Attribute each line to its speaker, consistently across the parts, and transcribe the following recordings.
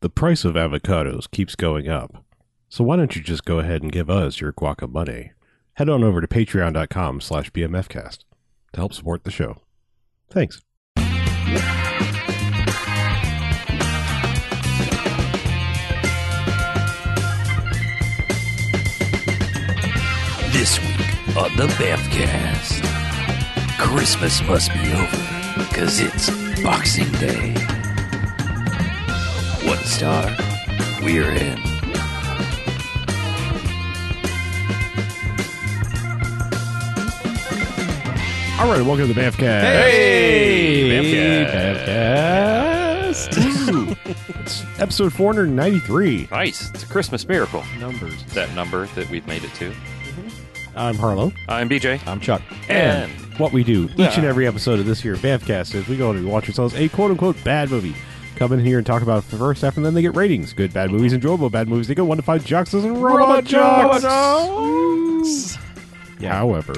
Speaker 1: the price of avocados keeps going up. So why don't you just go ahead and give us your guaca money? Head on over to patreon.com slash bmfcast to help support the show. Thanks.
Speaker 2: This week on the Bamfcast, Christmas must be over because it's Boxing Day. One star, we're in.
Speaker 1: All right, welcome to the BAMFcast. It's episode 493.
Speaker 3: Nice. It's a Christmas miracle.
Speaker 4: Numbers.
Speaker 3: That number that we've made it to.
Speaker 1: I'm Harlow.
Speaker 3: I'm BJ.
Speaker 4: I'm Chuck.
Speaker 1: And what we do each
Speaker 3: Yeah.
Speaker 1: and every episode of this here Bamfcast is we go and we watch ourselves a quote unquote bad movie. Come in here and talk about it for first half, and then they get ratings. Good, bad movies, enjoyable, bad movies. They go one to five jocks and robot jocks. However,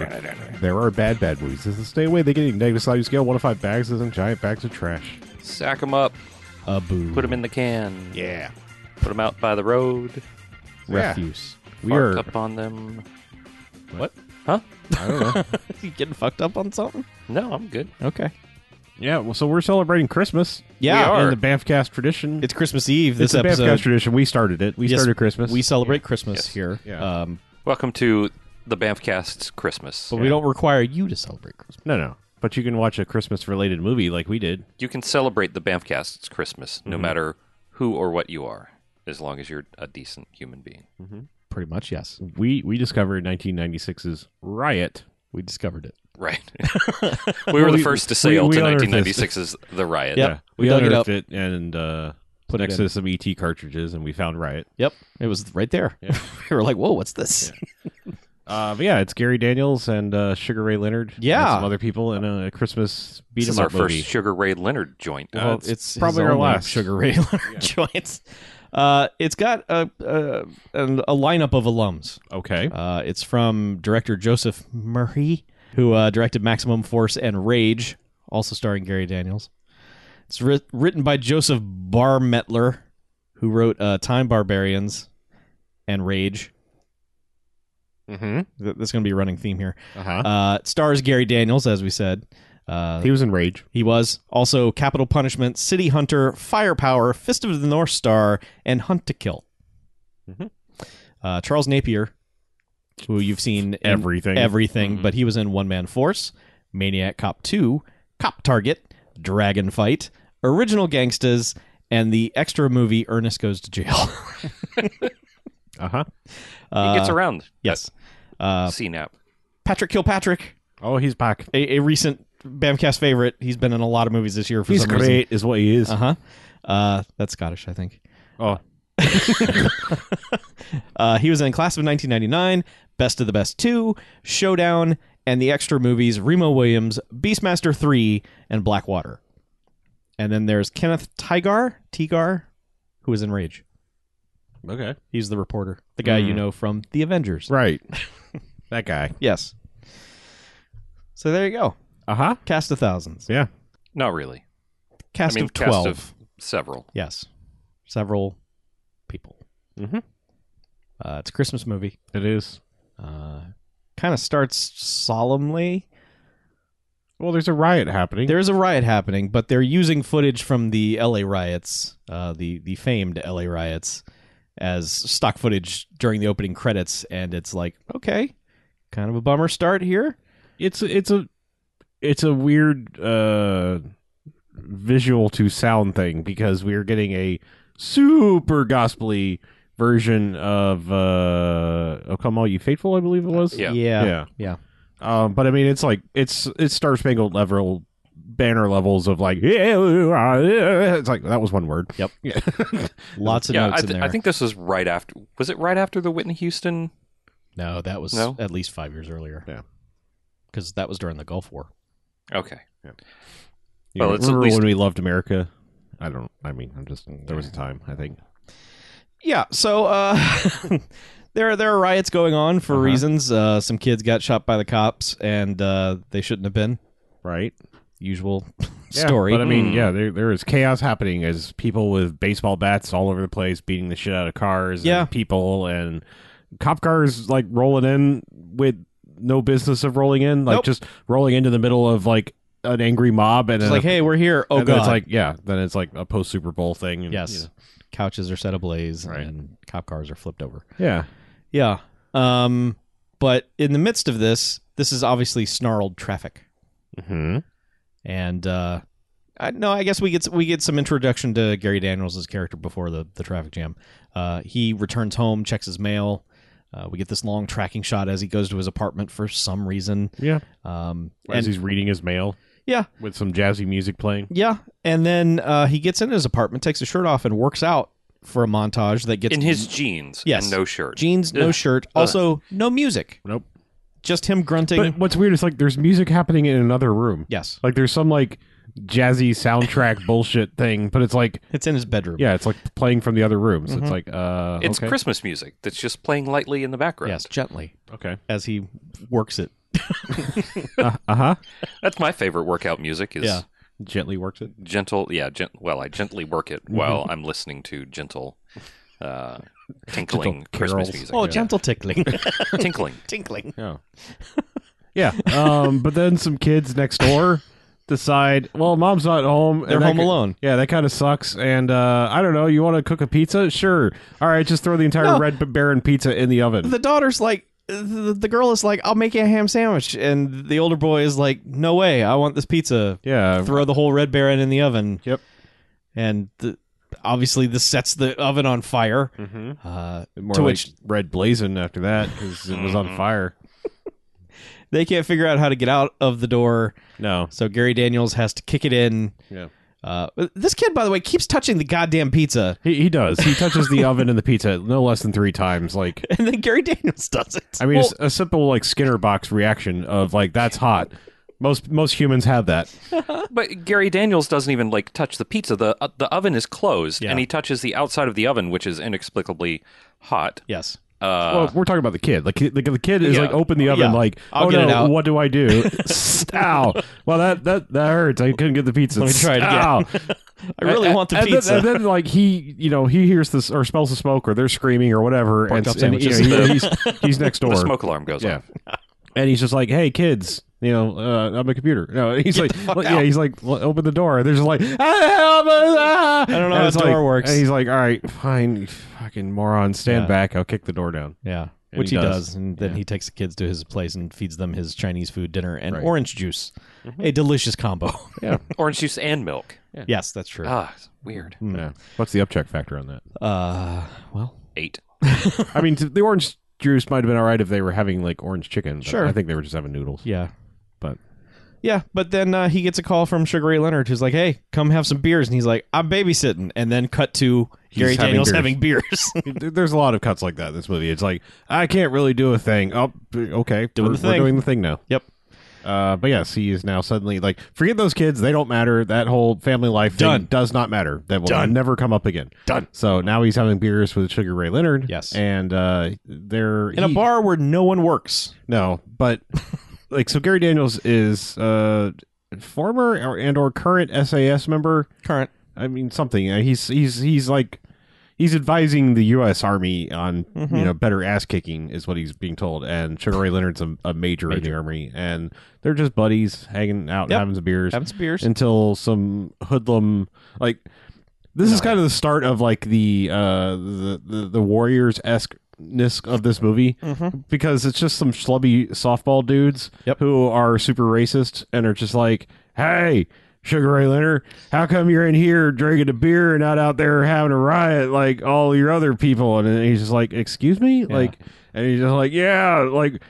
Speaker 1: there are bad, bad movies. This is stay away. They get a negative sliding scale, one to five bags, and giant bags of trash.
Speaker 3: Sack them up.
Speaker 4: A boo.
Speaker 3: Put them in the can.
Speaker 1: Yeah.
Speaker 3: Put them out by the road.
Speaker 4: refuse.
Speaker 1: We
Speaker 3: Fart
Speaker 1: are.
Speaker 3: up on them.
Speaker 4: What?
Speaker 3: Huh?
Speaker 1: I don't know.
Speaker 4: you getting fucked up on something?
Speaker 3: No, I'm good.
Speaker 4: Okay.
Speaker 1: yeah, well, so we're celebrating Christmas.
Speaker 4: Yeah.
Speaker 3: We
Speaker 1: In
Speaker 3: are.
Speaker 1: the Bamfcast tradition.
Speaker 4: It's Christmas Eve. This
Speaker 1: it's a Bamfcast
Speaker 4: episode.
Speaker 1: tradition. We started it. We
Speaker 4: Yes,
Speaker 1: started Christmas.
Speaker 4: We celebrate Christmas
Speaker 3: Yes.
Speaker 4: here.
Speaker 1: Yeah.
Speaker 4: Um,
Speaker 3: Welcome to the Bamfcast's Christmas.
Speaker 4: but we don't require you to celebrate Christmas.
Speaker 1: No, no. But you can watch a Christmas related movie like we did.
Speaker 3: You can celebrate the Bamfcast's Christmas no matter who or what you are, as long as you're a decent human being.
Speaker 4: Pretty much, yes.
Speaker 1: We we discovered 1996's Riot.
Speaker 4: We discovered it.
Speaker 3: Right. we were
Speaker 1: Well,
Speaker 3: the
Speaker 1: we-
Speaker 3: first to
Speaker 1: we-
Speaker 3: sail
Speaker 1: we
Speaker 3: to
Speaker 1: unearthed this.
Speaker 3: 1996's The Riot.
Speaker 4: Yep.
Speaker 1: We,
Speaker 4: We dug it
Speaker 1: unearthed
Speaker 4: up.
Speaker 1: it, and uh,
Speaker 4: Put it
Speaker 1: next
Speaker 4: in.
Speaker 1: to some ET cartridges, and we found Riot.
Speaker 4: Yep. It was right there. we were like, whoa, what's this?
Speaker 1: Uh, but yeah, it's Gary Daniels and uh, Sugar Ray Leonard. and
Speaker 4: Yeah.
Speaker 1: some other people in a Christmas beat
Speaker 3: This
Speaker 1: 'em
Speaker 3: is
Speaker 1: up
Speaker 3: our
Speaker 1: movie.
Speaker 3: first Sugar Ray Leonard joint.
Speaker 1: Well,
Speaker 4: Uh,
Speaker 1: it's probably
Speaker 4: his
Speaker 1: our
Speaker 4: own, like,
Speaker 1: last.
Speaker 4: Sugar Ray Leonard joints. Uh, it's got a, a, an- a lineup of alums.
Speaker 1: Okay,
Speaker 4: Uh, it's from director Joseph Murray, who uh, directed Maximum Force and Rage, also starring Gary Daniels. It's writ written by Joseph Barmettler, who wrote uh, Time Barbarians and Rage.
Speaker 3: Uh,
Speaker 1: mm-hmm.
Speaker 4: Th- That's going to be a running theme here.
Speaker 1: uh-huh.
Speaker 4: Uh, it stars Gary Daniels, as we said. Uh,
Speaker 1: he was in Rage.
Speaker 4: he was also Capital Punishment, City Hunter, Firepower, Fist of the North Star, and Hunt to Kill.
Speaker 1: Mhm.
Speaker 4: Uh, Charles Napier, who you've seen in
Speaker 1: Everything. Mm-hmm.
Speaker 4: everything,
Speaker 3: Mhm.
Speaker 4: but he was in One Man Force, Maniac Cop 2, Cop Target, Dragon Fight, Original Gangstas, and the extra movie Ernest Goes to Jail.
Speaker 1: Uh huh.
Speaker 4: Uh,
Speaker 3: he gets around.
Speaker 4: Yes. Uh,
Speaker 3: CNAP.
Speaker 4: Patrick Kilpatrick,
Speaker 1: Oh, he's back.
Speaker 4: a, a recent Bamcast favorite. He's been in a lot of movies this year for
Speaker 1: He's
Speaker 4: some reason.
Speaker 1: great, is what he is.
Speaker 4: Uh-huh. Uh That's Scottish, I think.
Speaker 1: Oh,
Speaker 4: Uh, he was in Class of 1999, Best of the Best 2, Showdown, and the extra movies Remo Williams, Beastmaster 3, and Blackwater. And then there's Kenneth Tigar, Tigar, who was in Rage.
Speaker 1: okay,
Speaker 4: He's the reporter, the guy you
Speaker 1: Mm.
Speaker 4: know from The Avengers.
Speaker 1: right. that guy.
Speaker 4: Yes. So there you go.
Speaker 1: Uh huh.
Speaker 4: Cast of thousands.
Speaker 1: Yeah.
Speaker 3: Not really.
Speaker 4: Cast
Speaker 3: I mean,
Speaker 4: of 12.
Speaker 3: cast of several.
Speaker 4: Yes. Several people.
Speaker 1: Mhm.
Speaker 4: Uh, it's a Christmas movie.
Speaker 1: It is.
Speaker 4: Uh, kind of starts solemnly.
Speaker 1: Well, there's a riot happening.
Speaker 4: There is a riot happening, but they're using footage from the LA riots, uh, the the famed LA riots, as stock footage during the opening credits, and it's like, okay, kind of a bummer start here.
Speaker 1: it's it's a it's a weird uh visual to sound thing because we are getting a super gospely version of uh oh come all you faithful i believe it was
Speaker 3: Yeah.
Speaker 4: yeah,
Speaker 1: yeah
Speaker 4: yeah.
Speaker 1: um but i mean it's like it's it's star spangled level banner levels of like it's like that was one word
Speaker 4: Yep.
Speaker 1: yeah
Speaker 4: lots of
Speaker 3: yeah, I,
Speaker 4: notes
Speaker 3: th-
Speaker 4: in
Speaker 3: I
Speaker 4: there.
Speaker 3: think this was right after. Was it right after the Whitney Houston?
Speaker 4: no, that was
Speaker 3: No?
Speaker 4: at least five years earlier.
Speaker 1: Yeah.
Speaker 4: because that was during the Gulf War.
Speaker 3: Okay.
Speaker 1: You
Speaker 3: Well, it's at
Speaker 1: remember
Speaker 3: least-
Speaker 1: when we loved america i don't i mean i'm just there was a time i think
Speaker 4: Yeah, so uh, there there are riots going on for
Speaker 1: Uh-huh.
Speaker 4: reasons. Uh, some kids got shot by the cops, and uh, they shouldn't have been.
Speaker 1: right
Speaker 4: usual
Speaker 1: Yeah,
Speaker 4: story.
Speaker 1: But I mean,
Speaker 3: Hmm.
Speaker 1: yeah, there there is chaos happening as people with baseball bats all over the place beating the shit out of cars
Speaker 4: Yeah.
Speaker 1: and people and cop cars like rolling in with no business of rolling in, like
Speaker 4: Nope.
Speaker 1: just rolling into the middle of like an angry mob and
Speaker 4: it's
Speaker 1: then
Speaker 4: like,
Speaker 1: a-
Speaker 4: hey, we're here. Oh
Speaker 1: and then
Speaker 4: god,
Speaker 1: it's like yeah, then it's like a post Super Bowl thing. and,
Speaker 4: yes, couches are set ablaze
Speaker 1: Right.
Speaker 4: and cop cars are flipped over.
Speaker 1: yeah,
Speaker 4: Yeah. Um, but in the midst of this, this is obviously snarled traffic,
Speaker 1: yeah. hmm
Speaker 4: Mm-hmm. and uh, I, no, I guess we get s- we get some introduction to Gary Daniels' character before the the traffic jam. Uh, he returns home, checks his mail. Uh, we get this long tracking shot as he goes to his apartment for some reason.
Speaker 1: yeah.
Speaker 4: Um,
Speaker 1: As
Speaker 4: and
Speaker 1: he's reading his mail,
Speaker 4: Yeah.
Speaker 1: with some jazzy music playing.
Speaker 4: yeah, and then uh, he gets into his apartment, takes his shirt off, and works out for a montage that gets
Speaker 3: in his jeans.
Speaker 4: Yes.
Speaker 3: and no shirt.
Speaker 4: jeans, no
Speaker 3: Ugh.
Speaker 4: shirt, also no music,
Speaker 1: Uh, Nope.
Speaker 4: just him grunting.
Speaker 1: But what's weird is like there's music happening in another room.
Speaker 4: yes,
Speaker 1: Like there's some like jazzy soundtrack bullshit thing, but it's like
Speaker 4: it's in his bedroom.
Speaker 1: yeah, it's like playing from the other room. So
Speaker 4: Mhm.
Speaker 1: it's like uh
Speaker 3: It's
Speaker 1: okay.
Speaker 3: Christmas music that's just playing lightly in the background.
Speaker 4: Yes, gently
Speaker 1: Okay.
Speaker 4: as he works it.
Speaker 1: Uh huh.
Speaker 3: That's my favorite workout music is
Speaker 4: Yeah.
Speaker 1: Gently works it.
Speaker 3: gentle. Yeah, gent, well, I gently work it while I'm listening to gentle, uh, tinkling
Speaker 1: Gentle
Speaker 3: Christmas
Speaker 1: carols.
Speaker 3: music.
Speaker 4: Oh,
Speaker 3: Yeah.
Speaker 4: gentle tickling,
Speaker 3: tinkling.
Speaker 4: tinkling.
Speaker 1: Yeah. Yeah. Um but then some kids next door decide, well, mom's not home. and
Speaker 4: They're
Speaker 1: that
Speaker 4: home
Speaker 1: ki-
Speaker 4: alone.
Speaker 1: Yeah, that kind of sucks. And uh I don't know, you want to cook a pizza? Sure. All right, just throw the entire
Speaker 4: No.
Speaker 1: Red Baron pizza in the oven.
Speaker 4: The daughter's like, the, the girl is like, I'll make you a ham sandwich, and the older boy is like, No way, I want this pizza.
Speaker 1: yeah.
Speaker 4: Throw the whole red baron in the oven.
Speaker 1: Yep.
Speaker 4: And the, obviously, this sets the oven on fire.
Speaker 1: mm-hmm.
Speaker 4: Uh,
Speaker 1: More
Speaker 4: To
Speaker 1: like
Speaker 4: which- Mm-hmm.
Speaker 1: red blazing after that because it was on fire.
Speaker 4: they can't figure out how to get out of the door,
Speaker 1: No,
Speaker 4: so Gary Daniels has to kick it in.
Speaker 1: yeah,
Speaker 4: Uh, this kid, by the way, keeps touching the goddamn pizza,
Speaker 1: he, he does. He touches the oven and the pizza no less than three times. Like
Speaker 4: and then Gary Daniels does it.
Speaker 1: I mean, it's a simple like Skinner box reaction of like that's hot. Most most humans have that.
Speaker 3: But Gary Daniels doesn't even like touch the pizza. the uh, The oven is closed,
Speaker 4: Yeah.
Speaker 3: and he touches the outside of the oven, which is inexplicably hot.
Speaker 4: yes.
Speaker 3: Uh,
Speaker 1: well, we're talking about the kid. Like the, the kid is
Speaker 3: Yeah.
Speaker 1: like open the oven.
Speaker 4: Yeah.
Speaker 1: Like
Speaker 4: I'll
Speaker 1: oh
Speaker 4: get it
Speaker 1: no,
Speaker 4: out."
Speaker 1: what do I do? Ow! Well, that that that hurts. I couldn't get the pizza.
Speaker 4: Let me try it again.
Speaker 1: Ow.
Speaker 4: I really
Speaker 1: And-
Speaker 4: want the
Speaker 1: and then-
Speaker 4: pizza.
Speaker 1: and then, like he, you know, he hears this or smells the smoke or they're screaming or whatever,
Speaker 4: Pork
Speaker 1: and,
Speaker 4: chop
Speaker 1: and, you know,
Speaker 4: sandwiches.
Speaker 1: he- he's he's next door.
Speaker 3: the smoke alarm goes
Speaker 1: yeah.
Speaker 3: off.
Speaker 1: And he's just like, "Hey, kids, you know, uh, I'm a computer." No, he's
Speaker 4: Get
Speaker 1: like,
Speaker 4: the fuck
Speaker 1: like,
Speaker 4: out.
Speaker 1: "Yeah," he's like, "L- "Open the door." And they're just like, "Ah, help us, ah."
Speaker 4: I don't know
Speaker 1: And
Speaker 4: how
Speaker 1: it's
Speaker 4: the
Speaker 1: like-
Speaker 4: door works.
Speaker 1: And he's like, "All right, fine, you fucking moron, stand
Speaker 4: Yeah.
Speaker 1: back. I'll kick the door down."
Speaker 4: Yeah,
Speaker 1: And
Speaker 4: which he
Speaker 1: he
Speaker 4: does.
Speaker 1: does.
Speaker 4: and then he takes the kids to his place and feeds them his Chinese food dinner and
Speaker 1: Right.
Speaker 4: orange juice, a delicious combo.
Speaker 3: Orange juice and milk.
Speaker 4: yes, that's true.
Speaker 3: Ah, it's weird.
Speaker 4: Mm.
Speaker 1: Yeah. What's the upchuck factor on that?
Speaker 4: Uh, well,
Speaker 3: Eight.
Speaker 1: I mean, t- the orange juice might have been all right if they were having like orange chicken. But
Speaker 4: Sure.
Speaker 1: I think they were just having noodles.
Speaker 4: yeah,
Speaker 1: But-
Speaker 4: yeah, but then uh, he gets a call from Sugar Ray Leonard, who's like, "Hey, come have some beers," and he's like, "I'm babysitting," and then cut to
Speaker 1: He's
Speaker 4: Gary
Speaker 1: having
Speaker 4: Daniels
Speaker 1: beers.
Speaker 4: having beers,
Speaker 1: There- There's a lot of cuts like that in this movie. It's like I can't really do a thing. Oh, okay,
Speaker 4: Doing
Speaker 1: we're,
Speaker 4: the
Speaker 1: we're
Speaker 4: thing.
Speaker 1: doing the thing now.
Speaker 4: Yep.
Speaker 1: Uh, but yes, he is now suddenly like forget those kids. They don't matter. That whole family life
Speaker 4: Done.
Speaker 1: thing does not matter. That will
Speaker 4: Done.
Speaker 1: never come up again.
Speaker 4: Done.
Speaker 1: So now he's having beers with Sugar Ray Leonard.
Speaker 4: Yes.
Speaker 1: and uh, they're
Speaker 4: in a
Speaker 1: he-
Speaker 4: bar where no one works.
Speaker 1: No, but like so, Gary Daniels is uh former or, and or current SAS member.
Speaker 4: Current,
Speaker 1: I mean something. Uh, He's he's he's like he's advising the U.S. Army on
Speaker 4: Mhm.
Speaker 1: you know better ass kicking is what he's being told. And Sugar Ray Leonard's a, a major, in the army, and they're just buddies hanging out, and
Speaker 4: Yep.
Speaker 1: having some beers
Speaker 4: having some beers.
Speaker 1: until some hoodlum like this is kind of the start of like the uh the the, the warriors esque of this movie
Speaker 4: Mhm.
Speaker 1: because it's just some schlubby softball dudes
Speaker 4: Yep.
Speaker 1: who are super racist and are just like, "Hey, Sugar Ray Leonard, how come you're in here drinking a beer and not out there having a riot like all your other people?" And then he's just like, "Excuse me," like, and he's just like, "Yeah, like."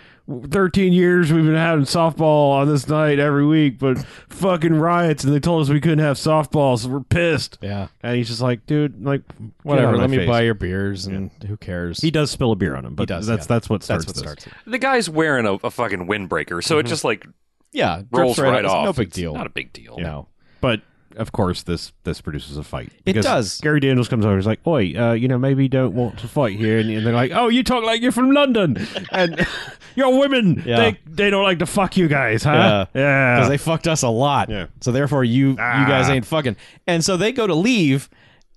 Speaker 1: 13 years we've been having softball on this night every week, but fucking riots, and they told us we couldn't have softball, so we're pissed.
Speaker 4: Yeah,
Speaker 1: And he's just like, dude, like,
Speaker 4: whatever. Let me buy
Speaker 1: Your-
Speaker 4: your beers, and who cares?
Speaker 1: he does spill a beer on him, but
Speaker 4: does,
Speaker 1: that's
Speaker 4: yeah.
Speaker 1: that's what starts
Speaker 4: that's what
Speaker 1: this.
Speaker 4: starts it.
Speaker 3: The guy's wearing a, a fucking windbreaker, so it just like
Speaker 4: Yeah, drips
Speaker 3: rolls right,
Speaker 4: It's
Speaker 3: off.
Speaker 4: No big
Speaker 3: It's
Speaker 4: deal.
Speaker 3: Not a big deal.
Speaker 4: No.
Speaker 1: But of course, this this produces a fight.
Speaker 4: It
Speaker 1: Because
Speaker 4: does.
Speaker 1: Gary Daniels comes over and is like, Oi, uh, you know, maybe you don't want to fight here. And, and they're like, Oh, you talk like you're from London. And you're women.
Speaker 4: Yeah.
Speaker 1: They, they don't like to fuck you guys, huh? Yeah.
Speaker 4: Uh, because they fucked us a lot.
Speaker 1: Yeah.
Speaker 4: So therefore, you you guys
Speaker 1: Ah.
Speaker 4: ain't fucking. And so they go to leave,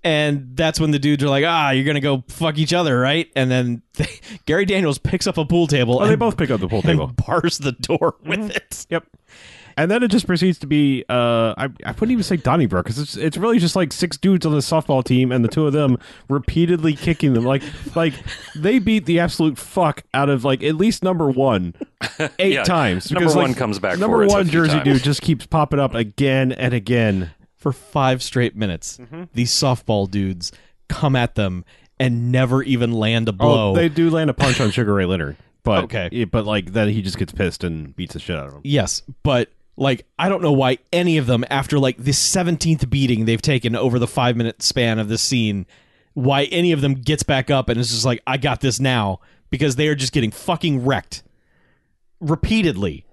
Speaker 4: and that's when the dudes are like, "Ah, you're gonna go fuck each other, right?" And then they, Gary Daniels picks up a pool table.
Speaker 1: oh,
Speaker 4: and,
Speaker 1: they both Mm-hmm. pick up the pool
Speaker 4: and
Speaker 1: table.
Speaker 4: bars the door with it.
Speaker 1: Yep. And then it just proceeds to be uh, I, I wouldn't even say Donnybrook because it's it's really just like six dudes on the softball team and the two of them repeatedly kicking them like like they beat the absolute fuck out of like at least number one eight
Speaker 3: Yeah.
Speaker 1: times
Speaker 3: Number
Speaker 1: because, like,
Speaker 3: one comes back
Speaker 1: number
Speaker 3: for it a
Speaker 1: one
Speaker 3: few
Speaker 1: Jersey
Speaker 3: times.
Speaker 1: dude just keeps popping up again and again
Speaker 4: for five straight minutes,
Speaker 1: Mm-hmm.
Speaker 4: these softball dudes come at them and never even land a blow.
Speaker 1: oh they do land a punch on Sugar Ray Leonard but
Speaker 4: Okay.
Speaker 1: yeah, but like then he just gets pissed and beats the shit out of him
Speaker 4: yes, but like I don't know why any of them, after like the seventeenth beating they've taken over the five minute span of this scene, why any of them gets back up and is just like, "I got this now," because they are just getting fucking wrecked repeatedly,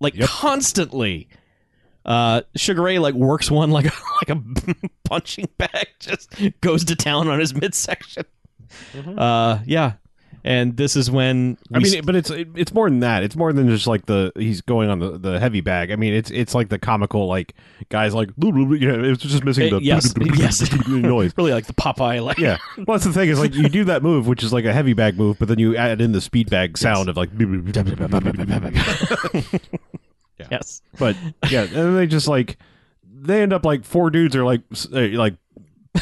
Speaker 4: like constantly. Uh, Sugar Ray like works one like like a punching bag, just goes to town on his midsection. Uh, yeah, and this is when
Speaker 1: Mm-hmm. I
Speaker 4: we
Speaker 1: mean,
Speaker 4: s-
Speaker 1: it- but it's it, it's more than that. It's more than just like the he's going on the, the heavy bag. I mean, it's it's like the comical like guys like you know, it's just missing
Speaker 4: Uh,
Speaker 1: the
Speaker 4: yes, yes.
Speaker 1: noise.
Speaker 4: really like the Popeye like
Speaker 1: Yeah. Well, that's the thing is like you do that move, which is like a heavy bag move, but then you add in the speed bag sound of like.
Speaker 4: yes.
Speaker 1: But yeah, and then they just like they end up like four dudes are like s- uh, like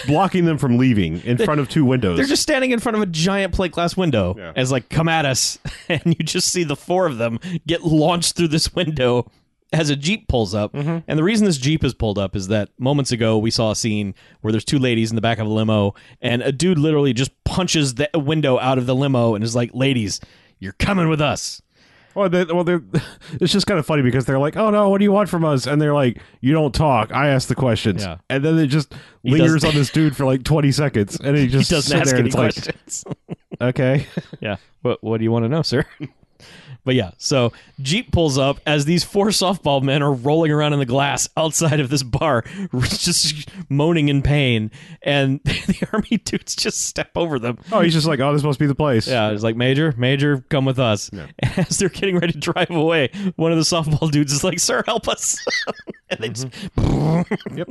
Speaker 1: blocking them from leaving in front of two windows.
Speaker 4: They're just standing in front of a giant plate glass window
Speaker 1: Yeah.
Speaker 4: as like come at us and you just see the four of them get launched through this window as a jeep pulls up.
Speaker 1: Mm-hmm.
Speaker 4: And the reason this jeep is pulled up is that moments ago we saw a scene where there's two ladies in the back of a limo and a dude literally just punches the window out of the limo and is like, "Ladies, you're coming with us."
Speaker 1: Well, they, well, they're, it's just kind of funny because they're like, "Oh no, what do you want from us?" And they're like, "You don't talk. I ask the questions."
Speaker 4: Yeah.
Speaker 1: And then it just lingers on this dude for like twenty seconds, and he
Speaker 4: He
Speaker 1: just
Speaker 4: doesn't
Speaker 1: sits
Speaker 4: ask
Speaker 1: there and
Speaker 4: any
Speaker 1: it's like,
Speaker 4: questions.
Speaker 1: "Okay."
Speaker 4: Yeah. What What do you want to know, sir? but yeah, so Jeep pulls up as these four softball men are rolling around in the glass outside of this bar, just moaning in pain, and the army dudes just step over them.
Speaker 1: Oh, he's just like, "Oh, this must be the place."
Speaker 4: Yeah, it's like Major, Major, come with us. As they're getting ready to drive away, one of the softball dudes is like, "Sir, help us!" and they just,
Speaker 1: Yep.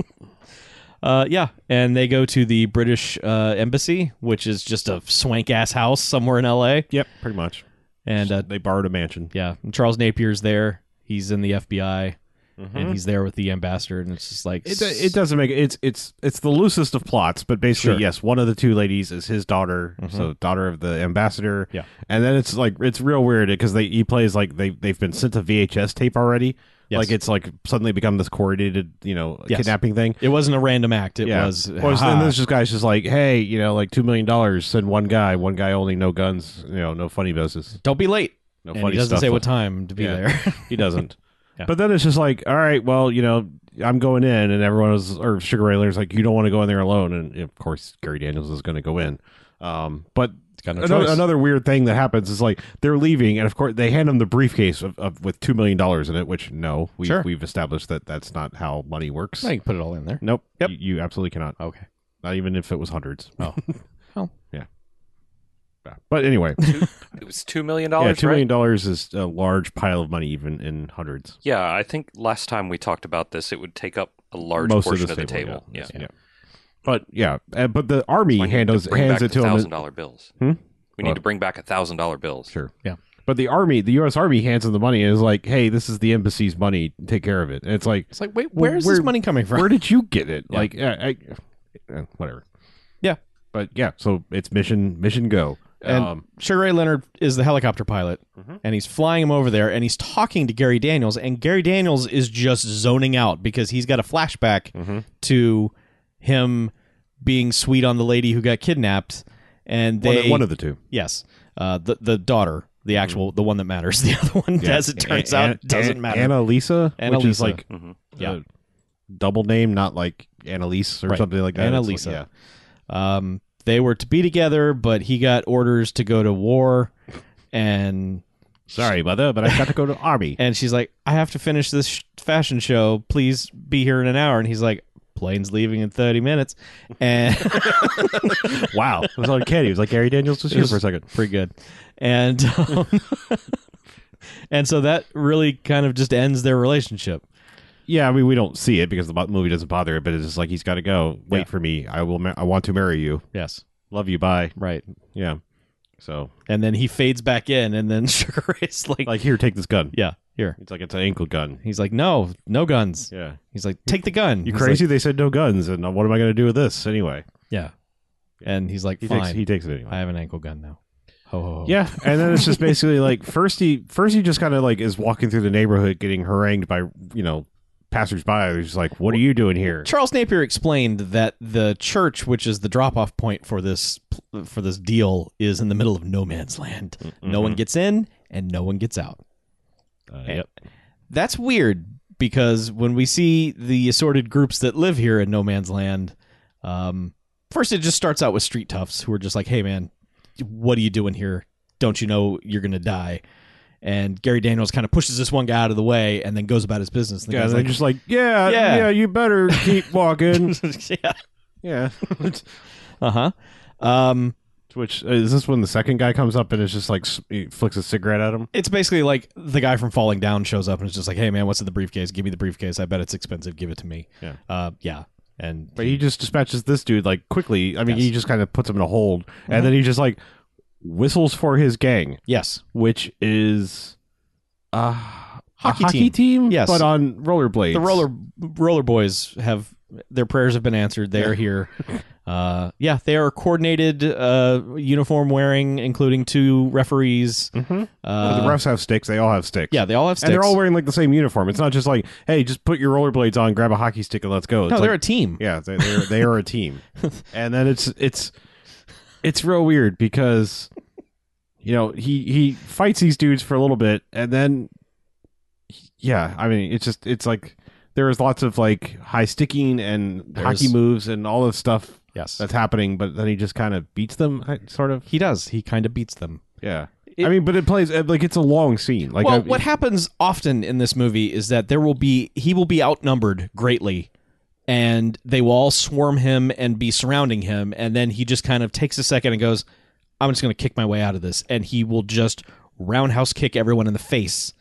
Speaker 4: uh, yeah, and they go to the British uh, embassy, which is just a swank ass house somewhere in L.A.
Speaker 1: Yep. Pretty much.
Speaker 4: And uh,
Speaker 1: They borrowed a mansion.
Speaker 4: yeah, and Charles Napier's there. He's in the FBI, and he's there with the ambassador, and it's just like
Speaker 1: It, it doesn't make it's it's it's the loosest of plots, but basically,
Speaker 4: Sure. Mm-hmm.
Speaker 1: yes, one of the two ladies is his daughter, so daughter of the ambassador.
Speaker 4: Yeah.
Speaker 1: and then it's like it's real weird because they he plays like they they've been sent a VHS tape already.
Speaker 4: Yes.
Speaker 1: Like it's like suddenly become this coordinated, you know,
Speaker 4: Yes.
Speaker 1: kidnapping thing.
Speaker 4: it wasn't a random act. It was
Speaker 1: Or it's- and
Speaker 4: "Ha,
Speaker 1: this just guy's just like, hey, you know, like two million dollars, send one guy, one guy only, no guns, you know, no funny business,
Speaker 4: don't be late.
Speaker 1: no
Speaker 4: and
Speaker 1: funny
Speaker 4: he doesn't
Speaker 1: stuff.
Speaker 4: say what time to be
Speaker 1: Yeah.
Speaker 4: there.
Speaker 1: He doesn't.
Speaker 4: Yeah.
Speaker 1: But then it's just like, all right, well, you know, I'm going in, and everyone was, or Sugar Ray Leonard's like, you don't want to go in there alone, and of course Gary Daniels is going to go in. Um, but
Speaker 4: got no
Speaker 1: another,
Speaker 4: choice.
Speaker 1: another weird thing that happens is like they're leaving, and of course they hand him the briefcase of, of with two million dollars in it, which no, we
Speaker 4: Sure.
Speaker 1: we've established that that's not how money works.
Speaker 4: I can put it all in there.
Speaker 1: Nope,
Speaker 4: Yep.
Speaker 1: you, you absolutely cannot.
Speaker 4: Okay.
Speaker 1: Not even if it was hundreds.
Speaker 4: Oh. Oh.
Speaker 1: Yeah. Yeah. But anyway,
Speaker 3: It was $2 million,
Speaker 1: yeah,
Speaker 3: right?
Speaker 1: two million dollars is a large pile of money, even in hundreds.
Speaker 3: Yeah, I think last time we talked about this, it would take up a large
Speaker 1: Most
Speaker 3: portion
Speaker 1: of, this
Speaker 3: the table. Yeah.
Speaker 1: Yes, But yeah, uh, but the army
Speaker 3: We need
Speaker 1: handles
Speaker 3: bring
Speaker 1: hands
Speaker 3: back
Speaker 1: it to
Speaker 3: the
Speaker 1: him.
Speaker 3: thousand
Speaker 1: as-
Speaker 3: dollar bills.
Speaker 1: Hmm?
Speaker 3: We need
Speaker 1: What?
Speaker 3: to bring back a thousand dollar bills.
Speaker 1: Sure.
Speaker 4: Yeah.
Speaker 1: But the army, the U.S. Army, hands him the money and is like, "Hey, this is the embassy's money. Take care of it." And it's like,
Speaker 4: It's like, wait,
Speaker 1: Well,
Speaker 4: where's
Speaker 1: where-
Speaker 4: this money coming from?
Speaker 1: where did you get it?
Speaker 4: Yeah.
Speaker 1: Like, uh, I, uh, whatever.
Speaker 4: Yeah.
Speaker 1: But yeah, so it's mission mission go. Um,
Speaker 4: And Sugar Ray Leonard is the helicopter pilot, and he's flying him over there, and he's talking to Gary Daniels, and Gary Daniels is just zoning out because he's got a flashback to him being sweet on the lady who got kidnapped, and
Speaker 1: one,
Speaker 4: they
Speaker 1: of- one of the two.
Speaker 4: yes, uh, the the daughter, the actual, the one that matters, the other one,
Speaker 1: Mm-hmm. Yeah.
Speaker 4: as it turns
Speaker 1: A-
Speaker 4: out,
Speaker 1: An-
Speaker 4: doesn't
Speaker 1: An-
Speaker 4: matter.
Speaker 1: Annalisa, which is
Speaker 4: Annalisa.
Speaker 1: like
Speaker 3: Mhm.
Speaker 4: Yeah.
Speaker 1: a double name, not like Annalise or
Speaker 4: Right.
Speaker 1: something like that. It's like-
Speaker 4: Annalisa. Um, they were to be together, but he got orders to go to war, and
Speaker 1: Sorry, mother, but I got to go to army.
Speaker 4: and she's like, "I have to finish this sh- fashion show. Please be here in an hour." And he's like, plane's leaving in 30 minutes. And
Speaker 1: Wow, it was uncanny. It was like Gary Daniels was
Speaker 4: It
Speaker 1: here
Speaker 4: was-
Speaker 1: for a second.
Speaker 4: pretty good. And um, and so that really kind of just ends their relationship.
Speaker 1: Yeah, I mean we don't see it because the bo- movie doesn't bother it, but it's just like he's got to go. Wait
Speaker 4: Yeah.
Speaker 1: for me. I will. Ma- I want to marry you.
Speaker 4: Yes,
Speaker 1: Love you. Bye.
Speaker 4: right.
Speaker 1: Yeah. So
Speaker 4: And then he fades back in, and then Sugar Ray's like,
Speaker 1: like here, take this gun.
Speaker 4: yeah, here.
Speaker 1: It's like it's an ankle gun.
Speaker 4: He's like, no, no guns.
Speaker 1: Yeah.
Speaker 4: He's like, take the gun.
Speaker 1: You
Speaker 4: He's
Speaker 1: crazy?
Speaker 4: like,
Speaker 1: they said no guns, and uh, what am I going to do with this anyway?
Speaker 4: yeah. And he's like,
Speaker 1: He
Speaker 4: fine.
Speaker 1: takes he takes it anyway.
Speaker 4: I have an ankle gun now. Ho ho ho.
Speaker 1: Yeah, and then it's just basically like first he first he just kind of like is walking through the neighborhood getting harangued by you know passersby. They're just like, "What are you doing here?"
Speaker 4: Charles Napier explained that the church, which is the drop-off point for this for this deal, is in the middle of no man's land. No
Speaker 1: Mm-hmm.
Speaker 4: one gets in and no one gets out.
Speaker 1: Uh, yep.
Speaker 4: That's weird because when we see the assorted groups that live here in no man's land, um, first it just starts out with street toughs who are just like, "Hey, man, what are you doing here? Don't you know you're gonna die?" And Gary Daniels kind of pushes this one guy out of the way and then goes about his business. And the
Speaker 1: Yeah,
Speaker 4: guy's
Speaker 1: they're
Speaker 4: like,
Speaker 1: just like, "Yeah,
Speaker 4: Yeah.
Speaker 1: yeah, you better keep walking."
Speaker 4: "Yeah,
Speaker 1: yeah.
Speaker 4: uh huh." Um,
Speaker 1: Which uh, is this when the second guy comes up and it's just like s- he flicks a cigarette at him.
Speaker 4: it's basically like the guy from Falling Down shows up and is just like, "Hey, man, what's in the briefcase? Give me the briefcase. I bet it's expensive. Give it to me."
Speaker 1: Yeah.
Speaker 4: uh, yeah, and
Speaker 1: But he just dispatches this dude like quickly. I mean,
Speaker 4: Yes. Mm-hmm.
Speaker 1: he just kind of puts him in a hold, and then he just like whistles for his gang,
Speaker 4: yes,
Speaker 1: which is uh,
Speaker 4: Hockey
Speaker 1: a hockey
Speaker 4: team.
Speaker 1: team,
Speaker 4: Yes.
Speaker 1: but on rollerblades.
Speaker 4: the roller roller boys have their prayers have been answered. They are here. Uh, yeah, they are coordinated, uh, uniform wearing, including two referees.
Speaker 1: Mm-hmm.
Speaker 4: Uh,
Speaker 1: the refs have sticks. They all have sticks.
Speaker 4: yeah, they all have sticks.
Speaker 1: and they're all wearing like the same uniform. It's not just like, hey, just put your rollerblades on, grab a hockey stick, and let's go. It's
Speaker 4: no, they're a
Speaker 1: like-
Speaker 4: team.
Speaker 1: yeah, they, they're they are a team. and then it's it's it's real weird because you know he he fights these dudes for a little bit, and then yeah, I mean it's just it's like there is lots of like high sticking and hockey
Speaker 4: There's-
Speaker 1: moves and all this stuff
Speaker 4: Yes,
Speaker 1: that's happening, but then he just kind of beats them, I- sort of.
Speaker 4: he does. He kind of beats them.
Speaker 1: Yeah.
Speaker 4: It-
Speaker 1: I mean, but it plays uh, like it's a long scene. Like,
Speaker 4: well,
Speaker 1: I-
Speaker 4: what happens often in this movie is that there will be he will be outnumbered greatly, and they will all swarm him and be surrounding him, and then he just kind of takes a second and goes, "I'm just going to kick my way out of this," and he will just roundhouse kick everyone in the face,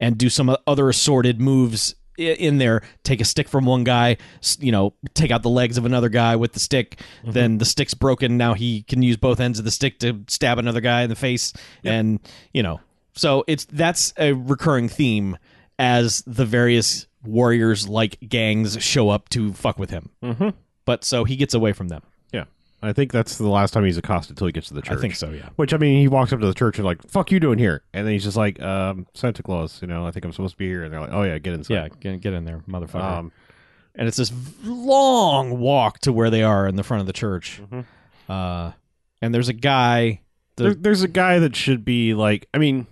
Speaker 4: and do some other assorted moves i- in there take a stick from one guy s- you know take out the legs of another guy with the stick then the stick's broken now he can use both ends of the stick to stab another guy in the face and you know so it's that's a recurring theme as the various warriors like gangs show up to fuck with him
Speaker 1: Mhm.
Speaker 4: but so he gets away from them
Speaker 1: yeah, I think that's the last time he's accosted till he gets to the church.
Speaker 4: i think so yeah
Speaker 1: Which I mean, he walks up to the church and like, "Fuck you doing here?" And then he's just like, um, "Santa Claus, you know, I think I'm supposed to be here." And they're like, "Oh yeah, get
Speaker 4: yeah
Speaker 1: inside."
Speaker 4: get, get in there motherfucker
Speaker 1: Um,
Speaker 4: and it's this long walk to where they are in the front of the church.
Speaker 1: Mhm.
Speaker 4: Uh, and there's a guy. The-
Speaker 1: there, there's a guy that should be like, I mean,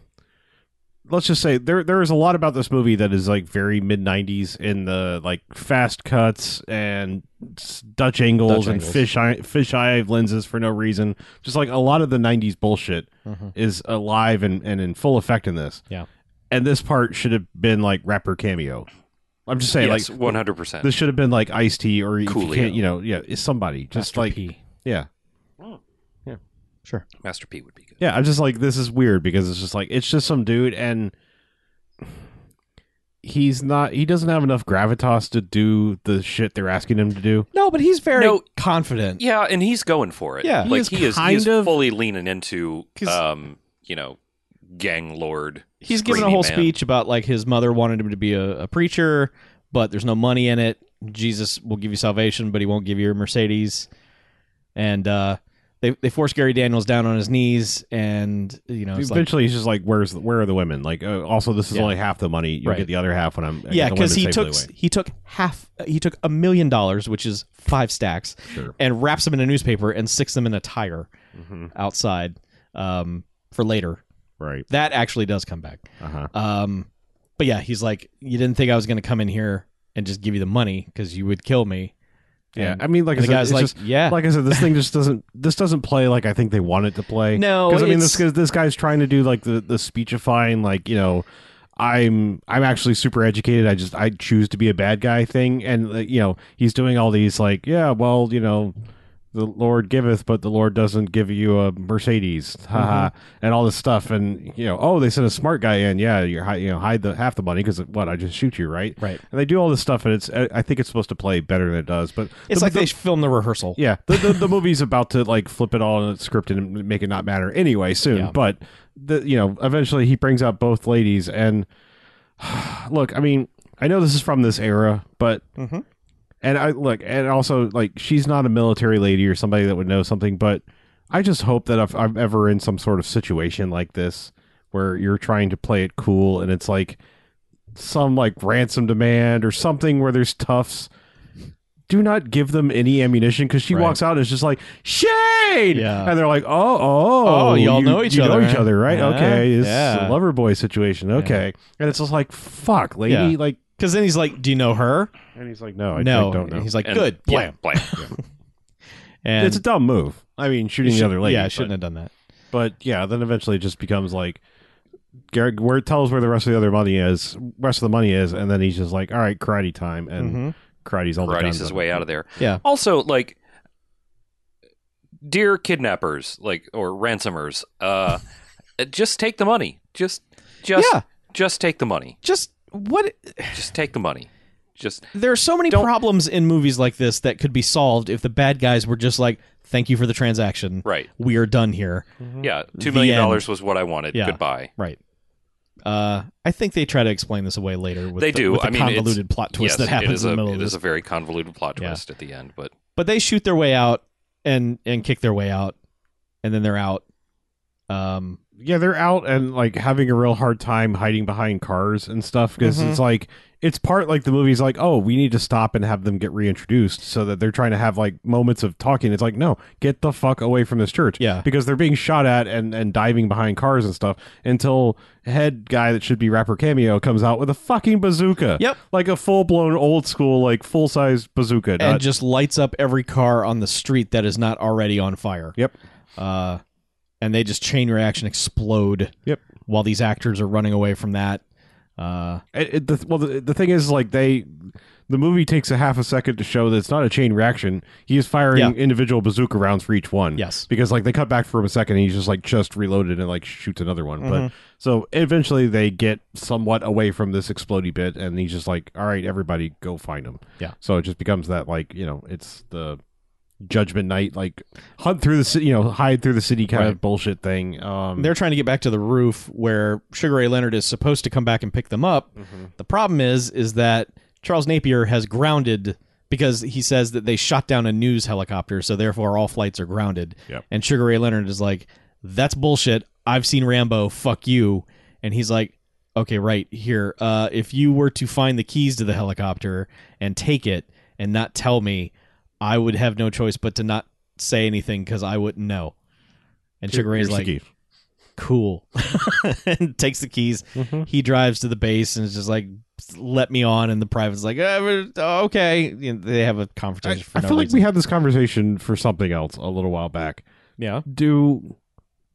Speaker 1: let's just say there there is a lot about this movie that is like very mid '90s in the like fast cuts and s- Dutch angles
Speaker 4: Dutch
Speaker 1: and
Speaker 4: angles.
Speaker 1: fish eye fish eye lenses for no reason. Just like a lot of the '90s bullshit is alive and, and in full effect in this.
Speaker 4: Yeah.
Speaker 1: And this part should have been like rapper cameo. I'm just saying,
Speaker 3: yes,
Speaker 1: like
Speaker 3: one hundred percent.
Speaker 1: This should have been like Ice T or if you
Speaker 3: Coolio.
Speaker 1: can't, you know, yeah, it's somebody just
Speaker 4: Master
Speaker 1: like
Speaker 4: P.
Speaker 1: yeah,
Speaker 4: sure.
Speaker 3: Master P would be good.
Speaker 1: yeah. I'm just like this is weird because it's just like it's just some dude and he's not he doesn't have enough gravitas to do the shit they're asking him to do.
Speaker 4: No, but he's very
Speaker 3: No.
Speaker 4: confident.
Speaker 3: Yeah, and he's going for it.
Speaker 4: Yeah. He
Speaker 3: like
Speaker 1: is
Speaker 3: he is, he
Speaker 1: kind
Speaker 3: is
Speaker 1: of-
Speaker 3: fully leaning into,
Speaker 4: 'Cause-
Speaker 3: um, you know, gang lord.
Speaker 4: He's giving a
Speaker 3: screamy
Speaker 4: whole
Speaker 3: man.
Speaker 4: speech about like his mother wanted him to be a, a preacher, but there's no money in it. Jesus will give you salvation, but he won't give you a Mercedes. And uh, they they force Gary Daniels down on his knees, and you know, it's like,
Speaker 1: Eventually, he's just like, "Where's the, where are the women?" Like, uh, also, this is
Speaker 4: Yeah.
Speaker 1: only half the money. You'll
Speaker 4: Right.
Speaker 1: get the other half when I'm I get
Speaker 4: yeah,
Speaker 1: the
Speaker 4: because
Speaker 1: women safely
Speaker 4: he took
Speaker 1: away.
Speaker 4: he took half he took a million dollars, which is five stacks,
Speaker 1: Sure.
Speaker 4: and wraps them in a newspaper and sticks them in a tire
Speaker 1: Mhm.
Speaker 4: outside um, for later.
Speaker 1: right.
Speaker 4: That actually does come back.
Speaker 1: Uh huh.
Speaker 4: Um, but yeah, he's like, you didn't think I was going to come in here and just give you the money because you would kill me.
Speaker 1: Yeah,
Speaker 4: And
Speaker 1: I mean, like I
Speaker 4: the
Speaker 1: said,
Speaker 4: guy's
Speaker 1: it's
Speaker 4: like,
Speaker 1: just-
Speaker 4: yeah,
Speaker 1: like I said, this thing just doesn't this doesn't play like I think they want it to play.
Speaker 4: No,
Speaker 1: because I mean
Speaker 4: it's-
Speaker 1: this guy- this guy's trying to do like the the speechifying, like you know, I'm I'm actually super educated. I just I choose to be a bad guy thing, and uh, you know he's doing all these like yeah, well you know the Lord giveth, but the Lord doesn't give you a Mercedes, haha,
Speaker 4: Mm-hmm.
Speaker 1: and all this stuff, and you know oh they sent a smart guy in, yeah you're hi- you know hide the half the money because what I just shoot you right,
Speaker 4: Right.
Speaker 1: and they do all this stuff, and it's I I think it's supposed to play better than it does, but
Speaker 4: It's
Speaker 1: the-
Speaker 4: like
Speaker 1: the-
Speaker 4: they filmed the rehearsal.
Speaker 1: yeah, the, the the movie's about to like flip it all in its script and make it not matter anyway soon.
Speaker 4: Yeah.
Speaker 1: But the you know eventually he brings out both ladies and look. I mean, I know this is from this era, but
Speaker 4: Mhm.
Speaker 1: and I look and also like she's not a military lady or somebody that would know something. But I just hope that if I'm ever in some sort of situation like this where you're trying to play it cool and it's like some like ransom demand or something where there's toughs. Do not give them any ammunition because she
Speaker 4: Right.
Speaker 1: walks out and is just like Shade,
Speaker 4: Yeah.
Speaker 1: and they're like, oh, oh,
Speaker 4: Oh, y'all know each
Speaker 1: you
Speaker 4: other,
Speaker 1: know each
Speaker 4: huh?
Speaker 1: other, right?
Speaker 4: Yeah,
Speaker 1: okay, it's a
Speaker 4: yeah.
Speaker 1: lover boy situation. Okay, and it's just like, fuck, lady,
Speaker 4: Yeah.
Speaker 1: like,
Speaker 4: Because then he's like, "Do you know her?"
Speaker 1: and he's like, no, I,
Speaker 4: no.
Speaker 1: I don't know.
Speaker 4: And He's like,
Speaker 3: And-
Speaker 4: "Good,
Speaker 3: yeah,
Speaker 4: blam."
Speaker 3: blam.
Speaker 4: And
Speaker 1: it's a dumb move. I mean, shooting the
Speaker 4: you should-
Speaker 1: other lady.
Speaker 4: Yeah, I
Speaker 1: but-
Speaker 4: shouldn't have done that.
Speaker 1: But yeah, then eventually it just becomes like, Garrett, where tell us where the rest of the other money is, rest of the money is, and then he's just like, all right, karate time, and
Speaker 4: Mhm.
Speaker 1: karate's all the
Speaker 3: Karate's
Speaker 1: guns
Speaker 3: his
Speaker 1: up.
Speaker 3: way out of there.
Speaker 4: Yeah.
Speaker 3: Also, like, dear kidnappers, like, or ransomers, uh, just take the money. Just, just,
Speaker 4: Yeah.
Speaker 3: just take the money.
Speaker 4: Just what?
Speaker 3: Just take the money. Just
Speaker 4: There are so many
Speaker 3: Don't-
Speaker 4: problems in movies like this that could be solved if the bad guys were just like, "Thank you for the transaction.
Speaker 3: right.
Speaker 4: We are done here."
Speaker 3: Yeah, two
Speaker 4: Mm, The
Speaker 3: million
Speaker 4: end.
Speaker 3: dollars was what I wanted.
Speaker 4: Yeah.
Speaker 3: Goodbye.
Speaker 4: Right. Uh, I think they try to explain this away later. With
Speaker 3: They
Speaker 4: the,
Speaker 3: do.
Speaker 4: With the
Speaker 3: I mean, it's-
Speaker 4: convoluted plot twist
Speaker 3: yes,
Speaker 4: that
Speaker 3: it
Speaker 4: happens
Speaker 3: is
Speaker 4: in
Speaker 3: a
Speaker 4: the middle of
Speaker 3: it
Speaker 4: this.
Speaker 3: is a very convoluted plot
Speaker 4: Yeah.
Speaker 3: twist at the end, but
Speaker 4: but they shoot their way out and and kick their way out, and then they're out. Um,
Speaker 1: yeah, they're out and like having a real hard time hiding behind cars and stuff because
Speaker 4: Mhm.
Speaker 1: it's like it's part like the movie's like, oh, we need to stop and have them get reintroduced so that they're trying to have like moments of talking. It's like, no, get the fuck away from this church.
Speaker 4: Yeah.
Speaker 1: Because they're being shot at and, and diving behind cars and stuff until head guy that should be rapper cameo comes out with a fucking bazooka.
Speaker 4: Yep.
Speaker 1: Like a full blown old school, like full size bazooka.
Speaker 4: and
Speaker 1: not-
Speaker 4: just lights up every car on the street that is not already on fire.
Speaker 1: Yep.
Speaker 4: Uh, and they just chain reaction explode.
Speaker 1: Yep.
Speaker 4: While these actors are running away from that. Uh,
Speaker 1: It, it, the, well, the, the thing is, like they, the movie takes a half a second to show that it's not a chain reaction. He is firing
Speaker 4: Yeah.
Speaker 1: individual bazooka rounds for each one.
Speaker 4: Yes.
Speaker 1: because like they cut back for a second, and he's just like just reloaded and like shoots another one.
Speaker 4: Mm-hmm.
Speaker 1: But so eventually they get somewhat away from this explodey bit, and he's just like, "All right, everybody, go find him."
Speaker 4: Yeah.
Speaker 1: So it just becomes that like you know it's the judgment night like hunt through the city you know hide through the city kind
Speaker 4: Right.
Speaker 1: of bullshit thing um
Speaker 4: they're trying to get back to the roof where Sugar Ray Leonard is supposed to come back and pick them up.
Speaker 1: Mm-hmm.
Speaker 4: The problem is, is that Charles Napier has grounded because he says that they shot down a news helicopter, so therefore all flights are grounded.
Speaker 1: Yep.
Speaker 4: And Sugar Ray Leonard is like, "That's bullshit. I've seen Rambo. Fuck you." And he's like, "Okay, right here. Uh, if you were to find the keys to the helicopter and take it and not tell me, I would have no choice but to not say anything because I wouldn't know." And Sugar
Speaker 1: here's
Speaker 4: Ray's
Speaker 1: the
Speaker 4: like,
Speaker 1: key.
Speaker 4: cool and takes the keys he drives to the base and is just like let me on and the private's like "Uh, we're- oh, okay You know, they have a
Speaker 1: I,
Speaker 4: confrontation for
Speaker 1: I
Speaker 4: no
Speaker 1: feel like
Speaker 4: reason.
Speaker 1: we had this conversation for something else a little while back.
Speaker 4: yeah
Speaker 1: Do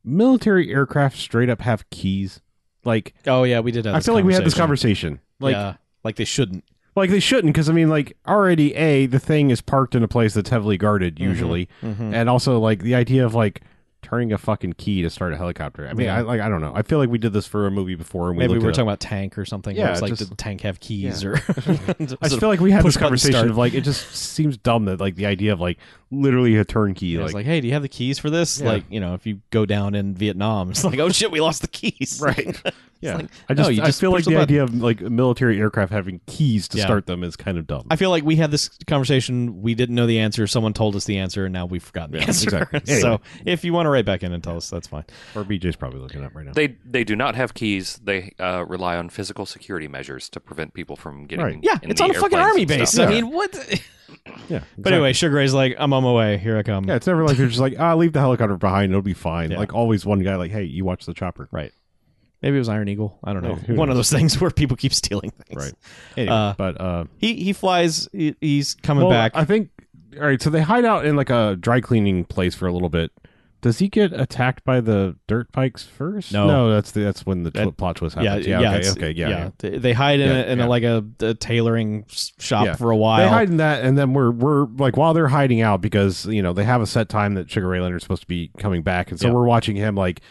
Speaker 1: military aircraft straight up have keys? Like
Speaker 4: oh yeah we did have
Speaker 1: I
Speaker 4: this
Speaker 1: feel like we had this conversation. Like
Speaker 4: yeah, like they shouldn't
Speaker 1: like they shouldn't because I mean like already a the thing is parked in a place that's heavily guarded
Speaker 4: Mm-hmm.
Speaker 1: usually, and also like the idea of like turning a fucking key to start a helicopter. I mean
Speaker 4: Yeah.
Speaker 1: I like I don't know. I feel like we did this for a movie before and we
Speaker 4: maybe we
Speaker 1: looked
Speaker 4: were
Speaker 1: it
Speaker 4: talking
Speaker 1: up.
Speaker 4: about tank or something
Speaker 1: Yeah,
Speaker 4: where it's like
Speaker 1: just-
Speaker 4: did the tank have keys
Speaker 1: Yeah.
Speaker 4: or
Speaker 1: I just feel like we had
Speaker 4: push
Speaker 1: this
Speaker 4: button
Speaker 1: conversation
Speaker 4: start.
Speaker 1: of like it just seems dumb that like the idea of like literally a turnkey
Speaker 4: it's
Speaker 1: like,
Speaker 4: like hey do you have the keys for this
Speaker 1: Yeah.
Speaker 4: like you know if you go down in vietnam it's like oh shit we lost the keys
Speaker 1: right yeah
Speaker 4: like,
Speaker 1: i just,
Speaker 4: no, you
Speaker 1: I
Speaker 4: just
Speaker 1: feel
Speaker 4: push
Speaker 1: like
Speaker 4: the
Speaker 1: the, idea of like military aircraft having keys to
Speaker 4: Yeah.
Speaker 1: start them is kind of dumb
Speaker 4: I feel like we had this conversation. We didn't know the answer. Someone told us the answer, and now we've forgotten the answer.
Speaker 1: exactly.
Speaker 4: so
Speaker 1: Anyway.
Speaker 4: if you want to write back in and tell us, that's fine.
Speaker 1: or bj's probably looking up right now
Speaker 3: they they do not have keys. They uh, rely on physical security measures to prevent people from getting.
Speaker 1: Right.
Speaker 4: Yeah,
Speaker 3: in
Speaker 4: it's
Speaker 3: the
Speaker 4: on a fucking
Speaker 3: airplanes
Speaker 4: army
Speaker 3: and
Speaker 4: base.
Speaker 3: stuff.
Speaker 4: I
Speaker 1: Yeah.
Speaker 4: mean, what?
Speaker 1: yeah
Speaker 4: But anyway, Sugar Ray's like, I'm on my way. Here I come.
Speaker 1: yeah it's never like they're just like ah leave the helicopter behind it'll be fine
Speaker 4: Yeah.
Speaker 1: like always one guy like hey you watch the chopper
Speaker 4: Right. Maybe it was Iron Eagle. I don't know.
Speaker 1: Yeah, who
Speaker 4: One of
Speaker 1: knows?
Speaker 4: those things where people keep stealing things.
Speaker 1: right anyway
Speaker 4: Uh,
Speaker 1: but uh
Speaker 4: He he flies. He, he's coming
Speaker 1: well,
Speaker 4: back.
Speaker 1: i think all right so they hide out in like a dry cleaning place for a little bit Does he get attacked by the dirt pikes first?
Speaker 4: No.
Speaker 1: that's the that's when the twi-
Speaker 4: That-
Speaker 1: plot twist happens. Yeah, okay,
Speaker 4: it's-
Speaker 1: okay, yeah. yeah.
Speaker 4: They, they hide in,
Speaker 1: Yeah,
Speaker 4: a, in
Speaker 1: yeah.
Speaker 4: A, like a, a tailoring s- shop
Speaker 1: Yeah.
Speaker 4: for a while.
Speaker 1: They hide in that, and then we're we're like while they're hiding out because you know they have a set time that Sugar Ray Leonard's supposed to be coming back, and so
Speaker 4: Yeah.
Speaker 1: we're watching him like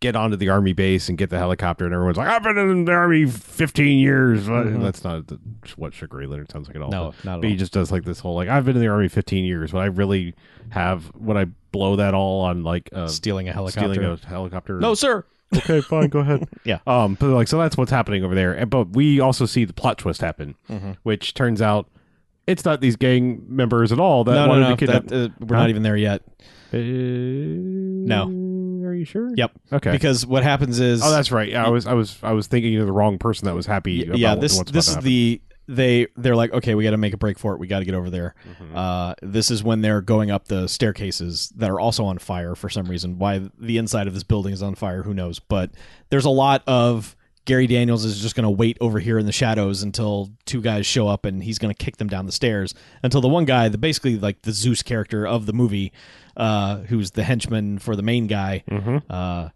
Speaker 1: get onto the army base and get the helicopter, and everyone's like, "I've been in the army fifteen years."
Speaker 4: Mhm.
Speaker 1: That's not the, what Sugar Ray Leonard sounds like at all.
Speaker 4: no, not at
Speaker 1: But he
Speaker 4: all.
Speaker 1: just does like this whole like I've been in the army 15 years, but I really have when I blow that all on like uh,
Speaker 4: Stealing a helicopter.
Speaker 1: stealing a helicopter.
Speaker 4: no, sir.
Speaker 1: okay, fine, go ahead.
Speaker 4: Yeah.
Speaker 1: Um, but like so that's what's happening over there. And but we also see the plot twist happen,
Speaker 4: Mhm.
Speaker 1: which turns out it's not these gang members at all that
Speaker 4: no,
Speaker 1: wanted
Speaker 4: no, no.
Speaker 1: to kidnap.
Speaker 4: that, uh, we're
Speaker 1: Huh?
Speaker 4: not even there yet.
Speaker 1: no. Are you sure?
Speaker 4: Yep.
Speaker 1: Okay.
Speaker 4: Because what happens is
Speaker 1: oh, that's right. Yeah, I was I was I was thinking of the wrong person that was happy.
Speaker 4: Y-
Speaker 1: about
Speaker 4: yeah
Speaker 1: what-
Speaker 4: this
Speaker 1: what's
Speaker 4: this is
Speaker 1: about to
Speaker 4: the they they're like okay we got to make a break for it we got to get over there
Speaker 1: happen. Mhm.
Speaker 4: uh this is when they're going up the staircases that are also on fire for some reason why the inside of this building is on fire who knows but there's a lot of Gary Daniels is just going to wait over here in the shadows until two guys show up and he's going to kick them down the stairs until the one guy the basically like the Zeus character of the movie uh who's the henchman for the main guy
Speaker 1: Mhm.
Speaker 4: uh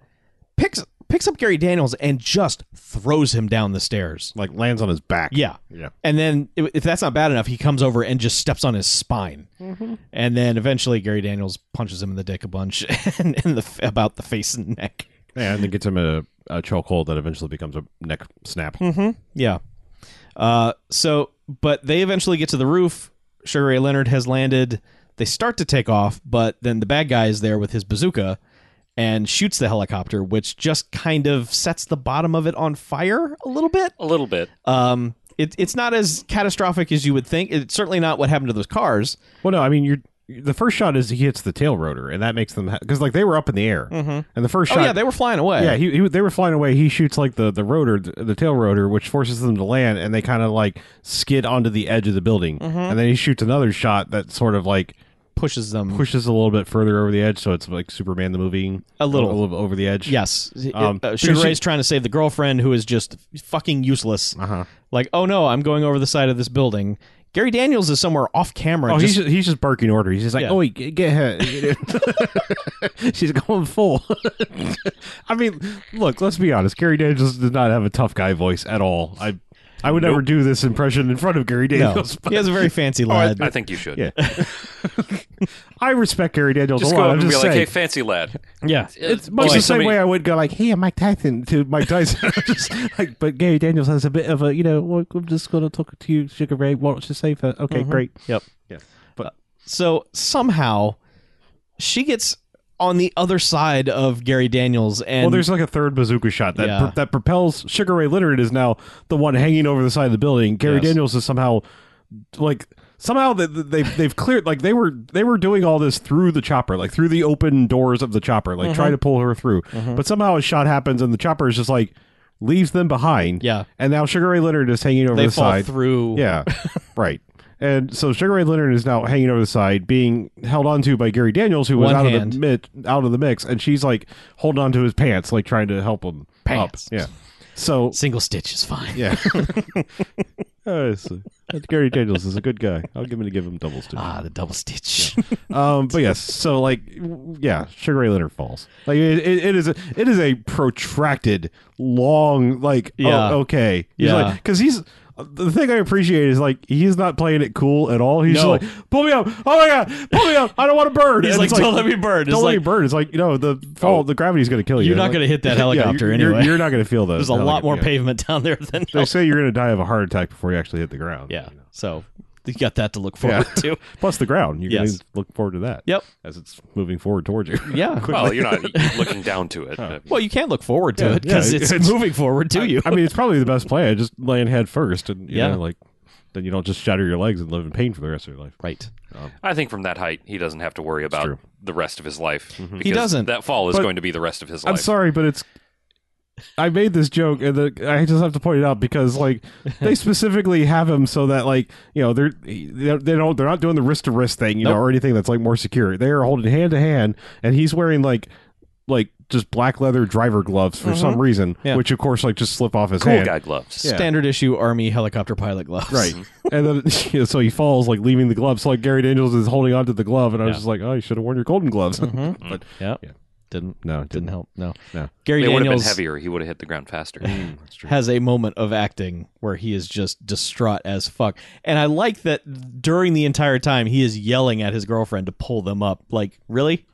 Speaker 4: picks picks up Gary Daniels and just throws him down the stairs
Speaker 1: like lands on his back.
Speaker 4: yeah.
Speaker 1: Yeah.
Speaker 4: And then i- if that's not bad enough, he comes over and just steps on his spine. And then eventually Gary Daniels punches him in the dick a bunch and, and the f- about the face and neck.
Speaker 1: Yeah, and it gets him a, a chokehold that eventually becomes a neck snap.
Speaker 4: Mm-hmm. Yeah. Uh, so, but they eventually get to the roof. Sugar Ray Leonard has landed. They start to take off, but then the bad guy is there with his bazooka and shoots the helicopter, which just kind of sets the bottom of it on fire a little bit.
Speaker 3: A little bit.
Speaker 4: Um, it, it's not as catastrophic as you would think. It's certainly not what happened to those cars.
Speaker 1: Well, no, I mean you're. The first shot is he hits the tail rotor, and that makes them because like they were up in the air, mm-hmm. and the first
Speaker 4: Oh
Speaker 1: shot,
Speaker 4: yeah, they were flying away.
Speaker 1: yeah, he, he they were flying away. He shoots like the the rotor, the, the tail rotor, which forces them to land, and they kind of like skid onto the edge of the building,
Speaker 3: Mm-hmm.
Speaker 1: and then he shoots another shot that sort of like
Speaker 4: pushes them.
Speaker 1: pushes a little bit further over the edge, so it's like Superman the movie
Speaker 4: A little.
Speaker 1: a little bit over the edge.
Speaker 4: Yes,
Speaker 1: Um,
Speaker 4: uh,
Speaker 1: because
Speaker 4: Sugar
Speaker 1: she-
Speaker 4: Ray's trying to save the girlfriend who is just fucking useless.
Speaker 1: uh huh.
Speaker 4: Like, oh no, I'm going over the side of this building. Gary Daniels is somewhere off camera.
Speaker 1: Oh,
Speaker 4: just,
Speaker 1: he's he's just barking order. He's just like,
Speaker 4: Yeah.
Speaker 1: "Oh, get, get her." She's going full. I mean, look, let's be honest. Gary Daniels does not have a tough guy voice at all. I I would never do this impression in front of Gary
Speaker 4: no,
Speaker 1: Daniels. but
Speaker 4: he has a very fancy
Speaker 1: I-
Speaker 4: lad.
Speaker 3: I think you should.
Speaker 1: Yeah. I respect Gary Daniels
Speaker 3: Just
Speaker 1: a
Speaker 3: go
Speaker 1: lot.
Speaker 3: up
Speaker 1: I'm
Speaker 3: and be
Speaker 1: just
Speaker 3: like, hey,
Speaker 1: saying.
Speaker 3: fancy lad.
Speaker 4: yeah,
Speaker 1: it's much
Speaker 3: boy,
Speaker 1: the same
Speaker 3: somebody-
Speaker 1: way I would go like, "Hey, I'm Mike Tyson" to Mike Tyson. just like, but Gary Daniels has a bit of a, you know, "Well, I'm just gonna talk to you, Sugar Ray. What's your say for?
Speaker 4: Mm-hmm.
Speaker 1: Okay, great.
Speaker 4: Yep.
Speaker 1: Yeah.
Speaker 4: So somehow she gets on the other side of Gary Daniels, and
Speaker 1: well, there's like a third bazooka shot that
Speaker 4: Yeah.
Speaker 1: that propels Sugar Ray Leonard is now the one hanging over the side of the building. Gary
Speaker 4: Yes.
Speaker 1: Daniels is somehow like somehow they, they they've cleared like they were they were doing all this through the chopper like through the open doors of the chopper like
Speaker 4: Mm-hmm.
Speaker 1: trying to pull her through but somehow a shot happens and the chopper is just like leaves them behind
Speaker 4: yeah,
Speaker 1: and now Sugar Ray Leonard is hanging over
Speaker 4: they
Speaker 1: the
Speaker 4: fall
Speaker 1: side
Speaker 4: through.
Speaker 1: yeah, right. And so Sugar Ray Leonard is now hanging over the side, being held onto by Gary Daniels, who was
Speaker 4: One
Speaker 1: out of the
Speaker 4: hand.
Speaker 1: mit, out of the mix, and she's like holding onto his pants, like trying to help him
Speaker 4: Pants.
Speaker 1: up. Yeah. So
Speaker 4: single stitch is fine.
Speaker 1: yeah. Oh, it's- Gary Daniels is a good guy. I'll give him to give him double stitch.
Speaker 4: Ah, the double stitch.
Speaker 1: Um, but yes, so like, w- yeah, Sugar Ray Leonard falls. Like it, it, it is a it is a protracted, long like
Speaker 4: Yeah.
Speaker 1: oh, okay, he's
Speaker 4: Yeah.
Speaker 1: because he's the thing I appreciate is like he's not playing it cool at all. He's
Speaker 4: No.
Speaker 1: just like pull me up, oh my god, pull me up, I don't want to burn.
Speaker 4: He's
Speaker 1: And
Speaker 4: like,
Speaker 1: it's
Speaker 4: don't let me burn. It's
Speaker 1: don't let
Speaker 4: like, Oh.
Speaker 1: me burn. It's like you know the fall, the gravity's gonna kill you.
Speaker 4: You're not
Speaker 1: Like,
Speaker 4: gonna hit that
Speaker 1: yeah, you're-
Speaker 4: helicopter
Speaker 1: you're,
Speaker 4: anyway.
Speaker 1: You're not gonna feel the.
Speaker 4: There's a
Speaker 1: the
Speaker 4: lot
Speaker 1: helic-
Speaker 4: more
Speaker 1: yeah.
Speaker 4: pavement down there than
Speaker 1: They say you're gonna die of a heart attack before you actually hit the ground.
Speaker 4: Yeah.
Speaker 1: you know.
Speaker 4: So you got that to look forward to.
Speaker 1: Plus the ground, you can
Speaker 4: Yes.
Speaker 1: look forward to that.
Speaker 4: Yep.
Speaker 1: As it's moving forward towards you.
Speaker 4: Yeah.
Speaker 3: Well, you're not e-, looking down to it. I mean,
Speaker 4: Well, you can look forward to
Speaker 1: Yeah,
Speaker 4: it because
Speaker 1: yeah,
Speaker 4: it's,
Speaker 1: it's-
Speaker 4: moving forward to you.
Speaker 1: I mean, it's probably the best plan. Just land head first, and you
Speaker 4: Yeah.
Speaker 1: know, like then you don't just shatter your legs and live in pain for the rest of your life.
Speaker 4: right.
Speaker 3: I think from that height, he doesn't have to worry
Speaker 1: true.
Speaker 3: about the rest of his life.
Speaker 4: Mm-hmm. He
Speaker 3: because
Speaker 4: doesn't.
Speaker 3: That fall is
Speaker 1: But-
Speaker 3: going to be the rest of his
Speaker 1: I'm
Speaker 3: life.
Speaker 1: sorry, but it's. I made this joke, and the, I just have to point it out because, like, they specifically have him so that, like, you know, they're they're- they don't they're not doing the wrist to wrist thing, you know,
Speaker 4: Nope.
Speaker 1: or anything that's like more secure. They are holding hand to hand, and he's wearing like like just black leather driver gloves for some reason,
Speaker 4: Mm-hmm. Yeah.
Speaker 1: which of course like just slip off his
Speaker 3: Cool
Speaker 1: hand.
Speaker 3: guy gloves.
Speaker 1: Yeah.
Speaker 4: Standard issue Army helicopter pilot gloves.
Speaker 1: Right. and then you know, so he falls like leaving the glove. So like Gary Daniels is holding onto the glove and I was
Speaker 4: Yeah.
Speaker 1: just like, Oh, you should have worn your golden gloves. but
Speaker 4: Yeah.
Speaker 1: Yeah.
Speaker 4: Didn't
Speaker 1: no, it
Speaker 4: didn't
Speaker 1: didn't.
Speaker 4: help. No.
Speaker 1: No.
Speaker 4: Gary
Speaker 3: They would have been
Speaker 4: Daniels Mm,
Speaker 3: heavier. He would have hit the ground faster. Mm.
Speaker 4: has a moment of acting where he is just distraught as fuck. And I like that during the entire time he is yelling at his girlfriend to pull them up. Like, really?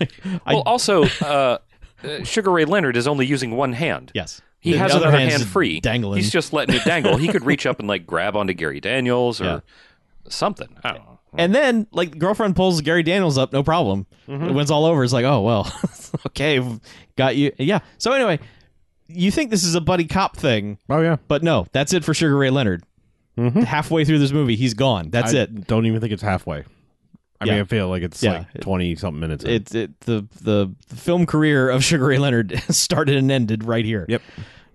Speaker 4: Like, I-
Speaker 3: well, also, uh, uh, Sugar Ray Leonard is only using one hand.
Speaker 4: yes.
Speaker 3: He
Speaker 4: The
Speaker 3: has
Speaker 4: other
Speaker 3: other
Speaker 4: hand's
Speaker 3: hand free.
Speaker 4: Dangling.
Speaker 3: He's just letting it dangle. He could reach up and like grab onto Gary Daniels or
Speaker 4: Yeah.
Speaker 3: something. I don't know.
Speaker 1: Mm.
Speaker 4: And then, like, the girlfriend pulls Gary Daniels up, no problem.
Speaker 1: Mm-hmm.
Speaker 4: When it's all over, it's like, oh, well, okay, got you. Yeah. So, anyway, you think this is a buddy cop thing,
Speaker 1: Oh yeah.
Speaker 4: but no, that's it for Sugar Ray Leonard. Halfway through this movie, he's gone. That's
Speaker 1: Mm-hmm. I
Speaker 4: it.
Speaker 1: Don't even think it's halfway. I
Speaker 4: Yeah.
Speaker 1: mean I feel like it's
Speaker 4: Yeah.
Speaker 1: like twenty something minutes. in.
Speaker 4: It, it the, the the film career of Sugar Ray Leonard started and ended right here.
Speaker 1: Yep.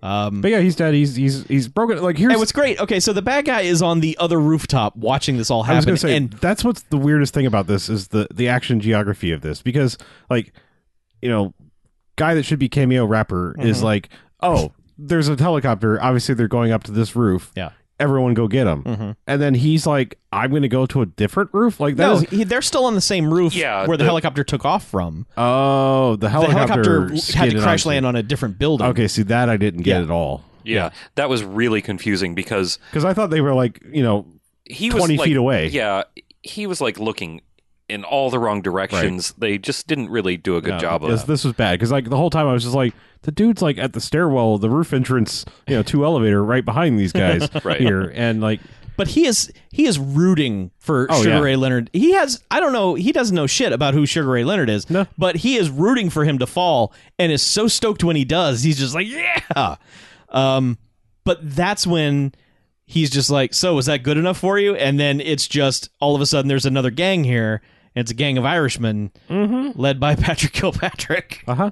Speaker 4: Um,
Speaker 1: but yeah, he's dead. He's he's he's broken. Like here's
Speaker 4: and what's great? Okay, so the bad guy is on the other rooftop watching this all
Speaker 1: I was
Speaker 4: happen,
Speaker 1: gonna say
Speaker 4: and
Speaker 1: that's what's the weirdest thing about this is the the action geography of this because like you know guy that should be cameo rapper is like oh there's a helicopter obviously they're going up to this roof
Speaker 4: Yeah.
Speaker 1: everyone go get him
Speaker 4: Mm-hmm.
Speaker 1: and then he's like I'm gonna go to a different roof like that
Speaker 4: no,
Speaker 1: is
Speaker 4: he, they're still on the same roof
Speaker 3: Yeah,
Speaker 4: where the,
Speaker 3: the-
Speaker 4: helicopter took off from.
Speaker 1: oh the
Speaker 4: The
Speaker 1: helicopter,
Speaker 4: helicopter had to
Speaker 1: skidded
Speaker 4: crash
Speaker 1: onto-
Speaker 4: land on a different building.
Speaker 1: okay see that I didn't get
Speaker 4: Yeah.
Speaker 1: at all
Speaker 3: Yeah, that was really confusing because
Speaker 1: because I thought they were like you know 20
Speaker 3: he was like,
Speaker 1: feet away.
Speaker 3: Yeah, he was like looking in all the wrong directions. They just didn't really do a good
Speaker 1: No,
Speaker 3: Uh, job of
Speaker 1: this,
Speaker 3: it.
Speaker 1: this was bad because like the whole time I was just like the dude's like at the stairwell, the roof entrance, you know, two elevator right behind these guys
Speaker 3: Right.
Speaker 1: here, and like
Speaker 4: but he is he is rooting for
Speaker 1: Oh,
Speaker 4: Sugar
Speaker 1: yeah.
Speaker 4: Ray Leonard. He has I don't know he doesn't know shit about who Sugar Ray Leonard is,
Speaker 1: No.
Speaker 4: but he is rooting for him to fall and is so stoked when he does. He's just like yeah. Um, but that's when he's just like, so was that good enough for you? And then it's just all of a sudden there's another gang here. And it's a gang of Irishmen
Speaker 1: Mm-hmm.
Speaker 4: led by Patrick Kilpatrick.
Speaker 1: uh huh.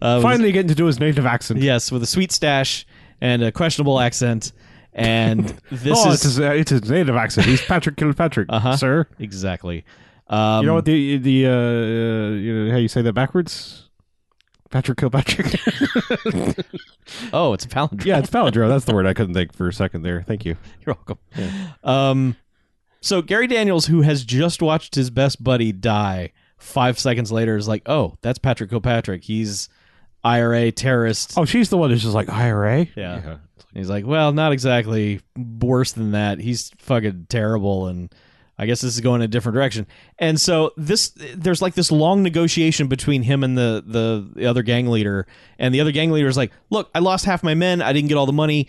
Speaker 4: Uh, with-
Speaker 1: Finally getting to do his native accent.
Speaker 4: yes, with a sweet stash and a questionable accent. And this
Speaker 1: oh,
Speaker 4: is
Speaker 1: it's, his, uh, it's his native accent. He's Patrick Kilpatrick,
Speaker 4: Uh-huh.
Speaker 1: sir.
Speaker 4: Exactly. Um,
Speaker 1: You know what the the uh, uh, you know how you say that backwards? Patrick Kilpatrick.
Speaker 4: Oh, it's a palindrome.
Speaker 1: yeah, it's palindrome. That's the word I couldn't think for a second there. Thank you.
Speaker 4: You're welcome. Um, so Gary Daniels, who has just watched his best buddy die, five seconds later is like, "Oh, that's Patrick Kilpatrick. He's IRA terrorist."
Speaker 1: Oh, she's the one that's just like IRA.
Speaker 4: Yeah. He's like, "Well, not exactly. Worse than that. He's fucking terrible." And I guess this is going a different direction. And so this, there's like this long negotiation between him and the the, the other gang leader. And the other gang leader is like, "Look, I lost half my men. I didn't get all the money.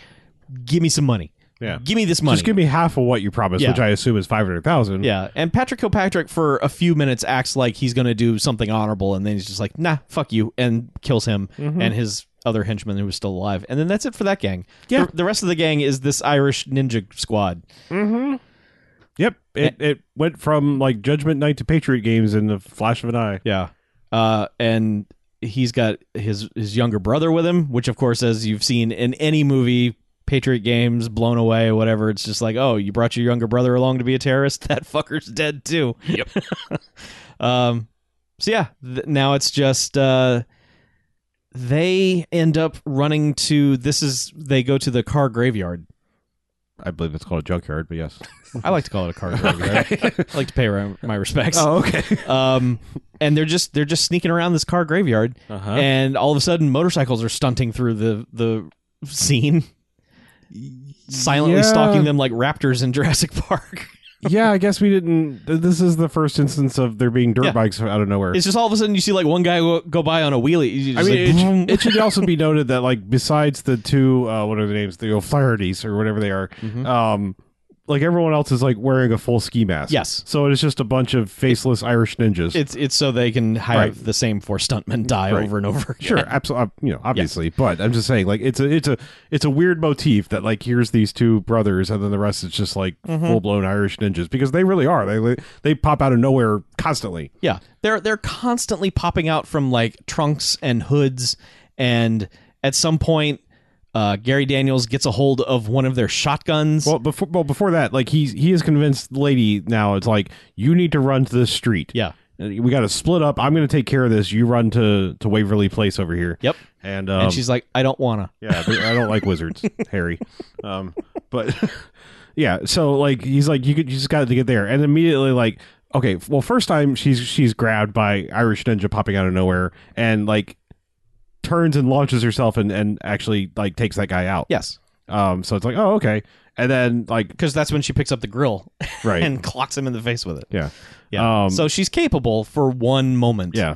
Speaker 4: Give me some money."
Speaker 1: yeah.
Speaker 4: Give me this money.
Speaker 1: Just give me half of what you promised,
Speaker 4: Yeah.
Speaker 1: which I assume is five hundred thousand.
Speaker 4: Yeah, and Patrick Kilpatrick for a few minutes acts like he's going to do something honorable, and then he's just like, "Nah, fuck you," and kills him and his other henchman who was still alive, and then that's it for that gang.
Speaker 1: Yeah.
Speaker 4: the, the rest of the gang is this Irish ninja squad.
Speaker 1: Yep. It it went from like Judgment Night to Patriot Games in the flash of an eye.
Speaker 4: Yeah, uh, and he's got his his younger brother with him, which of course, as you've seen in any movie. Patriot Games, Blown Away, whatever. It's just like, oh, you brought your younger brother along to be a terrorist. That fucker's dead too.
Speaker 3: Yep.
Speaker 4: Um, so yeah, th- now it's just uh, they end up running to this is they go to the car graveyard.
Speaker 1: I believe it's called a junkyard, but yes.
Speaker 4: I like to call it a car graveyard. I like to pay my- my respects.
Speaker 1: Oh, okay.
Speaker 4: Um, and they're just they're just sneaking around this car graveyard,
Speaker 1: Uh-huh.
Speaker 4: and all of a sudden motorcycles are stunting through the the scene, silently
Speaker 1: Yeah.
Speaker 4: stalking them like raptors in Jurassic Park.
Speaker 1: yeah, I guess we didn't. th- This is the first instance of there being dirt
Speaker 4: Yeah.
Speaker 1: bikes out of nowhere.
Speaker 4: It's just all of a sudden you see like one guy go, go by on a wheelie. You
Speaker 1: I
Speaker 4: just
Speaker 1: mean,
Speaker 4: like,
Speaker 1: it,
Speaker 4: vroom.
Speaker 1: sh- it should also be noted that, like, besides the two, uh, what are the names? The O'Flaherty's or whatever they are,
Speaker 4: Mm-hmm.
Speaker 1: um, like everyone else is like wearing a full ski mask.
Speaker 4: Yes.
Speaker 1: So it's just a bunch of faceless Irish ninjas.
Speaker 4: It's it's so they can hire
Speaker 1: Right.
Speaker 4: the same four stuntmen die
Speaker 1: Right.
Speaker 4: over and over. Again.
Speaker 1: Sure, absolutely. You know, obviously, but I'm just saying, like, it's a, it's a, it's a weird motif that like here's these two brothers, and then the rest is just like
Speaker 4: Mm-hmm.
Speaker 1: full blown Irish ninjas because they really are. They they pop out of nowhere constantly.
Speaker 4: Yeah, they're they're constantly popping out from like trunks and hoods, and at some point, uh, Gary Daniels gets a hold of one of their shotguns.
Speaker 1: Well, before well before that, like he's he is convinced the lady now. It's like you need to run to the street.
Speaker 4: yeah,
Speaker 1: we got to split up. I'm going to take care of this. You run to to Waverly Place over here.
Speaker 4: Yep.
Speaker 1: And um,
Speaker 4: and she's like, I don't wanna.
Speaker 1: yeah, they- I don't like wizards, Harry. Um, but yeah, so like he's like you could you just got to get there, and immediately like okay, well first time she's she's grabbed by Irish ninja popping out of nowhere, and like turns and launches herself and and actually like takes that guy out.
Speaker 4: Yes,
Speaker 1: Um, so it's like oh okay, and then like
Speaker 4: because that's when she picks up the grill
Speaker 1: right,
Speaker 4: and clocks him in the face with it.
Speaker 1: yeah,
Speaker 4: Yeah.
Speaker 1: Um,
Speaker 4: so she's capable for one moment.
Speaker 1: yeah.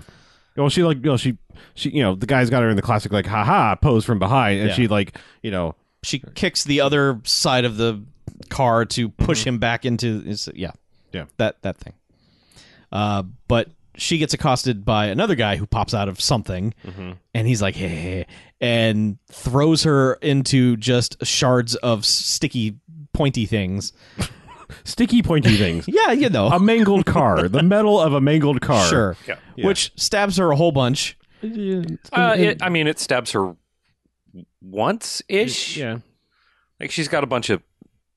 Speaker 1: Well, she like you know, she she you know the guy's got her in the classic like haha pose from behind, and
Speaker 4: Yeah.
Speaker 1: she like you know
Speaker 4: She kicks the other side of the car to push him back into. His, yeah.
Speaker 1: Mm-hmm. Yeah.
Speaker 4: That that thing. Uh, but she gets accosted by another guy who pops out of something,
Speaker 1: Mm-hmm.
Speaker 4: and he's like, hey, hey, hey," and throws her into just shards of sticky, pointy things.
Speaker 1: sticky pointy things.
Speaker 4: Yeah, you know.
Speaker 1: a mangled car, the metal of a mangled car.
Speaker 4: Sure.
Speaker 3: Yeah.
Speaker 1: Yeah.
Speaker 4: Which stabs her a whole bunch.
Speaker 3: Uh, it, I mean, it stabs her once ish.
Speaker 1: Yeah.
Speaker 3: Like she's got a bunch of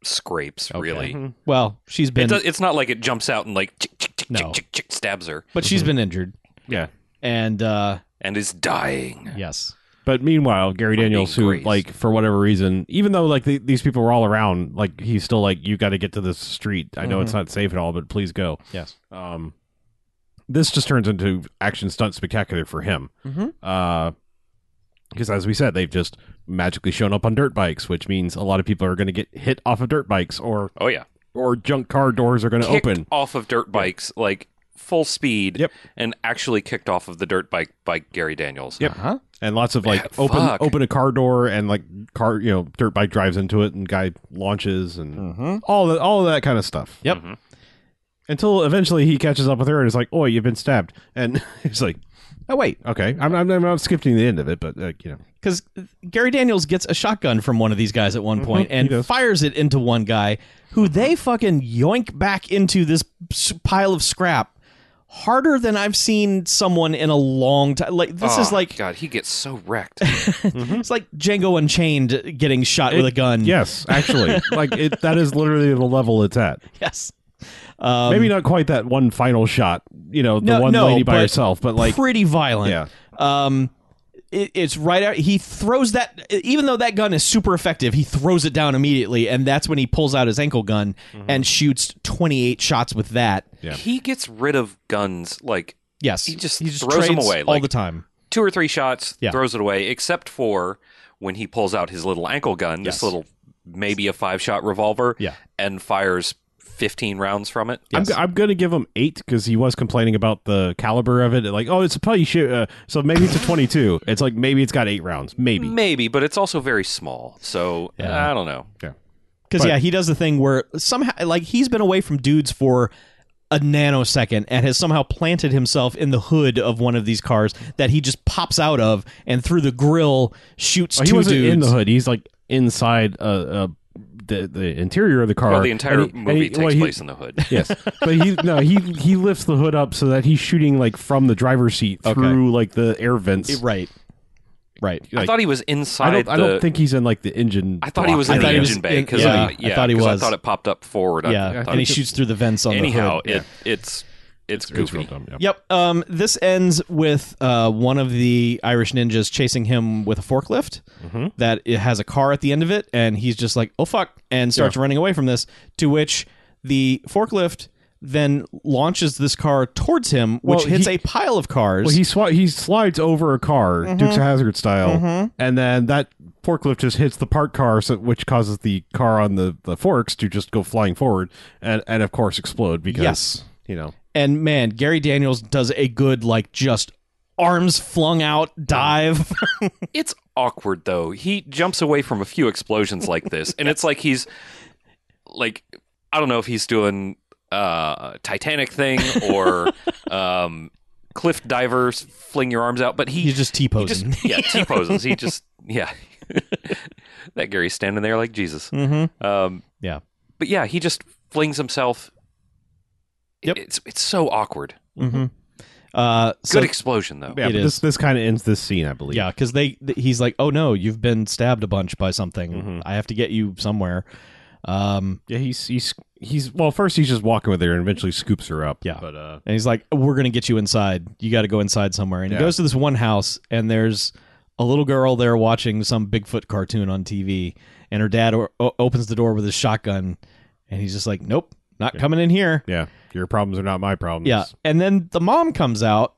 Speaker 3: scrapes, really.
Speaker 1: Mhm.
Speaker 4: Well, she's
Speaker 3: It
Speaker 4: been,
Speaker 3: does, it's not like it jumps out and like chick, chick, chick,
Speaker 4: No.
Speaker 3: chick, chick, chick, stabs her
Speaker 4: but she's been injured,
Speaker 1: Mm-hmm. Yeah.
Speaker 4: and uh,
Speaker 3: and is dying.
Speaker 4: yes,
Speaker 1: But meanwhile, Gary Daniels, who
Speaker 3: Grease.
Speaker 1: like for whatever reason, even though like the, these people were all around, like he's still like, you got to get to this street. I know it's not safe at all, but please go.
Speaker 4: yes,
Speaker 1: Um, this just turns into action stunt spectacular for him.
Speaker 3: Mm-hmm.
Speaker 4: Mhm.
Speaker 1: Uh, because as we said, they've just magically shown up on dirt bikes, which means a lot of people are going to get hit off of dirt bikes, or
Speaker 3: Oh yeah,
Speaker 1: or junk car doors are going to
Speaker 3: kicked
Speaker 1: open.
Speaker 3: off of dirt bikes like full speed.
Speaker 1: Yep.
Speaker 3: and actually kicked off of the dirt bike by Gary Daniels.
Speaker 1: Yep.
Speaker 4: uh-huh.
Speaker 1: and lots of like
Speaker 3: Yeah,
Speaker 1: open
Speaker 3: fuck.
Speaker 1: open a car door and like car you know dirt bike drives into it and guy launches and
Speaker 3: Mm-hmm.
Speaker 4: Mhm.
Speaker 1: all that all of that kind of stuff
Speaker 4: Yep.
Speaker 3: Mhm.
Speaker 1: until eventually he catches up with her and is like oh you've been stabbed and he's like
Speaker 4: Oh wait,
Speaker 1: okay I'm I'm, I'm not skipping the end of it but like you know
Speaker 4: because Gary Daniels gets a shotgun from one of these guys at one point
Speaker 1: Mm-hmm. He
Speaker 4: and
Speaker 1: does. Mm-hmm.
Speaker 4: fires it into one guy, who they fucking yoink back into this s- pile of scrap harder than I've seen someone in a long time. Like this is
Speaker 3: Oh,
Speaker 4: like
Speaker 3: God. He gets so wrecked.
Speaker 1: Mm-hmm.
Speaker 4: it's like Django Unchained getting shot with a gun.
Speaker 1: yes actually like it that is literally the level it's at
Speaker 4: yes. Um,
Speaker 1: maybe not quite that one final shot you know the
Speaker 4: No,
Speaker 1: one
Speaker 4: no,
Speaker 1: lady by
Speaker 4: but
Speaker 1: herself but like
Speaker 4: pretty violent.
Speaker 1: Yeah.
Speaker 4: Um, it, it's right out. He throws that, even though that gun is super effective, he throws it down immediately, and that's when he pulls out his ankle gun
Speaker 3: Mm-hmm.
Speaker 4: and shoots twenty eight shots with that.
Speaker 1: Yeah.
Speaker 3: He gets rid of guns like
Speaker 4: Yes,
Speaker 3: He just throws 'em
Speaker 4: trades
Speaker 3: away,
Speaker 4: all
Speaker 3: like-
Speaker 4: the time.
Speaker 3: two or three shots,
Speaker 4: Yeah.
Speaker 3: throws it away, except for when he pulls out his little ankle gun,
Speaker 4: Yes.
Speaker 3: this little maybe a five shot revolver,
Speaker 4: Yeah.
Speaker 3: and fires 15 rounds from it.
Speaker 1: I'm,
Speaker 4: Yes.
Speaker 1: g- I'm gonna give him eight because he was complaining about the caliber of it. Like, oh, it's a probably shoot. Uh, so maybe it's a 22. It's like maybe it's got eight rounds.
Speaker 4: Mm.
Speaker 1: Maybe.
Speaker 3: Maybe, but it's also very small. So
Speaker 4: Yeah.
Speaker 3: I don't know.
Speaker 4: Because
Speaker 1: But-
Speaker 4: yeah, he does the thing where somehow, like, he's been away from dudes for a nanosecond and has somehow planted himself in the hood of one of these cars that he just pops out of and through the grill shoots
Speaker 1: Oh, he
Speaker 4: 2
Speaker 1: wasn't
Speaker 4: dudes.
Speaker 1: in the hood. He's like inside uh, uh the the interior of the car.
Speaker 3: Well, the entire
Speaker 1: And he- and
Speaker 3: movie
Speaker 1: he-
Speaker 3: takes
Speaker 1: well, he-
Speaker 3: place in the hood.
Speaker 1: Yes, but he no he he lifts the hood up so that he's shooting like from the driver's seat through like the air vents.
Speaker 4: Right. Right.
Speaker 3: I
Speaker 1: Like,
Speaker 3: thought he was
Speaker 1: I
Speaker 3: inside
Speaker 1: don't,
Speaker 3: the.
Speaker 1: I don't think he's in like the engine.
Speaker 3: I thought he was in
Speaker 4: I
Speaker 3: the
Speaker 4: thought he was
Speaker 3: engine bay
Speaker 4: in-
Speaker 3: because
Speaker 4: yeah,
Speaker 3: I,
Speaker 4: I thought he
Speaker 3: 'cause
Speaker 4: was.
Speaker 3: I thought it popped up forward. I- I
Speaker 4: yeah,
Speaker 3: thought
Speaker 4: and he
Speaker 3: it-
Speaker 4: shoots through the vents on
Speaker 3: anyhow,
Speaker 4: the hood.
Speaker 3: it, it's it's
Speaker 1: It's real
Speaker 3: goofy.
Speaker 1: dumb, yeah.
Speaker 4: Yep. Um, this ends with uh, one of the Irish ninjas chasing him with a forklift that it has a car at the end of it, and he's just like, "Oh fuck!" and starts running away from this. To which the forklift then launches this car towards him, which
Speaker 1: Well,
Speaker 4: hits
Speaker 1: he-
Speaker 4: a pile of cars.
Speaker 1: Well, he sw- he slides over a car,
Speaker 4: Mm-hmm.
Speaker 1: Dukes of Hazard style, and then that forklift just hits the parked car, so, which causes the car on the, the forks to just go flying forward and, and of course explode because
Speaker 4: Yes.
Speaker 1: you know
Speaker 4: and man, Gary Daniels does a good like just arms flung out dive.
Speaker 3: It's awkward though. He jumps away from a few explosions like this, and it's like he's like I don't know if he's doing uh Titanic thing or um cliff divers fling your arms out, but he,
Speaker 4: he's just t
Speaker 3: he
Speaker 4: posing.
Speaker 3: just yeah, T poses. He just yeah. that Gary's standing there like Jesus.
Speaker 4: mm-hmm.
Speaker 3: Um
Speaker 4: Yeah.
Speaker 3: But yeah, he just flings himself
Speaker 4: Yep.
Speaker 3: It's it's so awkward.
Speaker 4: Mm-hmm. Uh, so
Speaker 3: Good explosion though.
Speaker 1: yeah.
Speaker 4: It
Speaker 1: But
Speaker 4: is.
Speaker 1: this this kind of ends this scene, I believe.
Speaker 4: Yeah, because they th- he's like, oh no, you've been stabbed a bunch by something.
Speaker 1: Mhm.
Speaker 4: I have to get you somewhere. Um,
Speaker 1: yeah. He's he's he's well. First, he's just walking with her, and eventually scoops her up.
Speaker 4: Yeah.
Speaker 1: but uh,
Speaker 4: And he's like, "We're gonna get you inside. You got to go inside somewhere." And he
Speaker 1: Yeah.
Speaker 4: goes to this one house, and there's a little girl there watching some Bigfoot cartoon on TV, and her dad o- o- opens the door with his shotgun, and he's just like, "Nope, not coming in here."
Speaker 1: yeah, your problems are not my problems.
Speaker 4: Yeah. And then the mom comes out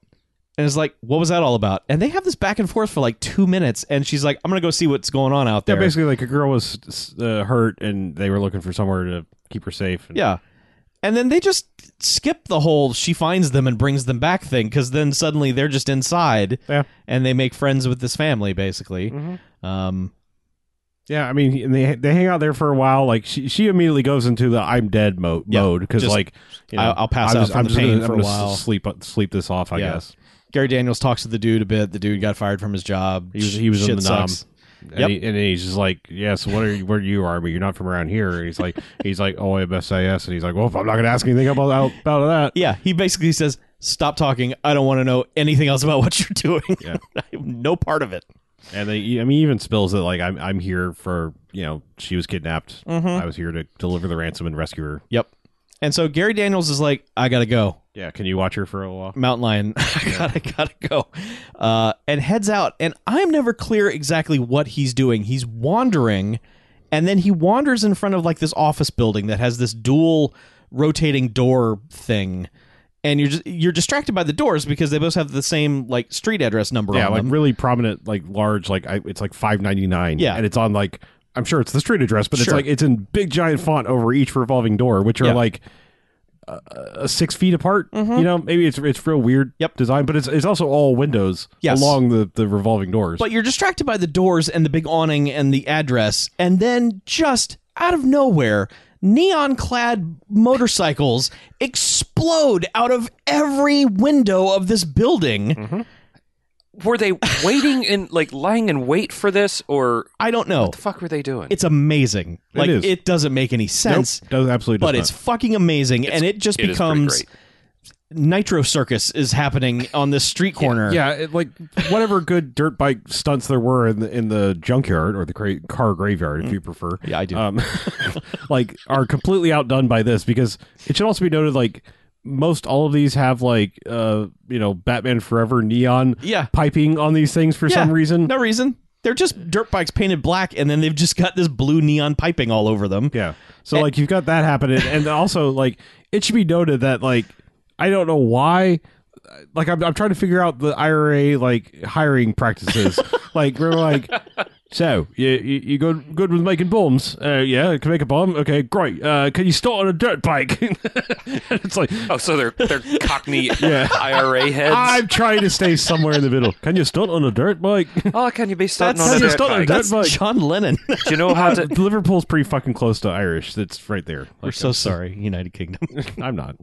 Speaker 4: and is like, what was that all about? And they have this back and forth for like two minutes. And she's like, I'm going to go see what's going on out
Speaker 1: yeah.
Speaker 4: there.
Speaker 1: Basically, like a girl was uh, hurt, and they were looking for somewhere to keep her safe. And,
Speaker 4: Yeah. And then they just skip the whole she finds them and brings them back thing because then suddenly they're just inside
Speaker 1: Yeah. Mm-hmm.
Speaker 4: and they make friends with this family, basically. Um,
Speaker 1: yeah. I mean, and they they hang out there for a while. Like she she immediately goes into the I'm dead mo-
Speaker 4: Yeah,
Speaker 1: mode because
Speaker 4: just-
Speaker 1: like you know,
Speaker 4: I'll- I'll pass
Speaker 1: I'm
Speaker 4: out
Speaker 1: just,
Speaker 4: from
Speaker 1: I'm
Speaker 4: the
Speaker 1: just
Speaker 4: pain
Speaker 1: gonna,
Speaker 4: for
Speaker 1: I'm
Speaker 4: a
Speaker 1: gonna s-
Speaker 4: while.
Speaker 1: Sleep sleep this off. I
Speaker 4: Yeah.
Speaker 1: guess.
Speaker 4: Gary Daniels talks to the dude a bit. The dude got fired from his job.
Speaker 1: He was- he was in
Speaker 4: Shit
Speaker 1: the nom.
Speaker 4: sucks.
Speaker 1: And,
Speaker 4: Yep.
Speaker 1: he, and he's just like, yeah. So what are you? Where are you, Army? You're not from around here. And he's like, he's like, oh, MSIS. And he's like, well, if I'm not gonna ask anything about about that.
Speaker 4: Yeah, he basically says, "Stop talking. I don't want to know anything else about what you're doing.
Speaker 1: Yeah.
Speaker 4: I'm no part of it."
Speaker 1: And they, I mean, he even spills that like I'm I'm here for you know she was kidnapped.
Speaker 4: Mm-hmm.
Speaker 1: I was here to deliver the ransom and rescue her.
Speaker 4: Yep. And so Gary Daniels is like, I gotta go.
Speaker 1: Yeah, can you watch her for a while?
Speaker 4: Mountain Lion, I gotta gotta go. Uh, and heads out. And I'm never clear exactly what he's doing. He's wandering, and then he wanders in front of like this office building that has this dual rotating door thing. And you're just, you're distracted by the doors because they both have the same like street address number
Speaker 1: Yeah,
Speaker 4: on
Speaker 1: like
Speaker 4: them.
Speaker 1: really prominent, like large, like I, it's like five ninety nine.
Speaker 4: Yeah.
Speaker 1: and it's on like I'm sure it's the street address, but it's
Speaker 4: Sure.
Speaker 1: like it's in big giant font over each revolving door, which are
Speaker 4: Yeah. Mm-hmm.
Speaker 1: like uh, uh, six feet apart. You know, maybe it's it's real weird
Speaker 4: Yep.
Speaker 1: design, but it's it's also all windows
Speaker 4: Yes.
Speaker 1: along the the revolving doors.
Speaker 4: But you're distracted by the doors and the big awning and the address, and then just out of nowhere, neon clad motorcycles explode out of every window of this building.
Speaker 1: Mm-hmm.
Speaker 3: Were they waiting and like lying in wait for this, or
Speaker 4: I don't know.
Speaker 3: what the fuck were they doing?
Speaker 4: It's amazing.
Speaker 1: It
Speaker 4: Like
Speaker 1: is.
Speaker 4: it doesn't make any
Speaker 1: nope,
Speaker 4: sense,
Speaker 1: does absolutely
Speaker 4: but
Speaker 1: does
Speaker 4: it's fucking amazing and it just
Speaker 3: it is pretty
Speaker 4: becomes
Speaker 3: great.
Speaker 4: Nitro Circus is happening on this street corner.
Speaker 1: not. yeah, it, like whatever good dirt bike stunts there were in the in the junkyard or the cra- car graveyard, if you prefer.
Speaker 4: Mm. Yeah, I do.
Speaker 1: um, like are completely outdone by this because it should also be noted like most all of these have like uh you know Batman Forever neon
Speaker 4: Yeah.
Speaker 1: piping on these things for
Speaker 4: Yeah.
Speaker 1: some reason.
Speaker 4: No reason. They're just dirt bikes painted black and then they've just got this blue neon piping all over them.
Speaker 1: Yeah. So like you've got that happening, and also like it should be noted that like I don't know why. Like I'm, I'm trying to figure out the IRA like hiring practices. like we're like, so you you, you good good with making bombs? Uh, yeah, I can make a bomb. Okay, great. Uh, can you start on a dirt bike? it's like
Speaker 3: oh, so they're they're Cockney
Speaker 1: Yeah.
Speaker 3: IRA heads.
Speaker 1: I'm trying to stay somewhere in the middle. Can you start on a dirt bike?
Speaker 3: oh, can you be starting
Speaker 4: That's-
Speaker 3: on a
Speaker 1: Can you
Speaker 3: dirt
Speaker 1: start on a
Speaker 3: bike?
Speaker 1: dirt
Speaker 4: That's
Speaker 1: bike?
Speaker 4: John Lennon.
Speaker 3: Do you know how to?
Speaker 1: Liverpool's pretty fucking close to Irish. That's right there.
Speaker 4: We're
Speaker 1: Like,
Speaker 4: so sorry, United Kingdom.
Speaker 1: I'm not.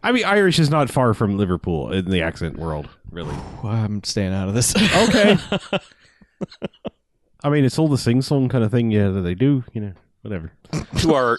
Speaker 1: I mean, Irish is not far from Liverpool in the accent world, really.
Speaker 4: I'm staying out of this.
Speaker 1: Okay. I mean, it's all the sing song kind of thing, yeah, that they do, you know, whatever.
Speaker 3: to our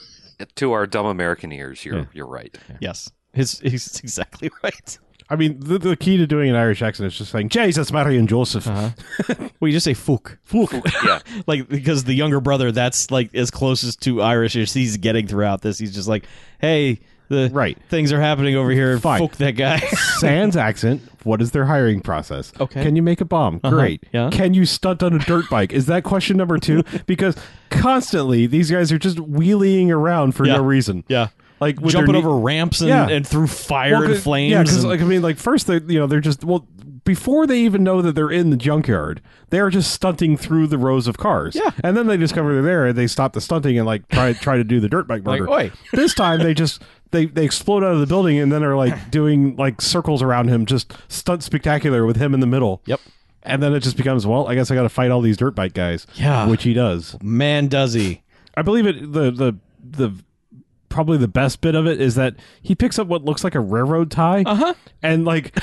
Speaker 3: to our dumb American ears, you're
Speaker 1: Yeah.
Speaker 3: you're right.
Speaker 4: yes, he's, he's exactly right.
Speaker 1: I mean, the, the key to doing an Irish accent is just saying, Jesus, Mary, and Joseph.
Speaker 4: Uh-huh. Well, you just say "fuck,"
Speaker 3: yeah,
Speaker 4: like because the younger brother, that's like as closest to Irish as he's getting throughout this. He's just like, "Hey, the
Speaker 1: Right.
Speaker 4: things are happening over here.
Speaker 1: Fine.
Speaker 4: Fuck that guy."
Speaker 1: Sans accent, what is their hiring process?
Speaker 4: Okay. Uh-huh.
Speaker 1: Can you make a bomb? Great.
Speaker 4: Yeah.
Speaker 1: Can you stunt on a dirt bike? Is that question number two? Because constantly these guys are just wheeling around for
Speaker 4: Yeah.
Speaker 1: no reason.
Speaker 4: yeah,
Speaker 1: Like with their
Speaker 4: jumping
Speaker 1: knee-
Speaker 4: over ramps and,
Speaker 1: Yeah.
Speaker 4: and through fire
Speaker 1: Well, 'cause-
Speaker 4: and flames.
Speaker 1: Yeah, because
Speaker 4: and-
Speaker 1: like I mean, like first they you know they're just well before they even know that they're in the junkyard, they are just stunting through the rows of cars.
Speaker 4: Yeah.
Speaker 1: and then they discover they're there and they stop the stunting and like try try to do the dirt bike murder.
Speaker 4: "Oi."
Speaker 1: This time they just. They, they explode out of the building and then are like doing like circles around him, just stunt spectacular with him in the middle.
Speaker 4: Yep.
Speaker 1: And then it just becomes well, I guess I got to fight all these dirt bike guys.
Speaker 4: Yeah.
Speaker 1: which he does.
Speaker 4: man, does he?
Speaker 1: I believe it. The the the probably the best bit of it is that he picks up what looks like a railroad tie, uh-huh. and like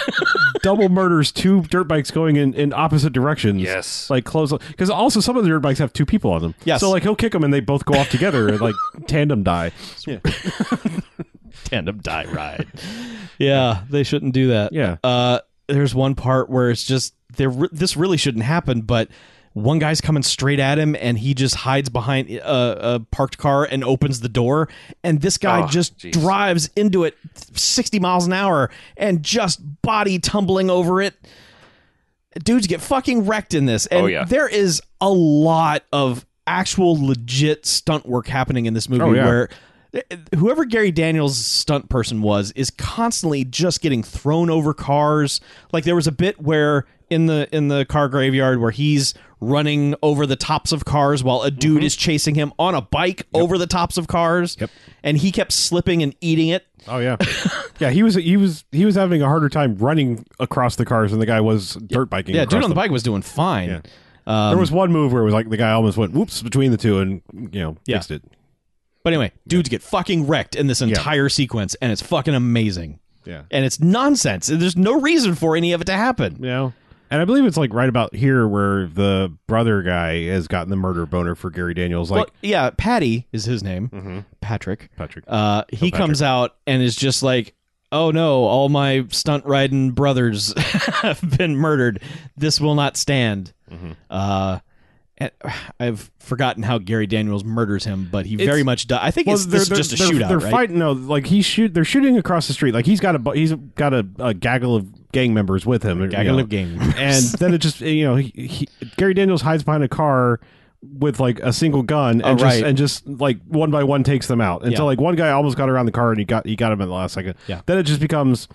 Speaker 1: double murders two dirt bikes going in, in opposite directions.
Speaker 3: Yes.
Speaker 1: like close because also some of the dirt bikes have two people on them.
Speaker 4: Yes.
Speaker 1: so like he'll kick them and they both go off together and like tandem die.
Speaker 4: tandem die ride. yeah, they shouldn't do that.
Speaker 1: Yeah.
Speaker 4: Uh, there's one part where it's just there. This really shouldn't happen, but one guy's coming straight at him and he just hides behind a, a parked car and opens the door and this guy
Speaker 3: Oh,
Speaker 4: just
Speaker 3: jeez.
Speaker 4: drives into it 60 miles an hour and just body tumbling over it dudes get fucking wrecked in this and
Speaker 3: Oh, yeah.
Speaker 4: there is a lot of actual legit stunt work happening in this movie
Speaker 1: Oh, yeah.
Speaker 4: where eh, whoever Gary Daniels stunt person was is constantly just getting thrown over cars. Like there was a bit where in the in the car graveyard where he's running over the tops of cars while a dude is chasing him on a bike over the tops of cars.
Speaker 1: Mm-hmm. Yep.
Speaker 4: And he kept slipping and eating it.
Speaker 1: Oh yeah, yeah. He was he was he was having a harder time running across the cars than the guy was dirt biking.
Speaker 4: Yeah,
Speaker 1: across
Speaker 4: dude on the
Speaker 1: them.
Speaker 4: bike was doing fine.
Speaker 1: Yeah.
Speaker 4: Um,
Speaker 1: There was one move where it was like the guy almost went whoops between the two and you know
Speaker 4: Yeah.
Speaker 1: fixed it.
Speaker 4: but anyway, dudes get fucking wrecked in this entire sequence and it's fucking amazing.
Speaker 1: Yeah,
Speaker 4: And it's nonsense. And there's no reason for any of it to happen.
Speaker 1: you know. And I believe it's like right about here where the brother guy has gotten the murder boner for Gary Daniels. Like
Speaker 4: Well, yeah, Patty is his name.
Speaker 1: Mhm.
Speaker 4: Patrick.
Speaker 1: Oh, Patrick,
Speaker 4: Uh, he comes out and is just like, "Oh no, all my stunt riding brothers have been murdered. This will not stand."
Speaker 1: Mm-hmm.
Speaker 4: Uh, and- I've forgotten how Gary Daniels murders him, but he very much does. I think it's this is just a
Speaker 1: they're,
Speaker 4: shootout,
Speaker 1: They're
Speaker 4: right?
Speaker 1: fighting. No, like he's shoot. They're shooting across the street. Like he's got a bu- he's got a, a gaggle of gang members with him. you
Speaker 4: Gaggle
Speaker 1: know.
Speaker 4: of game.
Speaker 1: and then it just you know he, he, Gary Daniels hides behind a car with like a single gun and
Speaker 4: Oh,
Speaker 1: just
Speaker 4: right.
Speaker 1: and just like one by one takes them out until
Speaker 4: Yeah.
Speaker 1: like one guy almost got around the car and he got he got him at the last second.
Speaker 4: Yeah.
Speaker 1: Then it just becomes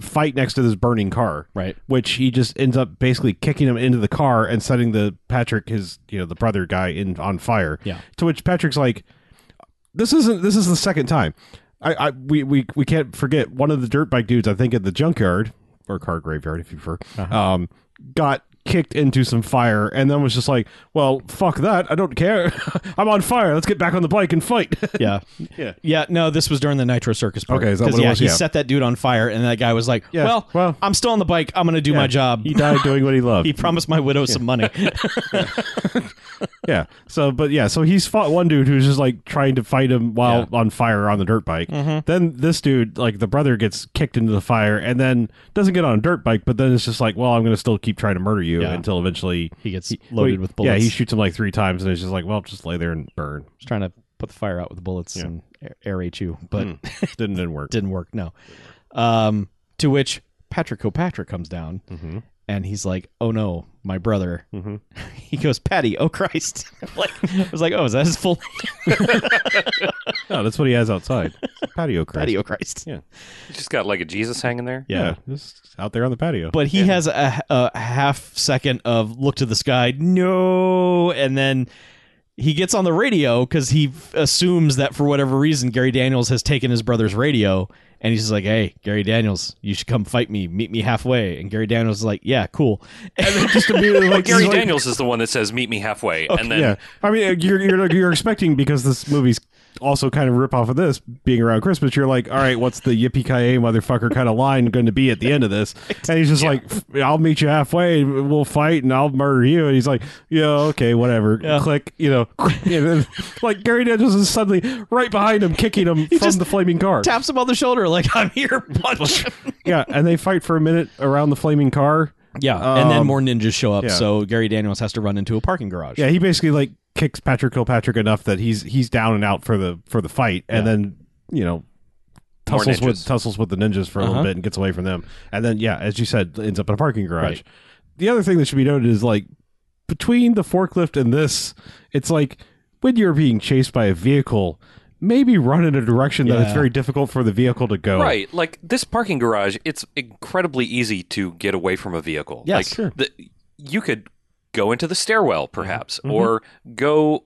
Speaker 1: fight next to this burning car.
Speaker 4: Right.
Speaker 1: Which he just ends up basically kicking him into the car and setting the Patrick his you know the brother guy in on fire.
Speaker 4: Yeah.
Speaker 1: To which Patrick's like this isn't this is the second time. I, I we, we we can't forget one of the dirt bike dudes I think at the junkyard or car graveyard if you prefer um got kicked into some fire and then was just like well fuck that I don't care I'm on fire let's get back on the bike and fight
Speaker 4: yeah,
Speaker 1: Yeah.
Speaker 4: yeah. No, this was during the Nitro Circus. Part,
Speaker 1: Okay, is that
Speaker 4: 'Cause,
Speaker 1: what it
Speaker 4: yeah,
Speaker 1: was?
Speaker 4: he
Speaker 1: Yeah.
Speaker 4: set that dude on fire, and that guy was like,
Speaker 1: Yeah,
Speaker 4: well,
Speaker 1: well-
Speaker 4: I'm still on the bike. I'm gonna do my job."
Speaker 1: he died doing what he loved
Speaker 4: He promised my widow some money.
Speaker 1: yeah so but yeah so he's fought one dude who's just like trying to fight him while on fire on the dirt bike
Speaker 4: Mm-hmm.
Speaker 1: then this dude like the brother gets kicked into the fire and then doesn't get on a dirt bike but then it's just like well I'm gonna still keep trying to murder you
Speaker 4: Yeah.
Speaker 1: until eventually
Speaker 4: he gets loaded
Speaker 1: Well,
Speaker 4: with bullets.
Speaker 1: Yeah, he shoots him like three times, and it's just like, well, just lay there and burn.
Speaker 4: was trying to put the fire out with the bullets and air- aerate you, but
Speaker 1: Mm. didn't didn't work.
Speaker 4: didn't work. No. Um, to which Patrick Kilpatrick comes down
Speaker 1: Mhm.
Speaker 4: and he's like, "Oh no, my brother."
Speaker 1: Mhm.
Speaker 4: He goes, "Patty, oh Christ!" like I was like, "Oh, is that his full name?
Speaker 1: No, that's what he has outside. It's a patio crate.
Speaker 4: Patty, oh Christ?"
Speaker 3: He's just got like a Jesus hanging there.
Speaker 1: Yeah, just out there on the patio.
Speaker 4: But he has a, a half second of look to the sky, no, and then he gets on the radio because he f- assumes that for whatever reason Gary Daniels has taken his brother's radio, and he's just like, "Hey, Gary Daniels, you should come fight me. Meet me halfway." And Gary Daniels is like, "Yeah, cool." And then just immediately,
Speaker 3: Well, Gary Daniels is the one that says, "Meet me halfway," and then
Speaker 1: Oh, yeah, I mean, uh, you're you're you're expecting because this movie's also kind of a rip off of this being around Christmas. You're like, all right, what's the yippee ki yay motherfucker kind of line going to be at the end of this? And he's just like, "F- I'll meet you halfway. and We'll fight, and I'll murder you. And he's like, yeah, okay, whatever.
Speaker 4: Yeah.
Speaker 1: Click, you know, and then, like Gary Daniels is suddenly right behind him, kicking him from
Speaker 4: just
Speaker 1: the flaming car.
Speaker 4: taps him on the shoulder like, "I'm here, punch."
Speaker 1: yeah, and they fight for a minute around the flaming car.
Speaker 4: yeah, and then
Speaker 1: Um,
Speaker 4: more ninjas show up,
Speaker 1: yeah.
Speaker 4: so Gary Daniels has to run into a parking garage.
Speaker 1: Yeah, he basically like kicks Patrick Kilpatrick enough that he's he's down and out for the for the fight, and
Speaker 4: Yeah.
Speaker 1: then you know
Speaker 3: More
Speaker 1: tussles with
Speaker 3: ninjas.
Speaker 1: tussles with the ninjas for a
Speaker 4: Uh-huh.
Speaker 1: little bit and gets away from them, and then yeah, as you said, ends up in a parking garage. The other thing that should be noted is like between the forklift and this, it's like when you're being chased by a vehicle, maybe run in a direction that it's
Speaker 4: Yeah.
Speaker 1: very difficult for the vehicle to go.
Speaker 3: Right, like this parking garage, it's incredibly easy to get away from a vehicle.
Speaker 4: Yes,
Speaker 3: like,
Speaker 4: sure.
Speaker 3: The, you could go into the stairwell, perhaps,
Speaker 1: Mm-hmm.
Speaker 3: or go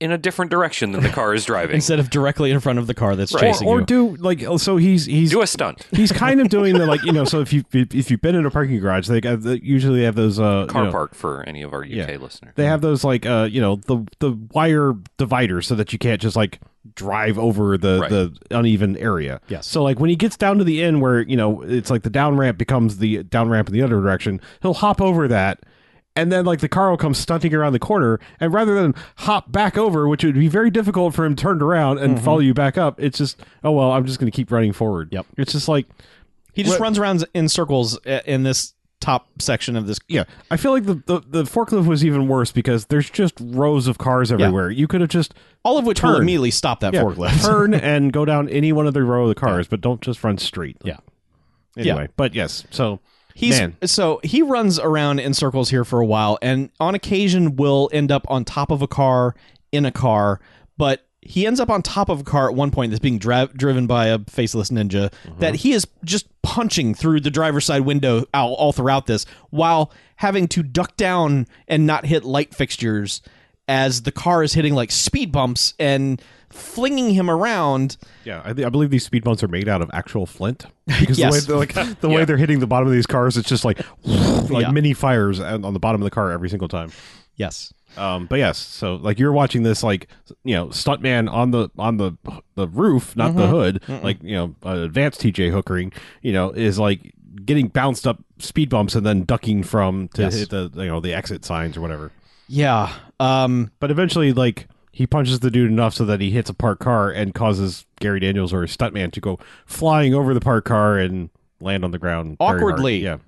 Speaker 3: in a different direction than the car is driving.
Speaker 4: Instead of directly in front of the car that's
Speaker 3: Right.
Speaker 4: chasing
Speaker 1: Or, or
Speaker 4: you,
Speaker 1: do like so he's he's
Speaker 3: Do a stunt.
Speaker 1: he's kind of doing the like you know so if you if you've been in a parking garage they got- they usually have those uh
Speaker 3: Car
Speaker 1: you know,
Speaker 3: park for any of our UK
Speaker 1: Yeah.
Speaker 3: listeners.
Speaker 4: Hmm.
Speaker 1: they have those like uh you know the the wire dividers so that you can't just like drive over the
Speaker 3: Right.
Speaker 1: the uneven area
Speaker 4: Yes.
Speaker 1: so like when he gets down to the end where you know it's like the down ramp becomes the down ramp in the other direction he'll hop over that and then like the car will come stunting around the corner and rather than hop back over which would be very difficult for him turned around and
Speaker 4: Mm-hmm.
Speaker 1: follow you back up it's just oh well i'm just going to keep running forward
Speaker 4: Yep.
Speaker 1: it's just like
Speaker 4: He just
Speaker 1: What-
Speaker 4: runs around in circles uh, in this top section of this.
Speaker 1: Yeah, I feel like the, the the forklift was even worse because there's just rows of cars everywhere. You could have just
Speaker 4: All of which will
Speaker 1: Turn.
Speaker 4: immediately stop that
Speaker 1: yeah,
Speaker 4: forklift.
Speaker 1: turn and go down any one of the row of the cars, but don't just run straight.
Speaker 4: Yeah.
Speaker 1: Anyway, but yes, so
Speaker 4: He's
Speaker 1: Man.
Speaker 4: so he runs around in circles here for a while, and on occasion will end up on top of a car in a car, but he ends up on top of a car at one point that's being dra- driven by a faceless ninja
Speaker 1: Mm-hmm.
Speaker 4: that he is just punching through the driver's side window all, all throughout this while having to duck down and not hit light fixtures as the car is hitting like speed bumps and flinging him around
Speaker 1: yeah, I, th- I believe these speed bumps are made out of actual flint because
Speaker 4: Yes.
Speaker 1: the way they're like the way they're hitting the bottom of these cars, it's just like like
Speaker 4: Yeah.
Speaker 1: mini fires on on the bottom of the car every single time.
Speaker 4: yes
Speaker 1: Um, but yes, so like you're watching this like you know stuntman on the on the the roof, not
Speaker 4: Mm-hmm.
Speaker 1: the hood, like you know uh, advanced TJ hookering, you know is like getting bounced up speed bumps and then ducking from to
Speaker 4: Yes.
Speaker 1: hit the you know the exit signs or whatever.
Speaker 4: yeah um
Speaker 1: But eventually, like he punches the dude enough so that he hits a parked car and causes Gary Daniels or his stuntman to go flying over the parked car and land on the ground very hard.
Speaker 4: Awkwardly.
Speaker 1: Yeah,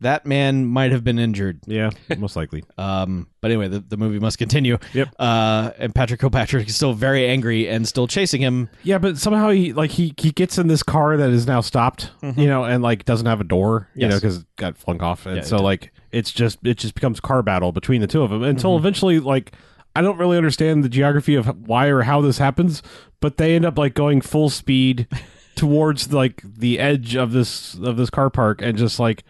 Speaker 4: that man might have been injured.
Speaker 1: yeah, most likely.
Speaker 4: Um, but anyway, the, the movie must continue.
Speaker 1: Yep.
Speaker 4: Uh, and Patrick Kilpatrick is still very angry and still chasing him.
Speaker 1: Yeah, but somehow he like he he gets in this car that is now stopped, you know, and like doesn't have a door, you know,
Speaker 4: Mm-hmm. Yes.
Speaker 1: because it got flung off, and
Speaker 4: Yeah, it
Speaker 1: so
Speaker 4: did.
Speaker 1: like it's just it just becomes car battle between the two of them until
Speaker 4: Mm-hmm.
Speaker 1: eventually like I don't really understand the geography of why or how this happens, but they end up like going full speed towards like the edge of this of this car park and just like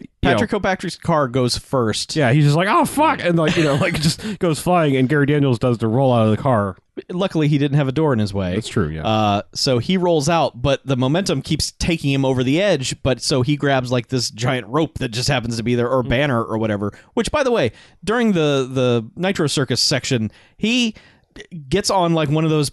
Speaker 1: you know,
Speaker 4: Patrick Kilpatrick's car goes first.
Speaker 1: yeah, he's just like oh fuck, and like you know like just goes flying, and Gary Daniels does the roll out of the car.
Speaker 4: Luckily, he didn't have a door in his way.
Speaker 1: It's true, yeah.
Speaker 4: Uh, so he rolls out, but the momentum keeps taking him over the edge. But so he grabs like this giant rope that just happens to be there, or banner, or whatever. Which, by the way, during the the Nitro Circus section, he gets on like one of those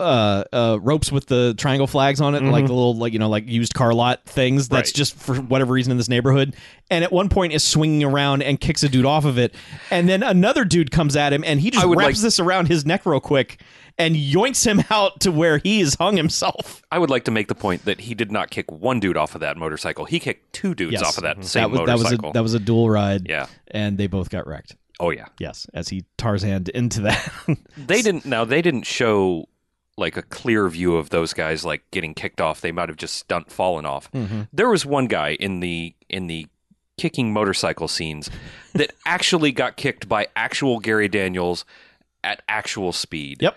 Speaker 4: uh, uh, ropes with the triangle flags on it, like the little like you know like used car lot things. That's
Speaker 3: Right.
Speaker 4: just for whatever reason in this neighborhood. And at one point, is swinging around and kicks a dude off of it, and then another dude comes at him, and he just
Speaker 3: I would
Speaker 4: wraps
Speaker 3: like-
Speaker 4: this around his neck real quick and yoinks him out to where he is hung himself.
Speaker 3: I would like to make the point that he did not kick one dude off of that motorcycle. He kicked two dudes
Speaker 4: Yes. Mm-hmm.
Speaker 3: off of that same
Speaker 4: that was
Speaker 3: motorcycle.
Speaker 4: that was a that was a dual ride.
Speaker 3: Yeah.
Speaker 4: and they both got wrecked.
Speaker 3: oh yeah.
Speaker 4: Yes, as he Tarzaned into that.
Speaker 3: They didn't now they didn't show like a clear view of those guys like getting kicked off. They might have just stunt fallen off.
Speaker 4: Mm-hmm.
Speaker 3: There was one guy in the in the kicking motorcycle scenes that actually got kicked by actual Gary Daniels at actual speed.
Speaker 4: Yep.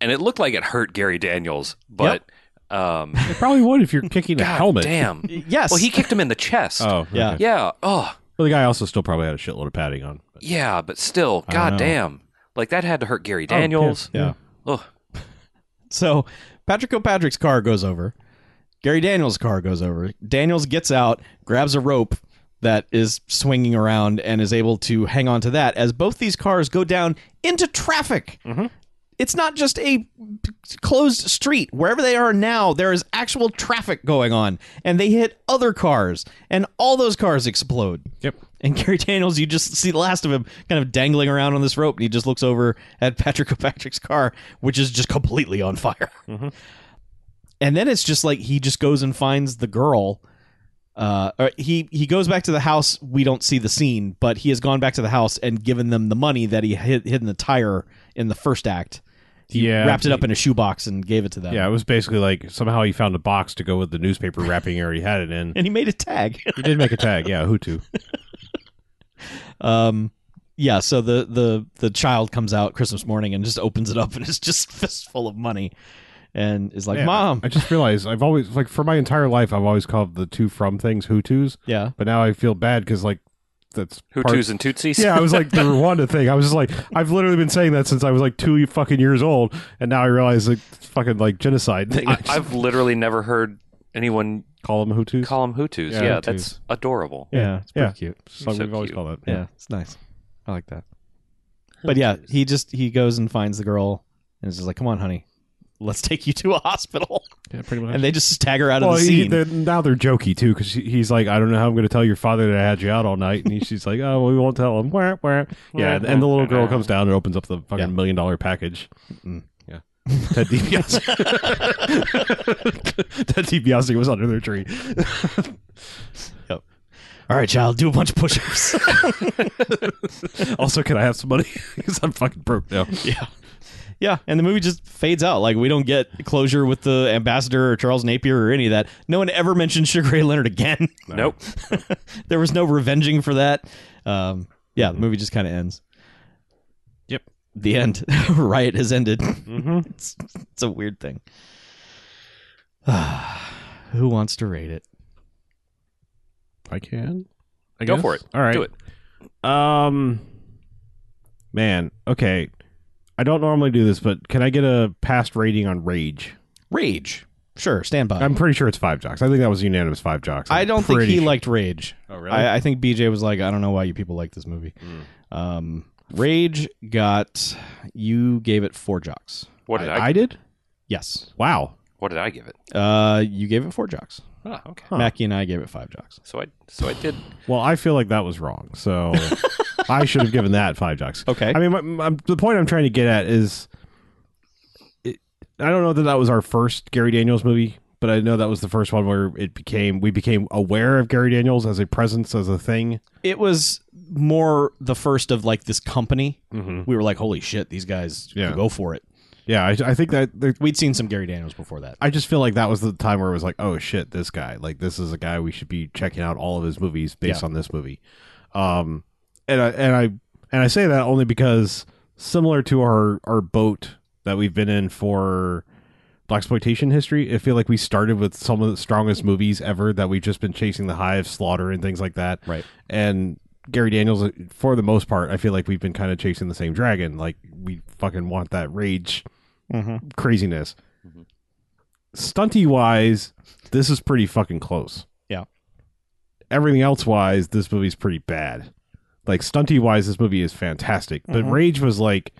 Speaker 3: And it looked like it hurt Gary Daniels, but um
Speaker 1: it probably would if you're kicking a helmet.
Speaker 3: damn.
Speaker 4: yes.
Speaker 3: Well, he kicked him in the chest.
Speaker 1: Oh,
Speaker 4: Yeah.
Speaker 1: okay.
Speaker 3: Yeah. Oh,
Speaker 1: But the guy also still probably had a shitload of padding on. But.
Speaker 3: yeah, but still,
Speaker 1: don't know. Oh,
Speaker 3: god damn. Like that had to hurt Gary Daniels.
Speaker 4: yeah.
Speaker 3: Ugh.
Speaker 4: So Patrick O'Patrick's car goes over. Gary Daniels' car goes over. Daniels gets out, grabs a rope that is swinging around, and is able to hang on to that as both these cars go down into traffic. It's not just a closed street. Wherever they are now, there is actual traffic going on, and they hit other cars, and all those cars explode.
Speaker 1: Yep.
Speaker 4: And Gary Daniels, you just see the last of him kind of dangling around on this rope, and he just looks over at Patrick O'Patrick's car, which is just completely on fire.
Speaker 1: Mm-hmm.
Speaker 4: And then it's just like he just goes and finds the girl. Uh, or he he goes back to the house. We don't see the scene, but he has gone back to the house and given them the money that he hid, hid in the tire in the first act. He
Speaker 1: Yeah.
Speaker 4: wrapped it up in a shoebox and gave it to them.
Speaker 1: Yeah, it was basically like somehow he found a box to go with the newspaper wrapping he already had it in.
Speaker 4: and he made a tag.
Speaker 1: He did make a tag, yeah, Hutu.
Speaker 4: Um, yeah, so the, the the child comes out Christmas morning and just opens it up and it's just fistful of money, and is like,
Speaker 1: Man,
Speaker 4: "Mom,
Speaker 1: I just realized I've always like for my entire life I've always called the two from things Hutus,
Speaker 4: yeah,
Speaker 1: but now I feel bad because like that's part-
Speaker 3: Hutus and Tutsis.
Speaker 1: Yeah, I was like the Rwanda thing. I was just like I've literally been saying that since I was like two fucking years old, and now I realize like it's fucking like genocide thing.
Speaker 3: I, I've literally never heard anyone
Speaker 1: call them Hutus.
Speaker 3: call them Hutus.
Speaker 1: Yeah,
Speaker 3: Yeah,
Speaker 1: Hutus.
Speaker 3: that's adorable.
Speaker 4: yeah, it's pretty
Speaker 1: yeah.
Speaker 4: cute,
Speaker 1: Just like
Speaker 3: So
Speaker 1: we've always
Speaker 3: cute.
Speaker 1: called that.
Speaker 4: yeah, it's nice, I like that." But yeah, he just he goes and finds the girl and is just like, "Come on, honey, let's take you to a hospital,"
Speaker 1: yeah, pretty much.
Speaker 4: and they just stagger out of
Speaker 1: well,
Speaker 4: the
Speaker 1: he-
Speaker 4: scene.
Speaker 1: they're- now they're jokey too because he's like, I don't know how I'm going to tell your father that I had you out all night, and he, she's like, Oh, well, we won't tell him. Wah, wah. Yeah, and, and the little
Speaker 3: Uh-huh.
Speaker 1: girl comes down and opens up the fucking
Speaker 4: Yeah.
Speaker 1: million dollar package.
Speaker 4: Mm.
Speaker 1: Yeah, Ted DiBiase. Ted DiBiase was under their tree.
Speaker 4: All right, child, do a bunch of push-ups.
Speaker 1: also, can I have some money? Because I'm fucking broke now.
Speaker 4: yeah. Yeah, and the movie just fades out. Like we don't get closure with the ambassador or Charles Napier or any of that. No one ever mentions Sugar Ray Leonard again.
Speaker 3: Nope.
Speaker 4: there was no revenging for that. Um, yeah, the movie just kind of ends.
Speaker 1: Yep.
Speaker 4: The end. Riot has ended.
Speaker 1: Mm-hmm.
Speaker 4: It's, it's a weird thing. Who wants to rate it?
Speaker 1: I can. I
Speaker 3: Go
Speaker 1: guess?
Speaker 3: for it.
Speaker 1: All right.
Speaker 3: Do it.
Speaker 1: Um, man. Okay. I don't normally do this, but can I get a past rating on Rage?
Speaker 4: Rage. Sure, stand by.
Speaker 1: I'm pretty sure it's five jocks. I think that was unanimous five jocks.
Speaker 4: I
Speaker 1: I'm
Speaker 4: don't think
Speaker 1: pretty
Speaker 4: he
Speaker 1: sure.
Speaker 4: liked Rage.
Speaker 1: Oh really? Mm.
Speaker 4: I, I think BJ was like, I don't know why you people like this movie. Um, Rage got you gave it four jocks.
Speaker 3: What did I,
Speaker 1: I did.
Speaker 4: Yes.
Speaker 1: Wow.
Speaker 3: What did I give it?
Speaker 4: Uh, you gave it four jocks.
Speaker 3: Ah, okay.
Speaker 1: Huh.
Speaker 4: Mackie and I gave it five jocks.
Speaker 3: So I so I did.
Speaker 1: Well, I feel like that was wrong. So I should have given that five jocks.
Speaker 4: Okay.
Speaker 1: I mean, my, my, the point I'm trying to get at is, it, I don't know that that was our first Gary Daniels movie, but I know that was the first one where it became we became aware of Gary Daniels as a presence as a thing.
Speaker 4: it was more the first of like this company.
Speaker 1: Mm-hmm.
Speaker 4: We were like, holy shit, these guys
Speaker 1: Yeah.
Speaker 4: go for it.
Speaker 1: Yeah, I, I think that that-
Speaker 4: We'd seen some Gary Daniels before that.
Speaker 1: I just feel like that was the time where it was like, oh shit, this guy, like this is a guy we should be checking out all of his movies based on this movie. Um, and I and I and I say that only because similar to our our boat that we've been in for black exploitation history, I feel like we started with some of the strongest movies ever that we've just been chasing the high of slaughter and things like that.
Speaker 4: Right.
Speaker 1: And Gary Daniels, for the most part, I feel like we've been kind of chasing the same dragon. Like we fucking want that rage
Speaker 4: Mm-hmm.
Speaker 1: craziness. Stunty wise, this is pretty fucking close.
Speaker 4: Yeah.
Speaker 1: Everything else wise, this movie's pretty bad. Like stunty wise, this movie is fantastic. But
Speaker 4: Mhm.
Speaker 1: Rage was like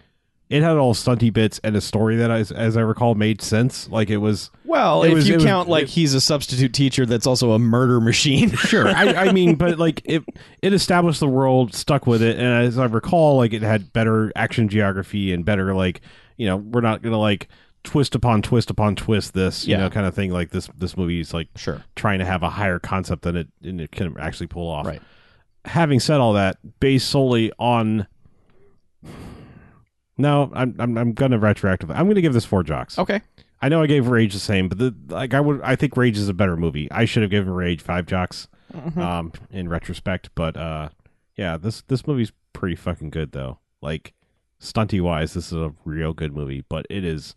Speaker 1: it had all stunty bits and a story that as, as I recall made sense. Like it was
Speaker 4: Well,
Speaker 1: It
Speaker 4: if
Speaker 1: was- it
Speaker 4: you
Speaker 1: was-
Speaker 4: count like he's a substitute teacher that's also a murder machine.
Speaker 1: sure. I, I mean, but like it, it established the world, stuck with it, and as I recall, like it had better action geography and better like you know we're not gonna like twist upon twist upon twist this you
Speaker 4: Yeah.
Speaker 1: know kind of thing. Like this this movie is like
Speaker 4: sure.
Speaker 1: trying to have a higher concept than it and it can actually pull off.
Speaker 4: Right.
Speaker 1: Having said all that, based solely on no, I'm I'm, I'm gonna retroactively. I'm gonna give this four jocks.
Speaker 4: Okay.
Speaker 1: I know I gave Rage the same, but the, like I would, I think Rage is a better movie. I should have given Rage five jocks,
Speaker 4: Uh, Mm-hmm.
Speaker 1: um, in retrospect. But uh, yeah, this this movie's pretty fucking good though. Like stunty wise, this is a real good movie, but it is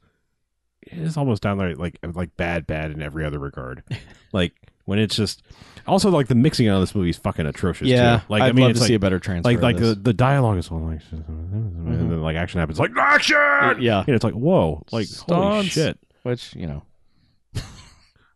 Speaker 1: it is almost down there like like bad bad in every other regard. like when it's just also like the mixing on this movie is fucking atrocious.
Speaker 4: Yeah.
Speaker 1: too. like
Speaker 4: I'd
Speaker 1: I mean,
Speaker 4: love
Speaker 1: it's
Speaker 4: to
Speaker 1: like,
Speaker 4: see a better transfer.
Speaker 1: like
Speaker 4: of
Speaker 1: like the,
Speaker 4: this. Mm-hmm.
Speaker 1: the dialogue is all like and then like action happens like action
Speaker 4: yeah,
Speaker 1: and it's like whoa like holy
Speaker 4: Stunts.
Speaker 1: shit
Speaker 4: which you know.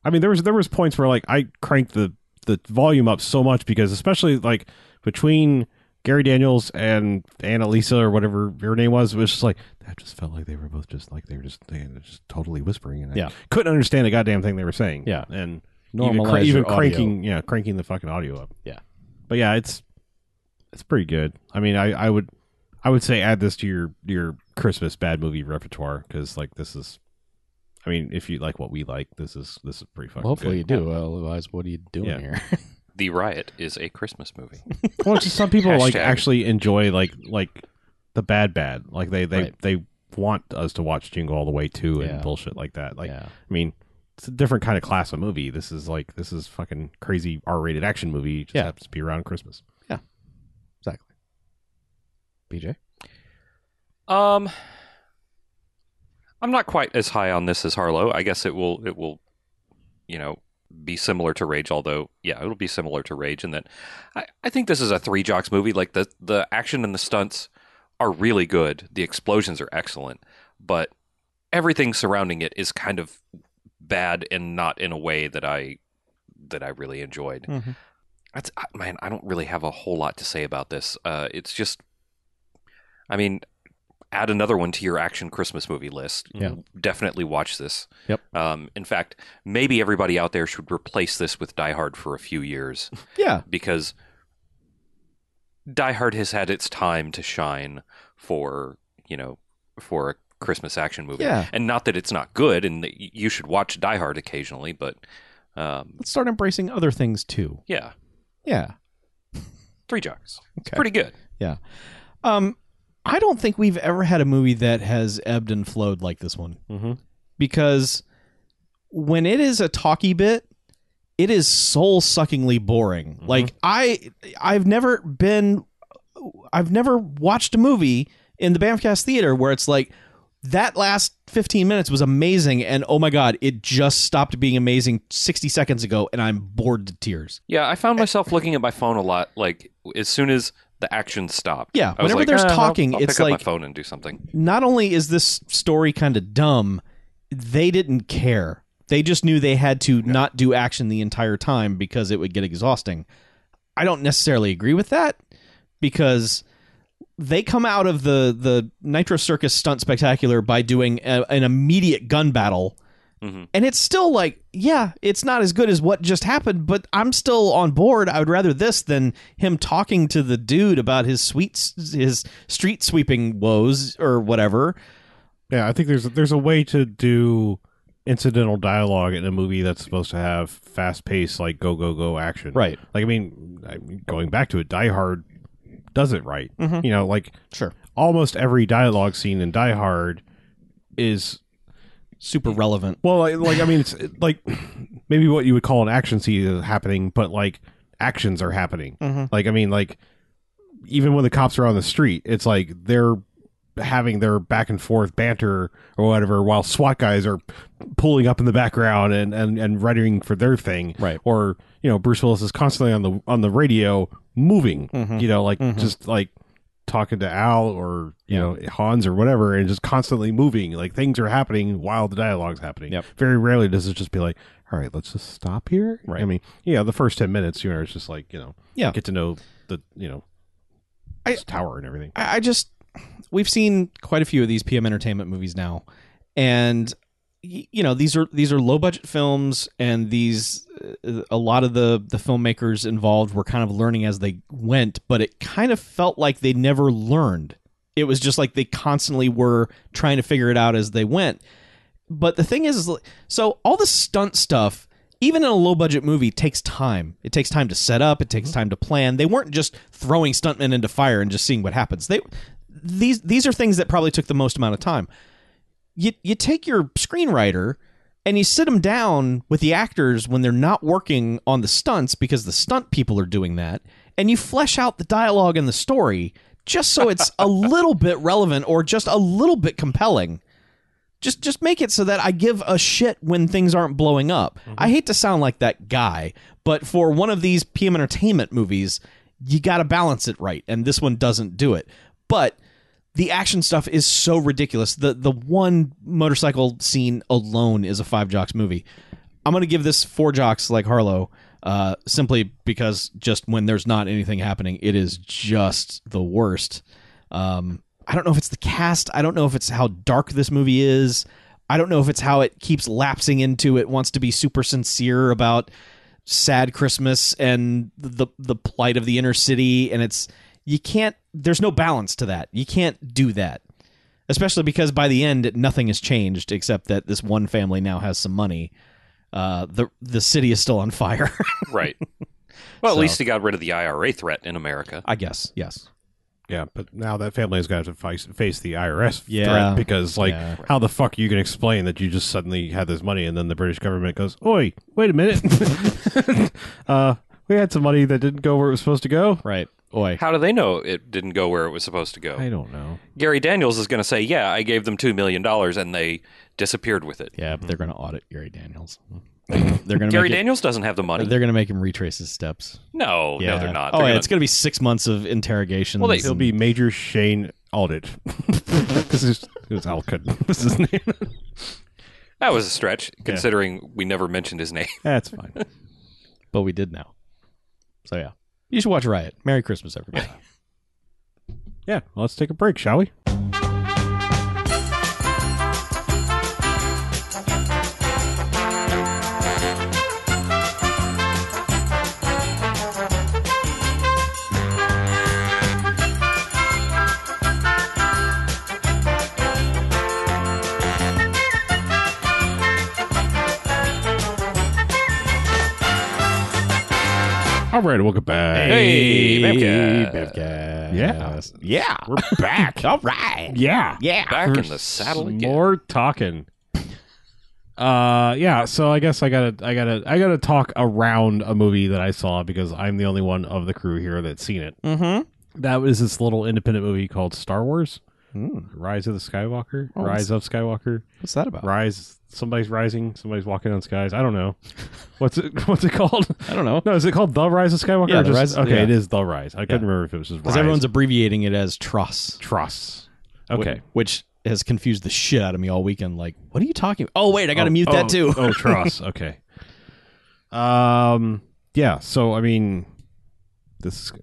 Speaker 1: I mean, there was there was points where like I cranked the the volume up so much because especially like between Gary Daniels and Annalisa or whatever her name was, it was just like that just felt like they were both just like they were just they were just totally whispering and I
Speaker 4: Yeah.
Speaker 1: couldn't understand a goddamn thing they were saying.
Speaker 4: Yeah.
Speaker 1: and even,
Speaker 4: Normalize
Speaker 1: cra- even
Speaker 4: your audio.
Speaker 1: cranking yeah cranking the fucking audio up.
Speaker 4: Yeah.
Speaker 1: but yeah, it's it's pretty good. I mean, I I would I would say add this to your your Christmas bad movie repertoire because like this is. I mean, if you like what we like, this is this is pretty fucking.
Speaker 4: Well, hopefully
Speaker 1: good.
Speaker 4: you do. Otherwise, what are you doing
Speaker 1: Yeah.
Speaker 4: here?
Speaker 3: The Riot is a Christmas movie.
Speaker 1: Well, it's just some people like
Speaker 3: Hashtag.
Speaker 1: actually enjoy like like the bad bad. Like they they
Speaker 4: Right.
Speaker 1: they want us to watch Jingle All the Way too and
Speaker 4: Yeah.
Speaker 1: bullshit like that. Like
Speaker 4: yeah.
Speaker 1: I mean, it's a different kind of class of movie. This is like this is fucking crazy R-rated action movie. It just
Speaker 4: Yeah.
Speaker 1: happens to be around Christmas.
Speaker 4: Exactly. BJ?
Speaker 3: Um, I'm not quite as high on this as Harlow. I guess it will it will, you know, be similar to Rage. Although, yeah, it'll be similar to Rage, and that I, I think this is a three jocks movie. Like the the action and the stunts are really good. The explosions are excellent, but everything surrounding it is kind of bad and not in a way that I that I really enjoyed.
Speaker 4: Mhm.
Speaker 3: That's I- man, I don't really have a whole lot to say about this. Uh, it's just, I mean, add another one to your action Christmas movie list.
Speaker 4: Yeah.
Speaker 3: Definitely watch this.
Speaker 4: Yep.
Speaker 3: Um, in fact, maybe everybody out there should replace this with Die Hard for a few years
Speaker 4: Yeah.
Speaker 3: because Die Hard has had its time to shine for you know for a Christmas action movie.
Speaker 4: Yeah.
Speaker 3: And not that it's not good, and that y- you should watch Die Hard occasionally, but Um,
Speaker 4: Let's start embracing other things too.
Speaker 3: yeah,
Speaker 4: Yeah.
Speaker 3: three jocks.
Speaker 4: Okay.
Speaker 3: Pretty good.
Speaker 4: Um, I don't think we've ever had a movie that has ebbed and flowed like this one
Speaker 1: Mm-hmm.
Speaker 4: because when it is a talky bit, it is soul suckingly boring.
Speaker 1: Mhm.
Speaker 4: Like I, I've never been, I've never watched a movie in the Bamfcast theater where it's like that last 15 minutes was amazing and oh my god it just stopped being amazing 60 seconds ago and i'm bored to tears
Speaker 3: Yeah, I
Speaker 4: Eh,
Speaker 3: found myself looking at my phone a lot. Like as soon as the action stopped,
Speaker 4: Yeah,
Speaker 3: I was
Speaker 4: whenever
Speaker 3: like,
Speaker 4: there's
Speaker 3: "Ah, I'll-
Speaker 4: talking,
Speaker 3: I'll
Speaker 4: it's
Speaker 3: pick up
Speaker 4: like-
Speaker 3: my phone and do something.
Speaker 4: not only is this story kind of dumb, they didn't care. They just knew they had to not do action the entire time because it would get exhausting. I don't necessarily agree with that because they come out of the the Nitro Circus stunt spectacular by doing a, an immediate gun battle.
Speaker 3: Mhm.
Speaker 4: And it's still like, yeah, it's not as good as what just happened, but I'm still on board. I would rather this than him talking to the dude about his sweet his street sweeping woes or whatever.
Speaker 1: Yeah, I think there's there's a way to do incidental dialogue in a movie that's supposed to have fast paced like go go go action.
Speaker 4: Right.
Speaker 1: Like I mean, I mean, going back to it, Die Hard does it right.
Speaker 4: Mhm.
Speaker 1: You know, like
Speaker 4: Sure.
Speaker 1: almost every dialogue scene in Die Hard is
Speaker 4: Super relevant.
Speaker 1: well, like, like I mean, it's like maybe what you would call an action scene is happening, but like actions are happening.
Speaker 4: Mhm.
Speaker 1: Like I mean, like even when the cops are on the street, it's like they're having their back and forth banter or whatever, while SWAT guys are pulling up in the background and and and readying for their thing.
Speaker 4: Right.
Speaker 1: Or you know, Bruce Willis is constantly on the on the radio moving.
Speaker 4: Mhm.
Speaker 1: You know, like
Speaker 4: Mhm.
Speaker 1: just like talking to Al or you know Hans or whatever, and just constantly moving. Like things are happening while the dialogue's happening.
Speaker 4: Yep.
Speaker 1: Very rarely does it just be like, all right, let's just stop here.
Speaker 4: Right.
Speaker 1: I mean, yeah, the first ten minutes, you know, it's just like you know,
Speaker 4: Yeah.
Speaker 1: get to know the you know,
Speaker 4: I-
Speaker 1: this tower and everything.
Speaker 4: I, I just we've seen quite a few of these PM Entertainment movies now, and y- you know these are these are low budget films, and these uh, a lot of the the filmmakers involved were kind of learning as they went, but it kind of felt like they never learned. It was just like they constantly were trying to figure it out as they went. But the thing is, is like- so all the stunt stuff, even in a low budget movie, takes time. It takes time to set up. It takes time to plan. They weren't just throwing stuntmen into fire and just seeing what happens. They these these are things that probably took the most amount of time. You you take your screenwriter and you sit them down with the actors when they're not working on the stunts because the stunt people are doing that, and you flesh out the dialogue and the story just so it's a little bit relevant or just a little bit compelling just just make it so that I give a shit when things aren't blowing up. I hate to sound like that guy, but for one of these PM Entertainment movies, you got to balance it right, and this one doesn't do it. But the action stuff is so ridiculous. The the one motorcycle scene alone is a five jocks movie. I'm gonna give this four jocks like Harlow, uh, simply because just when there's not anything happening, it is just the worst. Um, I don't know if it's the cast. I don't know if it's how dark this movie is. I don't know if it's how it keeps lapsing into it wants to be super sincere about sad Christmas and the the plight of the inner city and it's you can't there's no balance to that. You can't do that. Especially because by the end nothing has changed except that this one family now has some money. Uh, the the city is still on fire.
Speaker 3: Right. Well, at
Speaker 4: So-
Speaker 3: least he got rid of the IRA threat in America.
Speaker 4: I guess. Yes.
Speaker 1: Yeah, but now that family is going to have to face, face the IRS
Speaker 4: Yeah.
Speaker 1: threat because, like,
Speaker 4: Yeah.
Speaker 1: how the fuck are you going to explain that you just suddenly had this money and then the British government goes, "Oi, wait a minute, uh, we had some money that didn't go where it was supposed to go."
Speaker 4: Right. Oi.
Speaker 3: How do they know it didn't go where it was supposed to go?
Speaker 1: I don't know.
Speaker 3: Gary Daniels is going to say, "Yeah, I gave them two million dollars and they disappeared with it."
Speaker 4: Yeah, but they're going to audit Gary Daniels. They're going to
Speaker 3: Gary
Speaker 4: make it-
Speaker 3: Daniels doesn't have the money.
Speaker 4: They're going to make him retrace his steps.
Speaker 3: No, no, they're not.
Speaker 4: Oh,
Speaker 3: They're
Speaker 4: yeah,
Speaker 3: gonna-
Speaker 4: it's going to be six months of interrogation.
Speaker 3: Well, they-
Speaker 1: It'll be Major Shane Audit. this is it's Al Cutton. This is his name.
Speaker 3: that was a stretch, considering we never mentioned his name.
Speaker 1: That's fine.
Speaker 4: but we did now. So yeah, you should watch Riot. Merry Christmas, everybody.
Speaker 1: Yeah, well, let's take a break, shall we? All right, welcome back.
Speaker 3: Hey, Bamcast.
Speaker 4: Bamcast.
Speaker 1: Yeah. Yeah. We're back.
Speaker 4: All right.
Speaker 1: yeah.
Speaker 4: Yeah.
Speaker 3: Back
Speaker 1: We're
Speaker 3: in the saddle
Speaker 1: s-
Speaker 3: again.
Speaker 1: More talking. Uh yeah, so I guess I gotta I gotta I gotta talk around a movie that I saw because I'm the only one of the crew here that's seen it.
Speaker 4: Mm-hmm.
Speaker 1: That was this little independent movie called Star Wars: Rise of the Skywalker,
Speaker 4: Oh,
Speaker 1: Rise of Skywalker,
Speaker 4: Hmm. What's that about?
Speaker 1: Rise. Somebody's rising, somebody's walking on skies. I don't know. What's it? What's it called?
Speaker 4: I don't know.
Speaker 1: No, is it called The Rise of Skywalker?
Speaker 4: Yeah,
Speaker 1: or
Speaker 4: The
Speaker 1: just-
Speaker 4: Rise-
Speaker 1: okay,
Speaker 4: yeah.
Speaker 1: it is The Rise. I couldn't remember if it was just Rise.
Speaker 4: Because everyone's abbreviating it as Tross.
Speaker 1: Truss. Okay.
Speaker 4: Wh- Which has confused the shit out of me all weekend. Like, what are you talking Oh, wait, I got to mute that too.
Speaker 1: oh, Tross. Okay. Um. Yeah. So I mean, this. Is,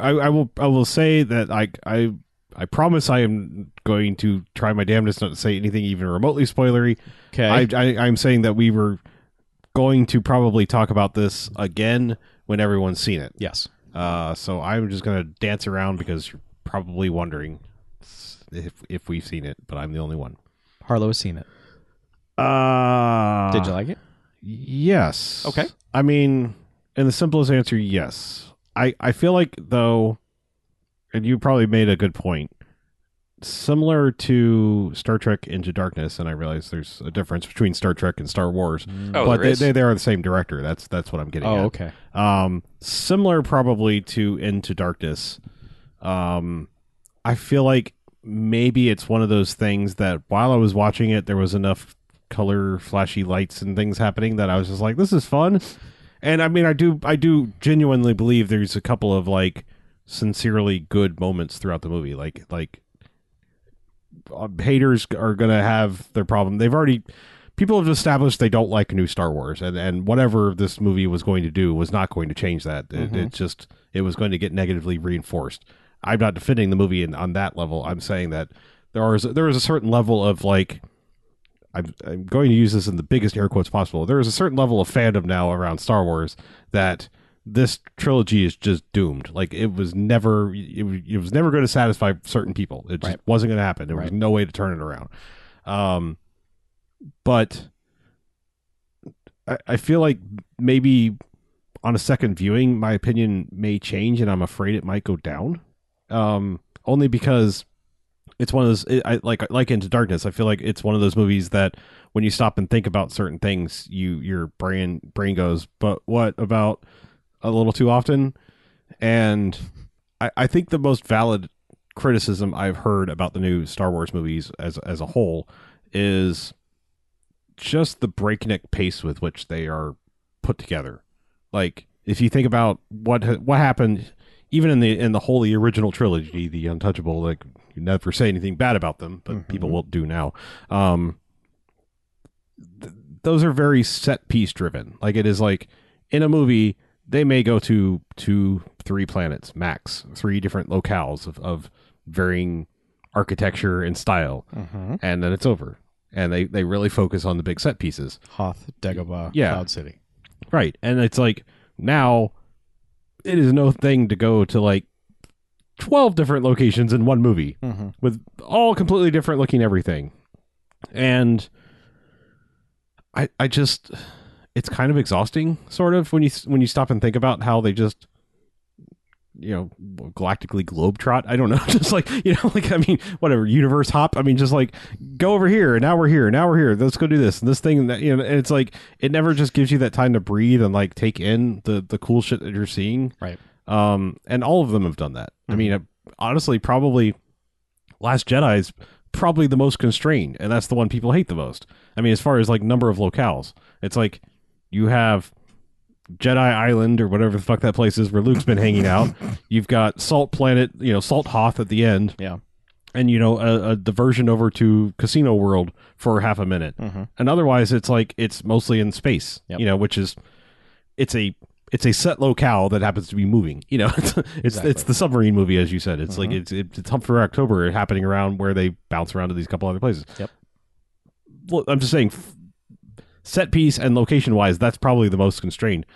Speaker 1: I, I will. I will say that I. I. I promise I am going to try my damnedest not to say anything even remotely spoilery.
Speaker 4: Okay.
Speaker 1: I, I. I'm saying that we were going to probably talk about this again when everyone's seen it.
Speaker 4: yes.
Speaker 1: Uh. So I'm just gonna dance around because you're probably wondering if if we've seen it, but I'm the only one.
Speaker 4: Harlow has seen it.
Speaker 1: Uh,
Speaker 4: Did you like it?
Speaker 1: Yes.
Speaker 4: Okay.
Speaker 1: I mean, and the simplest answer, yes. I I feel like though, and you probably made a good point. Similar to Star Trek Into Darkness, and I realize there's a difference between Star Trek and Star Wars,
Speaker 3: Oh,
Speaker 1: but
Speaker 3: there
Speaker 1: they,
Speaker 3: is.
Speaker 1: they they are the same director. That's that's what I'm getting.
Speaker 4: Mm.
Speaker 1: at
Speaker 4: Oh, okay.
Speaker 1: um similar probably to into darkness um i feel like maybe it's one of those things that while i was watching it there was enough color flashy lights and things happening that i was just like this is fun and i mean i do i do genuinely believe there's a couple of like sincerely good moments throughout the movie like like uh, haters are gonna have their problem they've already people have established they don't like new Star Wars, and and whatever this movie was going to do was not going to change that. It, it just it was going to get negatively reinforced. I'm not defending the movie in, on that level. I'm saying that there is there is a certain level of like. I'm, I'm going to use this in the biggest air quotes possible. There is a certain level of fandom now around Star Wars that this trilogy is just doomed. Like it was never, it, was- it was never going to satisfy certain people. It just
Speaker 4: Right.
Speaker 1: wasn't going to happen. There was
Speaker 4: Right.
Speaker 1: no way to turn it around. Um, but I, I feel like maybe on a second viewing, my opinion may change, and I'm afraid it might go down. Um, only because it's one of those, it, I, like like Into Darkness. I feel like it's one of those movies that when you stop and think about certain things, you your brain brain goes, but what about a little too often? And I, I think the most valid criticism I've heard about the new Star Wars movies as as a whole is just the breakneck pace with which they are put together. Like if you think about what ha- what happened even in the in the wholly original trilogy, the Untouchable, like you never say anything bad about them, but
Speaker 4: Mhm.
Speaker 1: people will do now. Um, th- those are very set piece driven. Like it is like in a movie they may go to two three planets max three different locales of, of varying architecture and style
Speaker 4: Mm-hmm.
Speaker 1: and then it's over and they, they really focus on the big set pieces
Speaker 4: Hoth, Dagobah,
Speaker 1: Yeah.
Speaker 4: Cloud City.
Speaker 1: right and it's like now it is no thing to go to like 12 different locations in one movie
Speaker 4: Mm-hmm.
Speaker 1: with all completely different looking everything. And I I just it's kind of exhausting sort of when you when you stop and think about how they just you know galactically globetrot i don't know just like you know like i mean whatever universe hop i mean just like go over here and now we're here now we're here let's go do this and this thing and that you know and it's like it never just gives you that time to breathe and like take in the the cool shit that you're seeing
Speaker 4: Right.
Speaker 1: um and all of them have done that i mean uh, honestly probably Last Jedi is probably the most constrained, and that's the one people hate the most. I mean, as far as like number of locales, it's like you have Jedi Island or whatever the fuck that place is where Luke's been hanging out. You've got Salt Planet, you know, Salt Hoth at the end.
Speaker 4: Yeah.
Speaker 1: And you know a, a diversion over to Casino World for half a minute,
Speaker 4: Mhm.
Speaker 1: and otherwise it's like it's mostly in space,
Speaker 4: Yep.
Speaker 1: you know, which is it's a it's a set locale that happens to be moving. You know, it's it's, it's
Speaker 4: Exactly.
Speaker 1: the submarine movie as you said. It's like
Speaker 4: Mhm.
Speaker 1: it's it, it's Humphrey October happening around where they bounce around to these couple other places.
Speaker 4: Yep.
Speaker 1: Well, I'm just saying, f- set piece and location wise, that's probably the most constrained.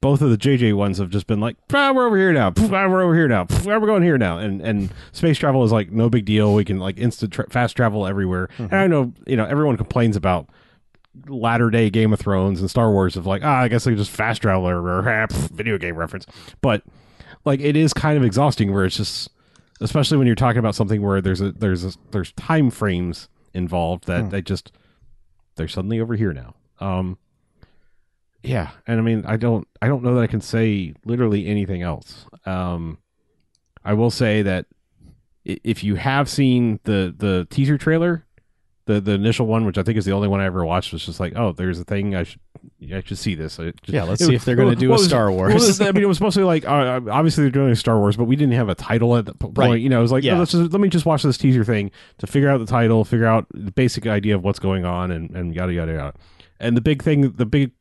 Speaker 1: Both of the JJ ones have just been like, "Ah, we're over here now. Pff, ah, we're over here now. Pff, ah, we're going here now. And and space travel is like no big deal. We can like instant tra- fast travel everywhere. And I know you know everyone complains about latter day Game of Thrones and Star Wars of like, ah, I guess I could just fast travel or, or ah, pff, video game reference. But like, it is kind of exhausting where it's just, especially when you're talking about something where there's a there's a, there's time frames involved that
Speaker 4: Hmm.
Speaker 1: they just they're suddenly over here now. Um, yeah, and I mean, I don't I don't know that I can say literally anything else. Um, I will say that i- if you have seen the the teaser trailer, the the initial one, which I think is the only one I ever watched, was just like, oh, there's a thing I should I should see this. It just-
Speaker 4: Yeah, let's
Speaker 1: it
Speaker 4: see
Speaker 1: was-
Speaker 4: if they're going to
Speaker 1: well,
Speaker 4: do
Speaker 1: well,
Speaker 4: a
Speaker 1: it was-
Speaker 4: Star Wars.
Speaker 1: well, it was- I mean, it was mostly like uh, obviously they're doing a Star Wars, but we didn't have a title at the p- point.
Speaker 4: Right.
Speaker 1: You know, it was like,
Speaker 4: Yeah.
Speaker 1: oh, let's just, let me just watch this teaser thing to figure out the title, figure out the basic idea of what's going on, and and yada yada yada. And the big thing, the big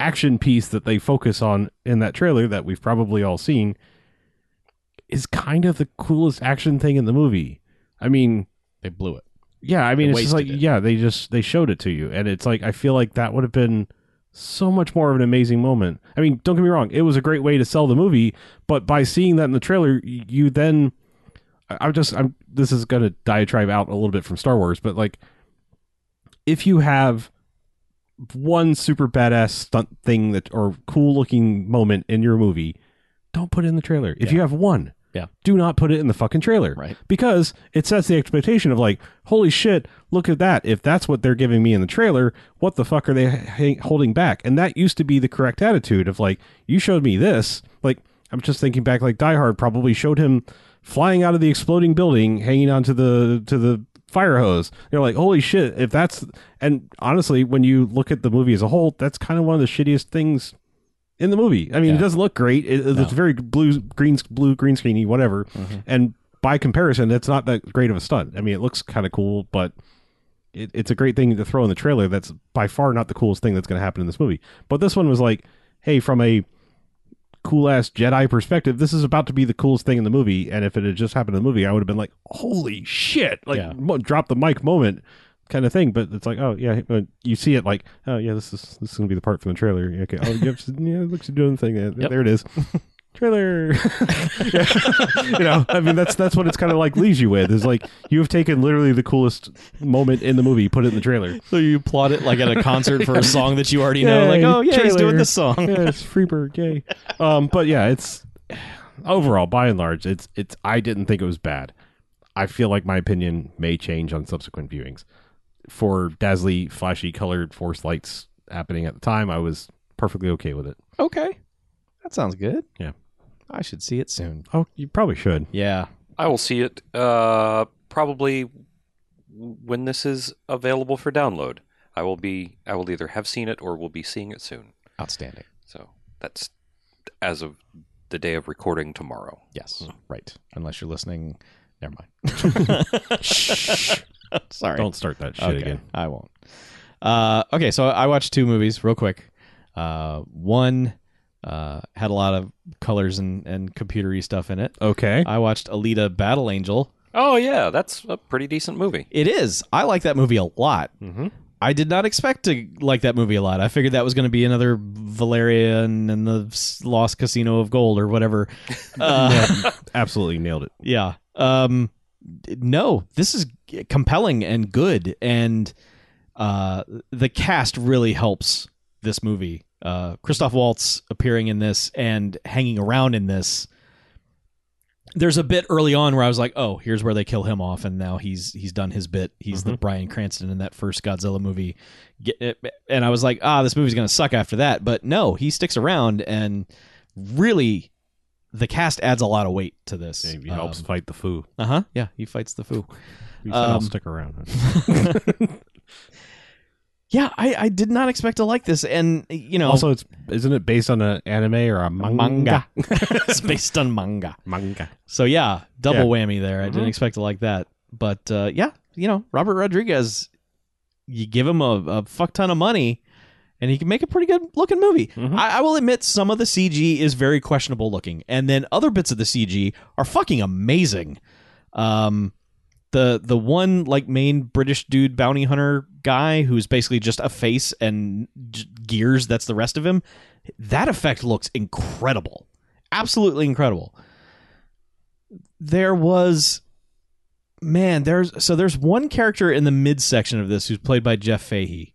Speaker 1: action piece that they focus on in that trailer that we've probably all seen is kind of the coolest action thing in the movie. I mean,
Speaker 4: they blew it.
Speaker 1: yeah, I mean,
Speaker 4: They
Speaker 1: it's just like
Speaker 4: wasted it.
Speaker 1: yeah, they just they showed it to you, and it's like I feel like that would have been so much more of an amazing moment. I mean, don't get me wrong, it was a great way to sell the movie, but by seeing that in the trailer, y- you then I- I'm just I'm this is gonna diatribe out a little bit from Star Wars, but like if you have one super badass stunt thing that or cool looking moment in your movie, don't put it in the trailer. If
Speaker 4: Yeah.
Speaker 1: you have one,
Speaker 4: Yeah.
Speaker 1: do not put it in the fucking trailer
Speaker 4: Right.
Speaker 1: because it sets the expectation of like, holy shit, look at that. If that's what they're giving me in the trailer, what the fuck are they ha- holding back? And that used to be the correct attitude of like, you showed me this. Like, I'm just thinking back, like Die Hard probably showed him flying out of the exploding building, hanging onto the to the fire hose. You're like, holy shit! If that's and honestly, when you look at the movie as a whole, that's kind of one of the shittiest things in the movie. I mean, it
Speaker 4: Yeah. Mm-hmm.
Speaker 1: doesn't look great. It,
Speaker 4: No.
Speaker 1: It's very blue, green, blue, green screeny, whatever. And by comparison, that's not that great of a stunt. I mean, it looks kind of cool, but it, it's a great thing to throw in the trailer. That's by far not the coolest thing that's going to happen in this movie. But this one was like, hey, from a cool ass Jedi perspective, this is about to be the coolest thing in the movie. And if it had just happened in the movie, I would have been like, holy shit, like
Speaker 4: Yeah.
Speaker 1: mo- drop the mic moment kind of thing. But it's like, oh yeah, uh, you see it like, oh yeah, this is this is gonna be the part from the trailer. Yeah, Okay, oh yep, yeah, it looks doing the thing. Yeah,
Speaker 4: Yep.
Speaker 1: There it is. Trailer, you know, I mean, that's that's what it's kind of like leaves you with is like you have taken literally the coolest moment in the movie, put it in the trailer.
Speaker 4: So you applaud it like at a concert for a song that you already know. Like,
Speaker 1: Yay,
Speaker 4: oh yeah, he's doing
Speaker 1: trailer.
Speaker 4: this song.
Speaker 1: yeah, it's Freebird, yay. Um, but yeah, it's overall by and large, it's it's. I didn't think it was bad. I feel like my opinion may change on subsequent viewings. For dazzly, flashy, colored force lights happening at the time, I was perfectly okay with it.
Speaker 4: Okay, that sounds good.
Speaker 1: Yeah.
Speaker 4: I should see it soon.
Speaker 1: Oh, you probably should.
Speaker 4: Yeah,
Speaker 3: I will see it uh, probably when this is available for download. I will be. I will either have seen it or will be seeing it soon.
Speaker 4: outstanding.
Speaker 3: So that's as of the day of recording tomorrow.
Speaker 4: Yes,
Speaker 1: Mm.
Speaker 4: right. Unless you're listening, never mind. Shh. Sorry.
Speaker 1: Don't start that shit
Speaker 4: Okay,
Speaker 1: again.
Speaker 4: I won't. Uh, okay, so I watched two movies real quick. Uh, one uh, had a lot of colors and and computery stuff in it.
Speaker 1: Okay.
Speaker 4: I watched Alita: Battle Angel.
Speaker 3: Oh yeah, that's a pretty decent movie.
Speaker 4: It is. I like that movie a lot.
Speaker 1: Mm-hmm.
Speaker 4: I did not expect to like that movie a lot. I figured that was going to be another Valeria and, and the s- Lost Casino of Gold or whatever. Uh,
Speaker 1: Absolutely nailed it.
Speaker 4: yeah. Um, d- no, this is g- compelling and good, and uh, the cast really helps this movie. Uh, Christoph Waltz appearing in this and hanging around in this. There's a bit early on where I was like, "Oh, here's where they kill him off," and now he's he's done his bit. He's the Brian Cranston in that first Godzilla movie, Get- eh, and I was like, "Ah, this movie's gonna suck after that." But no, he sticks around and really, the cast adds a lot of weight to this.
Speaker 1: It helps fight the foo.
Speaker 4: Uh huh. Yeah, he fights the foo.
Speaker 1: You said I'll
Speaker 4: um,
Speaker 1: stick around.
Speaker 4: Yeah, I, I did not expect to like this, and you know,
Speaker 1: Also, it's isn't it based on an anime or a manga?
Speaker 4: manga. it's based on manga.
Speaker 1: Manga.
Speaker 4: So yeah, double
Speaker 1: Yeah.
Speaker 4: whammy there. I didn't
Speaker 1: Mhm.
Speaker 4: expect to like that, but uh, yeah, you know, Robert Rodriguez, you give him a, a fuck ton of money, and he can make a pretty good looking movie.
Speaker 1: Mhm.
Speaker 4: I, I will admit, some of the CG is very questionable looking, and then other bits of the CG are fucking amazing. Um, the the one like main British dude bounty hunter guy who's basically just a face and j- gears that's the rest of him. That effect looks incredible, absolutely incredible. There was, man, there's so there's one character in the midsection of this who's played by Jeff Fahey,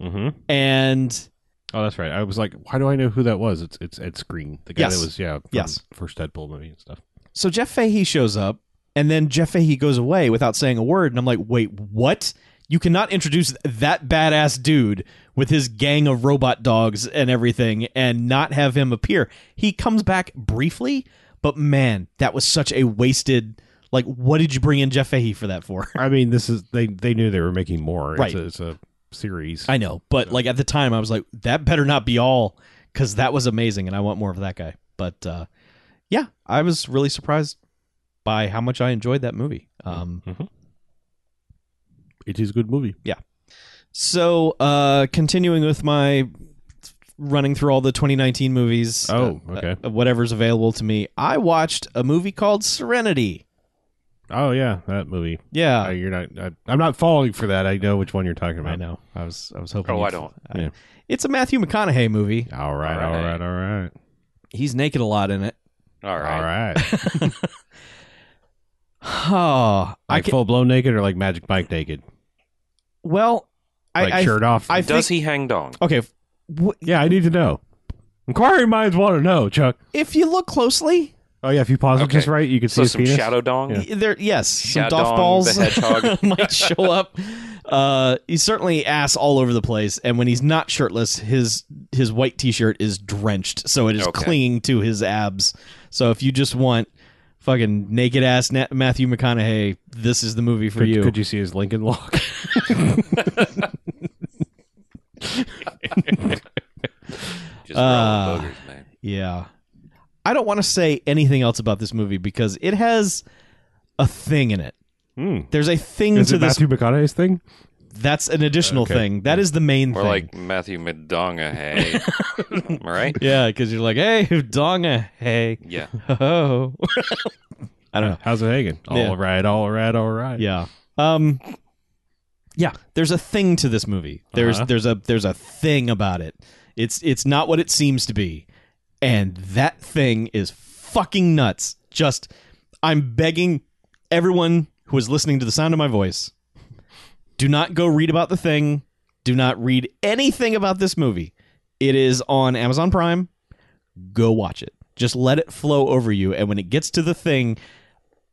Speaker 1: Mm-hmm.
Speaker 4: and
Speaker 1: Oh, that's right. I was like, why do I know who that was? It's it's Ed Screen, the guy
Speaker 4: Yes.
Speaker 1: that was yeah, from
Speaker 4: Yes.
Speaker 1: first Deadpool movie and stuff.
Speaker 4: so Jeff Fahey shows up, and then Jeff Fahey goes away without saying a word, and I'm like, wait, what? You cannot introduce that badass dude with his gang of robot dogs and everything and not have him appear. He comes back briefly, but man, that was such a wasted. Like, what did you bring in Jeff Fahey for that for?
Speaker 1: I mean, this is they they knew they were making more.
Speaker 4: Right.
Speaker 1: It's a, it's a series.
Speaker 4: I know, but like at the time, I was like, that better not be all because that was amazing, and I want more of that guy. But uh, yeah, I was really surprised by how much I enjoyed that movie. Um,
Speaker 1: it is a good movie.
Speaker 4: So, uh, continuing with my running through all the 2019 movies.
Speaker 1: Oh,
Speaker 4: uh,
Speaker 1: okay.
Speaker 4: uh, whatever's available to me. I watched a movie called Serenity.
Speaker 1: Oh yeah, that movie.
Speaker 4: Yeah,
Speaker 1: Uh, you're not. I, I'm not falling for that. I know which one you're talking about.
Speaker 4: I know. I was I was hoping.
Speaker 3: Oh,
Speaker 4: you'd-
Speaker 3: I don't.
Speaker 4: I-
Speaker 1: Yeah.
Speaker 4: It's a Matthew McConaughey movie.
Speaker 1: All right,
Speaker 3: All
Speaker 1: all
Speaker 3: right.
Speaker 1: right, all right,
Speaker 4: He's naked a lot in it.
Speaker 3: All
Speaker 1: all
Speaker 3: right.
Speaker 1: right.
Speaker 4: Oh, I
Speaker 1: Like
Speaker 4: can,
Speaker 1: full blown naked or like Magic Mike naked,
Speaker 4: well, I,
Speaker 1: like
Speaker 4: I
Speaker 1: shirt off.
Speaker 4: I
Speaker 3: Does he hang dong?
Speaker 4: okay. f- w-
Speaker 1: yeah, I need to know. Inquiring minds want to know, Chuck.
Speaker 4: If you look closely,
Speaker 1: Oh yeah, if you pause it
Speaker 3: Okay.
Speaker 1: just right, you can
Speaker 3: So
Speaker 1: see his
Speaker 3: some
Speaker 1: penis.
Speaker 3: shadow dong.
Speaker 1: Yeah.
Speaker 4: there yes, some
Speaker 3: Shadong
Speaker 4: doff balls
Speaker 3: the hedgehog.
Speaker 4: might show up. Uh, he's certainly ass all over the place, and when he's not shirtless, his his white t shirt is drenched, so it is
Speaker 3: Okay.
Speaker 4: clinging to his abs. So if you just want fucking naked ass Na- Matthew McConaughey, this is the movie for
Speaker 1: could,
Speaker 4: you.
Speaker 1: could you see his Lincoln lock?
Speaker 3: Just
Speaker 1: Ah.
Speaker 4: Uh,
Speaker 3: rolling boogers, man.
Speaker 4: Yeah. I don't want to say anything else about this movie because it has a thing in it.
Speaker 1: Hmm.
Speaker 4: There's a thing
Speaker 1: Is
Speaker 4: to
Speaker 1: it
Speaker 4: this.
Speaker 1: Matthew McConaughey's thing?
Speaker 4: That's an additional
Speaker 1: Okay.
Speaker 4: thing. That is the main
Speaker 3: More
Speaker 4: thing.
Speaker 3: like Matthew Madonga. Hey, am I right?
Speaker 4: yeah, because you're like, hey, donga, hey,
Speaker 3: Yeah.
Speaker 4: ho. I don't know.
Speaker 1: How's it hanging?
Speaker 4: Yeah.
Speaker 1: All right, all right, all right.
Speaker 4: Yeah. Um. Yeah, there's a thing to this movie. There's
Speaker 1: Uh-huh.
Speaker 4: there's a there's a thing about it. It's it's not what it seems to be, and that thing is fucking nuts. Just I'm begging everyone who is listening to the sound of my voice, do not go read about the thing. Do not read anything about this movie. It is on Amazon Prime. Go watch it. Just let it flow over you. And when it gets to the thing,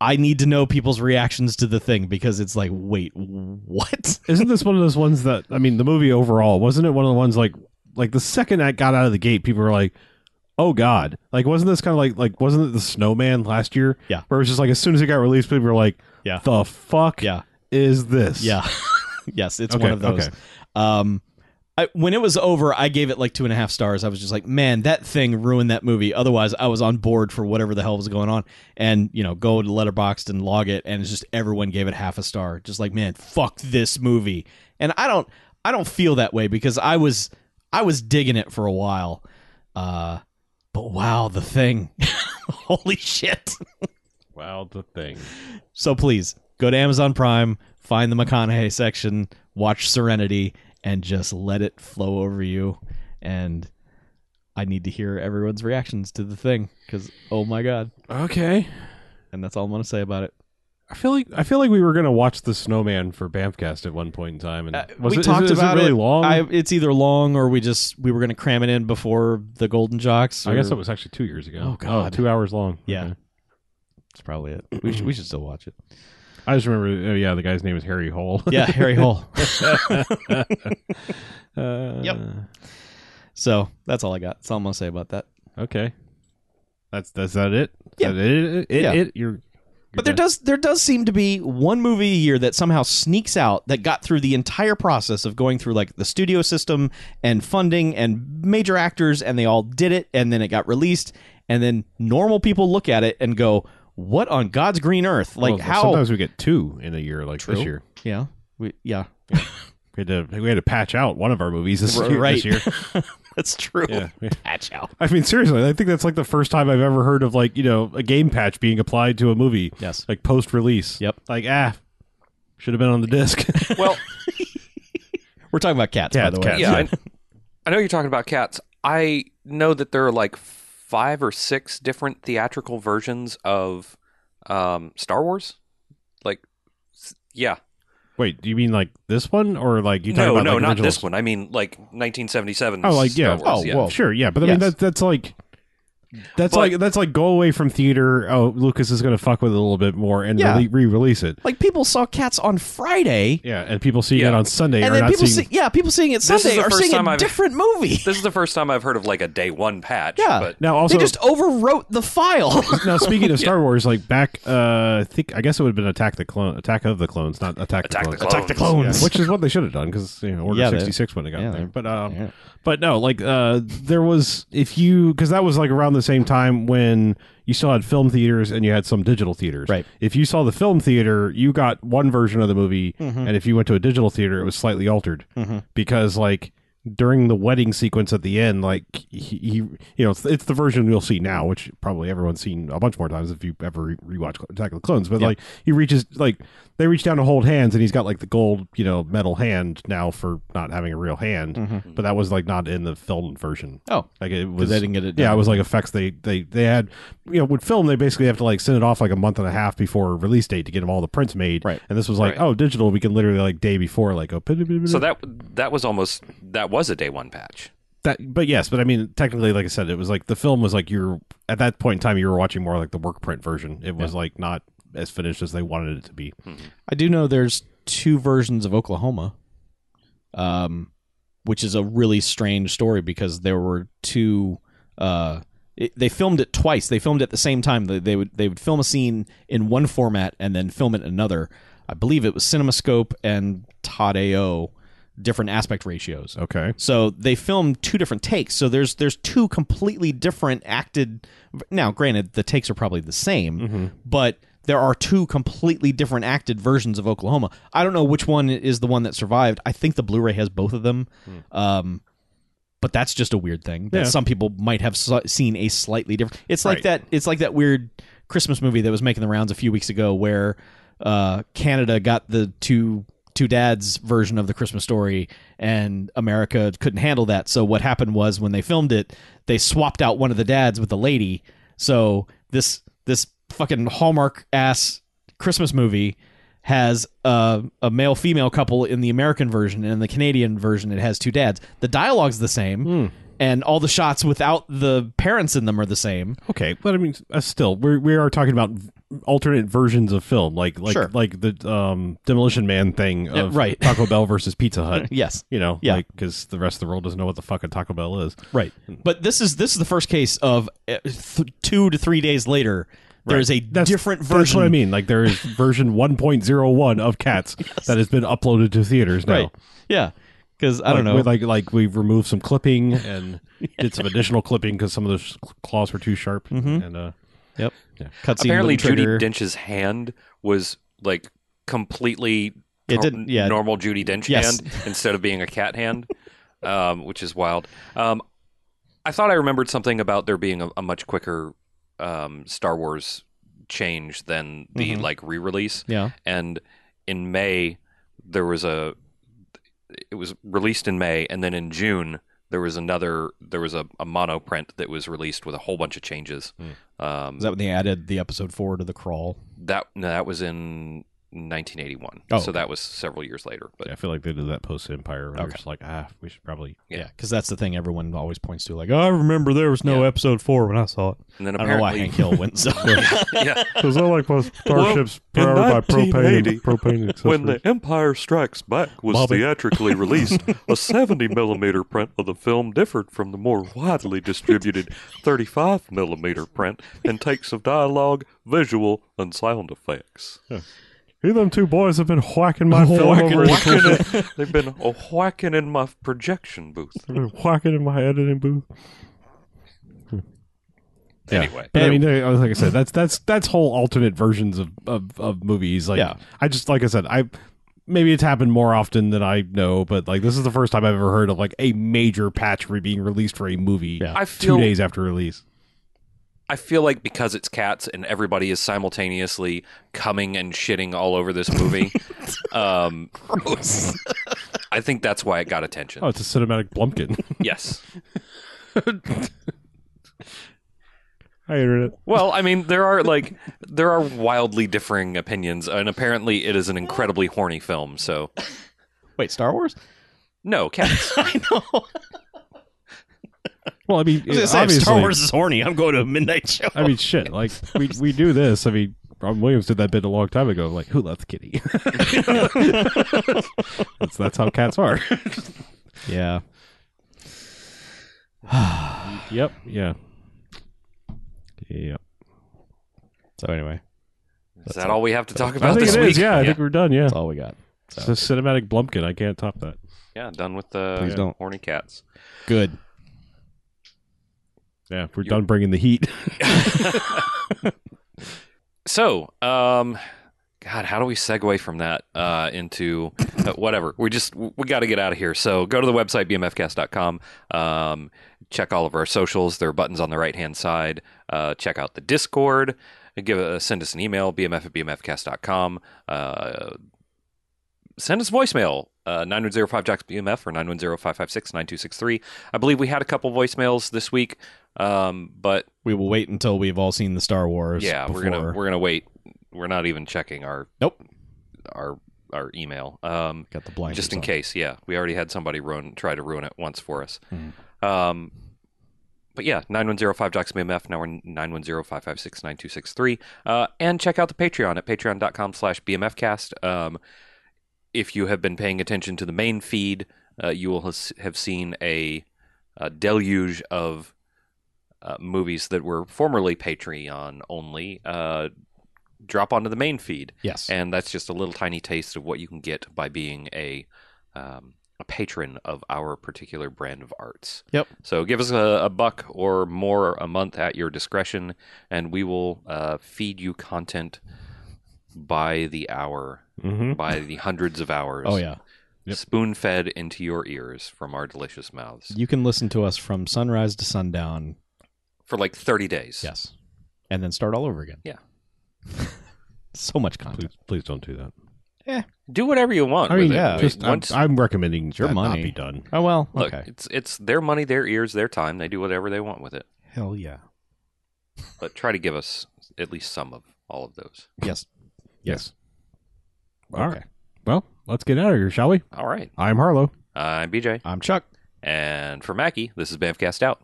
Speaker 4: I need to know people's reactions to the thing because it's like, wait, what?
Speaker 1: Isn't this one of those ones that I mean, the movie overall wasn't it one of the ones like like the second that got out of the gate, people were like, "Oh God!" Like, wasn't this kind of like like wasn't it the Snowman last year?
Speaker 4: Yeah.
Speaker 1: where it was just like as soon as it got released, people were like,
Speaker 4: Yeah.
Speaker 1: the fuck
Speaker 4: Yeah.
Speaker 1: is this?"
Speaker 4: Yeah. yes, it's
Speaker 1: Okay,
Speaker 4: one of those.
Speaker 1: okay.
Speaker 4: Um, I, when it was over, I gave it like two and a half stars. I was just like, man, that thing ruined that movie. Otherwise, I was on board for whatever the hell was going on. And, you know, go to Letterboxd and log it. And it's just everyone gave it half a star. Just like, man, fuck this movie. And I don't, I don't feel that way because I was, I was digging it for a while. Uh, but wow, the thing. Holy shit.
Speaker 1: Wow, the thing.
Speaker 4: So please go to Amazon Prime, find the McConaughey section, watch Serenity, and just let it flow over you. And I need to hear everyone's reactions to the thing because oh my god!
Speaker 1: Okay,
Speaker 4: And that's all I'm gonna say about it.
Speaker 1: I feel like I feel like we were gonna watch the Snowman for Bamfcast at one point in time, and
Speaker 4: Uh,
Speaker 1: was
Speaker 4: we
Speaker 1: it,
Speaker 4: talked
Speaker 1: is, it- is
Speaker 4: about
Speaker 1: it really
Speaker 4: it.
Speaker 1: long.
Speaker 4: I, it's either long or we just we were gonna cram it in before the Golden Jocks.
Speaker 1: I guess
Speaker 4: or-
Speaker 1: that was actually two years ago.
Speaker 4: Oh, God.
Speaker 1: two hours long.
Speaker 4: Yeah.
Speaker 1: Okay.
Speaker 4: That's probably it. We should, we should still watch it.
Speaker 1: I just remember. Oh, yeah, the guy's name is Harry Hole.
Speaker 4: Yeah, Harry Hole.
Speaker 1: Uh,
Speaker 4: Yep. So that's all I got. That's all I'm gonna say about that.
Speaker 1: Okay. That's that's that it.
Speaker 4: Yeah.
Speaker 1: That it, it,
Speaker 4: Yeah.
Speaker 1: it- you're,
Speaker 4: But there does there does seem to be one movie a year that somehow sneaks out that got through the entire process of going through like the studio system and funding and major actors and they all did it and then it got released and then normal people look at it and go what on God's green earth like how
Speaker 1: sometimes we get two in a year like
Speaker 4: True.
Speaker 1: this year.
Speaker 4: yeah we, yeah
Speaker 1: We had to we had to patch out one of our movies this,
Speaker 4: R-
Speaker 1: year,
Speaker 4: right.
Speaker 1: this year.
Speaker 4: that's true
Speaker 1: Yeah.
Speaker 4: patch out
Speaker 1: I mean seriously, I think that's like the first time I've ever heard of like, you know, a game patch being applied to a movie.
Speaker 4: yes
Speaker 1: Like post release.
Speaker 4: Yep.
Speaker 1: Like ah should have been on the disc.
Speaker 3: Well,
Speaker 4: we're talking about cats by
Speaker 1: Cats,
Speaker 4: the way
Speaker 1: cats.
Speaker 3: yeah. I, I know you're talking about cats. I know that there are like five or six different theatrical versions of um, Star Wars. Like, s- yeah.
Speaker 1: Wait, do you mean like this one or like you talking
Speaker 3: no,
Speaker 1: about
Speaker 3: no,
Speaker 1: like,
Speaker 3: not
Speaker 1: original-
Speaker 3: this one. I mean, like 1977.
Speaker 1: Oh, like yeah.
Speaker 3: Star Wars,
Speaker 4: Oh,
Speaker 3: yeah.
Speaker 4: well,
Speaker 1: Sure, yeah, but I mean
Speaker 4: Yes.
Speaker 1: that that's like that's
Speaker 3: But-
Speaker 1: like that's like go away from theater. Oh, Lucas is going to fuck with it a little bit more and
Speaker 4: Yeah.
Speaker 1: rele- re-release it.
Speaker 4: Like people saw Cats on Friday,
Speaker 1: Yeah, and people seeing it
Speaker 3: Yeah.
Speaker 1: on Sunday
Speaker 4: and
Speaker 1: are
Speaker 4: then
Speaker 1: not
Speaker 4: people
Speaker 1: seeing.
Speaker 4: see, yeah, people seeing it
Speaker 3: This is
Speaker 4: Sunday
Speaker 3: the
Speaker 4: are
Speaker 3: first
Speaker 4: seeing
Speaker 3: time
Speaker 4: a
Speaker 3: I've-
Speaker 4: different movie.
Speaker 3: This is the first time I've heard of like a day one patch.
Speaker 4: Yeah.
Speaker 3: But
Speaker 1: Now also
Speaker 4: they just overwrote the file.
Speaker 1: now speaking of Star Wars, like back, uh, I think I guess it would have been Attack the Clone, Attack of the Clones, not Attack,
Speaker 3: Attack
Speaker 1: the
Speaker 3: the
Speaker 1: Clones,
Speaker 3: Clones. Attack the
Speaker 1: Yeah, which is what they should have done because you know Order
Speaker 4: Yeah, they-
Speaker 1: sixty six when it got
Speaker 4: yeah,
Speaker 1: there.
Speaker 4: they-
Speaker 1: But um,
Speaker 4: yeah.
Speaker 1: but no, like uh, there was if you because that was like around the same time when you still had film theaters and you had some digital theaters.
Speaker 4: Right.
Speaker 1: If you saw the film theater, you got one version of the movie,
Speaker 4: Mm-hmm.
Speaker 1: and if you went to a digital theater, it was slightly altered because like. During the wedding sequence at the end, like he, he you know, it's, it's the version you'll see now, which probably everyone's seen a bunch more times if you ever re- rewatch Cl- Attack of the Clones. But like he reaches, like they reach down to hold hands, and he's got like the gold, you know, metal hand now for not having a real hand. But that was like not in the film version.
Speaker 4: oh,
Speaker 1: Like it was,
Speaker 4: Mm-hmm. they didn't get it
Speaker 1: Yeah,
Speaker 4: done.
Speaker 1: it was like effects they they they had. You know, with film, they basically have to like send it off like a month and a half before release date to get them all the prints made.
Speaker 4: Right.
Speaker 1: And this was like,
Speaker 3: Right.
Speaker 1: oh, digital, we can literally like day before, like oh,
Speaker 3: so that that was almost that was a day one patch.
Speaker 1: that but yes but i mean technically like i said it was like the film was like you're at that point in time you were watching more like the work print version it was like not as finished as they wanted it to be
Speaker 4: I do know there's two versions of Oklahoma, um, which is a really strange story because there were two. Uh, it, they filmed it twice. They filmed it at the same time. They, they would they would film a scene in one format and then film it in another. I believe it was CinemaScope and Todd AO, different aspect ratios.
Speaker 1: okay
Speaker 4: So they filmed two different takes. So there's there's two completely different acted. Now, granted, the takes are probably the same, but there are two completely different acted versions of Oklahoma. I don't know which one is the one that survived. I think the Blu-ray has both of them. Um, but that's just a weird thing that
Speaker 1: Yeah.
Speaker 4: some people might have s seen a slightly different. It's like
Speaker 1: Right.
Speaker 4: that. It's like that weird Christmas movie that was making the rounds a few weeks ago, where uh, Canada got the two two dads version of the Christmas story, and America couldn't handle that. So what happened was when they filmed it, they swapped out one of the dads with the lady. So this this fucking Hallmark ass Christmas movie has uh, a male female couple in the American version and in the Canadian version it has two dads. The dialogue's the same
Speaker 1: Hmm.
Speaker 4: and all the shots without the parents in them are the same.
Speaker 1: okay but i mean uh, still we're, we are talking about alternate versions of film like like
Speaker 4: Sure.
Speaker 1: like the um demolition man thing of
Speaker 4: right.
Speaker 1: taco bell versus pizza hut
Speaker 4: Yes.
Speaker 1: you know
Speaker 4: Yeah.
Speaker 1: like because the rest of the world doesn't know what the fuck a taco bell is
Speaker 4: Right. But this is this is the first case of uh, th- 2 to 3 days later there is a different version
Speaker 1: That's what I mean. Like there is version 1.01 of Cats that has been uploaded to theaters now.
Speaker 4: Right. Yeah. Cuz I
Speaker 1: Like,
Speaker 4: don't know.
Speaker 1: we- Like like we've removed some clipping and did some additional clipping because some of those cl- claws were too sharp. And uh,
Speaker 4: yep. Cutscene
Speaker 3: Apparently,
Speaker 4: wouldn't
Speaker 3: Judy
Speaker 4: trigger.
Speaker 3: Dench's hand was like completely
Speaker 4: It
Speaker 3: nor-
Speaker 4: didn't- yeah.
Speaker 3: normal Judy Dench
Speaker 4: Yes.
Speaker 3: hand instead of being a cat hand, um, which is wild. Um, I thought I remembered something about there being a, a much quicker um, Star Wars change than the
Speaker 4: Mhm.
Speaker 3: like re-release.
Speaker 4: Yeah.
Speaker 3: and in May there was a it was released in May and then in June there was another there was a, a mono print that was released with a whole bunch of changes. Um,
Speaker 4: Hmm. Is that when they added the episode 4 to the crawl?
Speaker 3: that no, that was in 1981,
Speaker 4: Oh,
Speaker 3: so that was several years later. But
Speaker 1: I feel like they did that post Empire. Where
Speaker 4: Okay.
Speaker 1: It's just like ah, we should probably.
Speaker 3: Yeah.
Speaker 4: Yeah, because that's the thing everyone always points to. Like, "Oh, I remember there was no
Speaker 3: Yeah.
Speaker 4: episode four when I saw it.
Speaker 3: and then
Speaker 4: I don't know why
Speaker 3: apparently,
Speaker 4: Hank Hill went so.
Speaker 3: yeah,
Speaker 5: Because I like my starships
Speaker 6: Well, in
Speaker 5: powered by propane
Speaker 6: 1980,
Speaker 5: and propane accessories.
Speaker 6: When The Empire Strikes Back was
Speaker 5: Bobby.
Speaker 6: theatrically released, a 70 millimeter print of the film differed from the more widely distributed 35 millimeter print in takes of dialogue, visual, and sound effects.
Speaker 5: Who them two boys have been whacking my film
Speaker 4: Whacking-
Speaker 5: over in the
Speaker 6: Whacking it- they've been a whacking in my projection booth.
Speaker 5: I've been whacking in my editing booth.
Speaker 3: anyway,
Speaker 1: But I mean, they- like I said, that's that's that's whole alternate versions of of, of movies. Like
Speaker 4: Yeah.
Speaker 1: I just like I said, I maybe it's happened more often than I know, but like this is the first time I've ever heard of like a major patch re- being released for a movie
Speaker 4: Yeah.
Speaker 1: two
Speaker 3: I feel
Speaker 1: days after release.
Speaker 3: I feel like because it's cats and everybody is simultaneously coming and shitting all over this movie. um, I think that's why it got attention.
Speaker 1: Oh, it's a cinematic blumpkin.
Speaker 3: Yes.
Speaker 5: I hated it.
Speaker 3: Well, I mean, there are like there are wildly differing opinions, and apparently it is an incredibly horny film. So,
Speaker 4: Wait, Star Wars?
Speaker 3: no, cats.
Speaker 4: I know. I
Speaker 1: Well, I mean,
Speaker 4: was gonna say, if
Speaker 1: obviously,
Speaker 4: Star Wars is horny. I'm going to a midnight show.
Speaker 1: I mean, shit. Like we we do this. I mean, Robin Williams did that bit a long time ago. Like, who loves Kitty? that's that's how cats are.
Speaker 4: yeah.
Speaker 1: Yep. Yeah. Yep.
Speaker 4: So anyway,
Speaker 3: Is that all we have to talk
Speaker 5: I
Speaker 3: about
Speaker 5: think it
Speaker 3: this
Speaker 5: is.
Speaker 3: week?
Speaker 5: Yeah, I think we're done. Yeah.
Speaker 4: that's all we got.
Speaker 1: It's a cinematic blumpkin. I can't top that.
Speaker 3: Yeah, done with the
Speaker 4: Please don't.
Speaker 3: horny cats.
Speaker 4: Good.
Speaker 1: Yeah, we're done bringing the heat.
Speaker 3: So, um, God, how do we segue from that uh, into uh, whatever? We just we got to get out of here. So go to the website bmfcast.com. Um, check all of our socials. There are buttons on the right hand side. Uh, check out the Discord. Give uh, send us an email bmf at bmfcast.com. Uh, send us voicemail. Uh, 9105 Jocks BMF or 910 556 9263. I believe we had a couple voicemails this week, um, but
Speaker 4: We will wait until we've all seen the Star Wars.
Speaker 3: yeah,
Speaker 4: before.
Speaker 3: we're gonna we're gonna wait. We're not even checking our
Speaker 4: Nope.
Speaker 3: our our email. Um,
Speaker 4: got the blind.
Speaker 3: just in case, yeah, we already had somebody ruin try to ruin it once for us. Um, but yeah, nine one zero five jocks BMF. Now we're nine one zero five five six nine two six three. Uh, and check out the Patreon at patreon.com slash bmfcast. Um, if you have been paying attention to the main feed, uh, you will has, have seen a, a deluge of uh, movies that were formerly Patreon only uh, drop onto the main feed
Speaker 4: Yes.
Speaker 3: and that's just a little tiny taste of what you can get by being a um, a patron of our particular brand of arts.
Speaker 4: Yep.
Speaker 3: So give us a, a buck or more a month at your discretion, and we will uh, feed you content by the hour,
Speaker 1: Mm-hmm.
Speaker 3: by the hundreds of hours.
Speaker 4: oh yeah.
Speaker 1: Yep.
Speaker 3: Spoon fed into your ears from our delicious mouths
Speaker 4: You can listen to us from sunrise to sundown.
Speaker 3: for like 30 days.
Speaker 4: Yes. And then start all over again.
Speaker 3: Yeah.
Speaker 4: so much content.
Speaker 1: Please, please don't do that.
Speaker 3: Do whatever you want.
Speaker 1: I mean,
Speaker 3: with it.
Speaker 4: yeah,
Speaker 3: We-
Speaker 1: Just, I'm,
Speaker 3: once-
Speaker 1: I'm recommending
Speaker 4: your
Speaker 1: that not
Speaker 4: money.
Speaker 1: be done.
Speaker 4: Oh well.
Speaker 3: look,
Speaker 4: okay.
Speaker 3: it's, it's their money, their ears, their time. They do whatever they want with it.
Speaker 4: Hell yeah.
Speaker 3: but try to give us at least some of all of those.
Speaker 4: Yes.
Speaker 1: Yes.
Speaker 4: Okay.
Speaker 1: All right. Well, let's get out of here, shall we?
Speaker 3: All right.
Speaker 1: I'm Harlow.
Speaker 3: I'm BJ.
Speaker 4: I'm Chuck.
Speaker 3: And for Mackie, this is Bamfcast Out.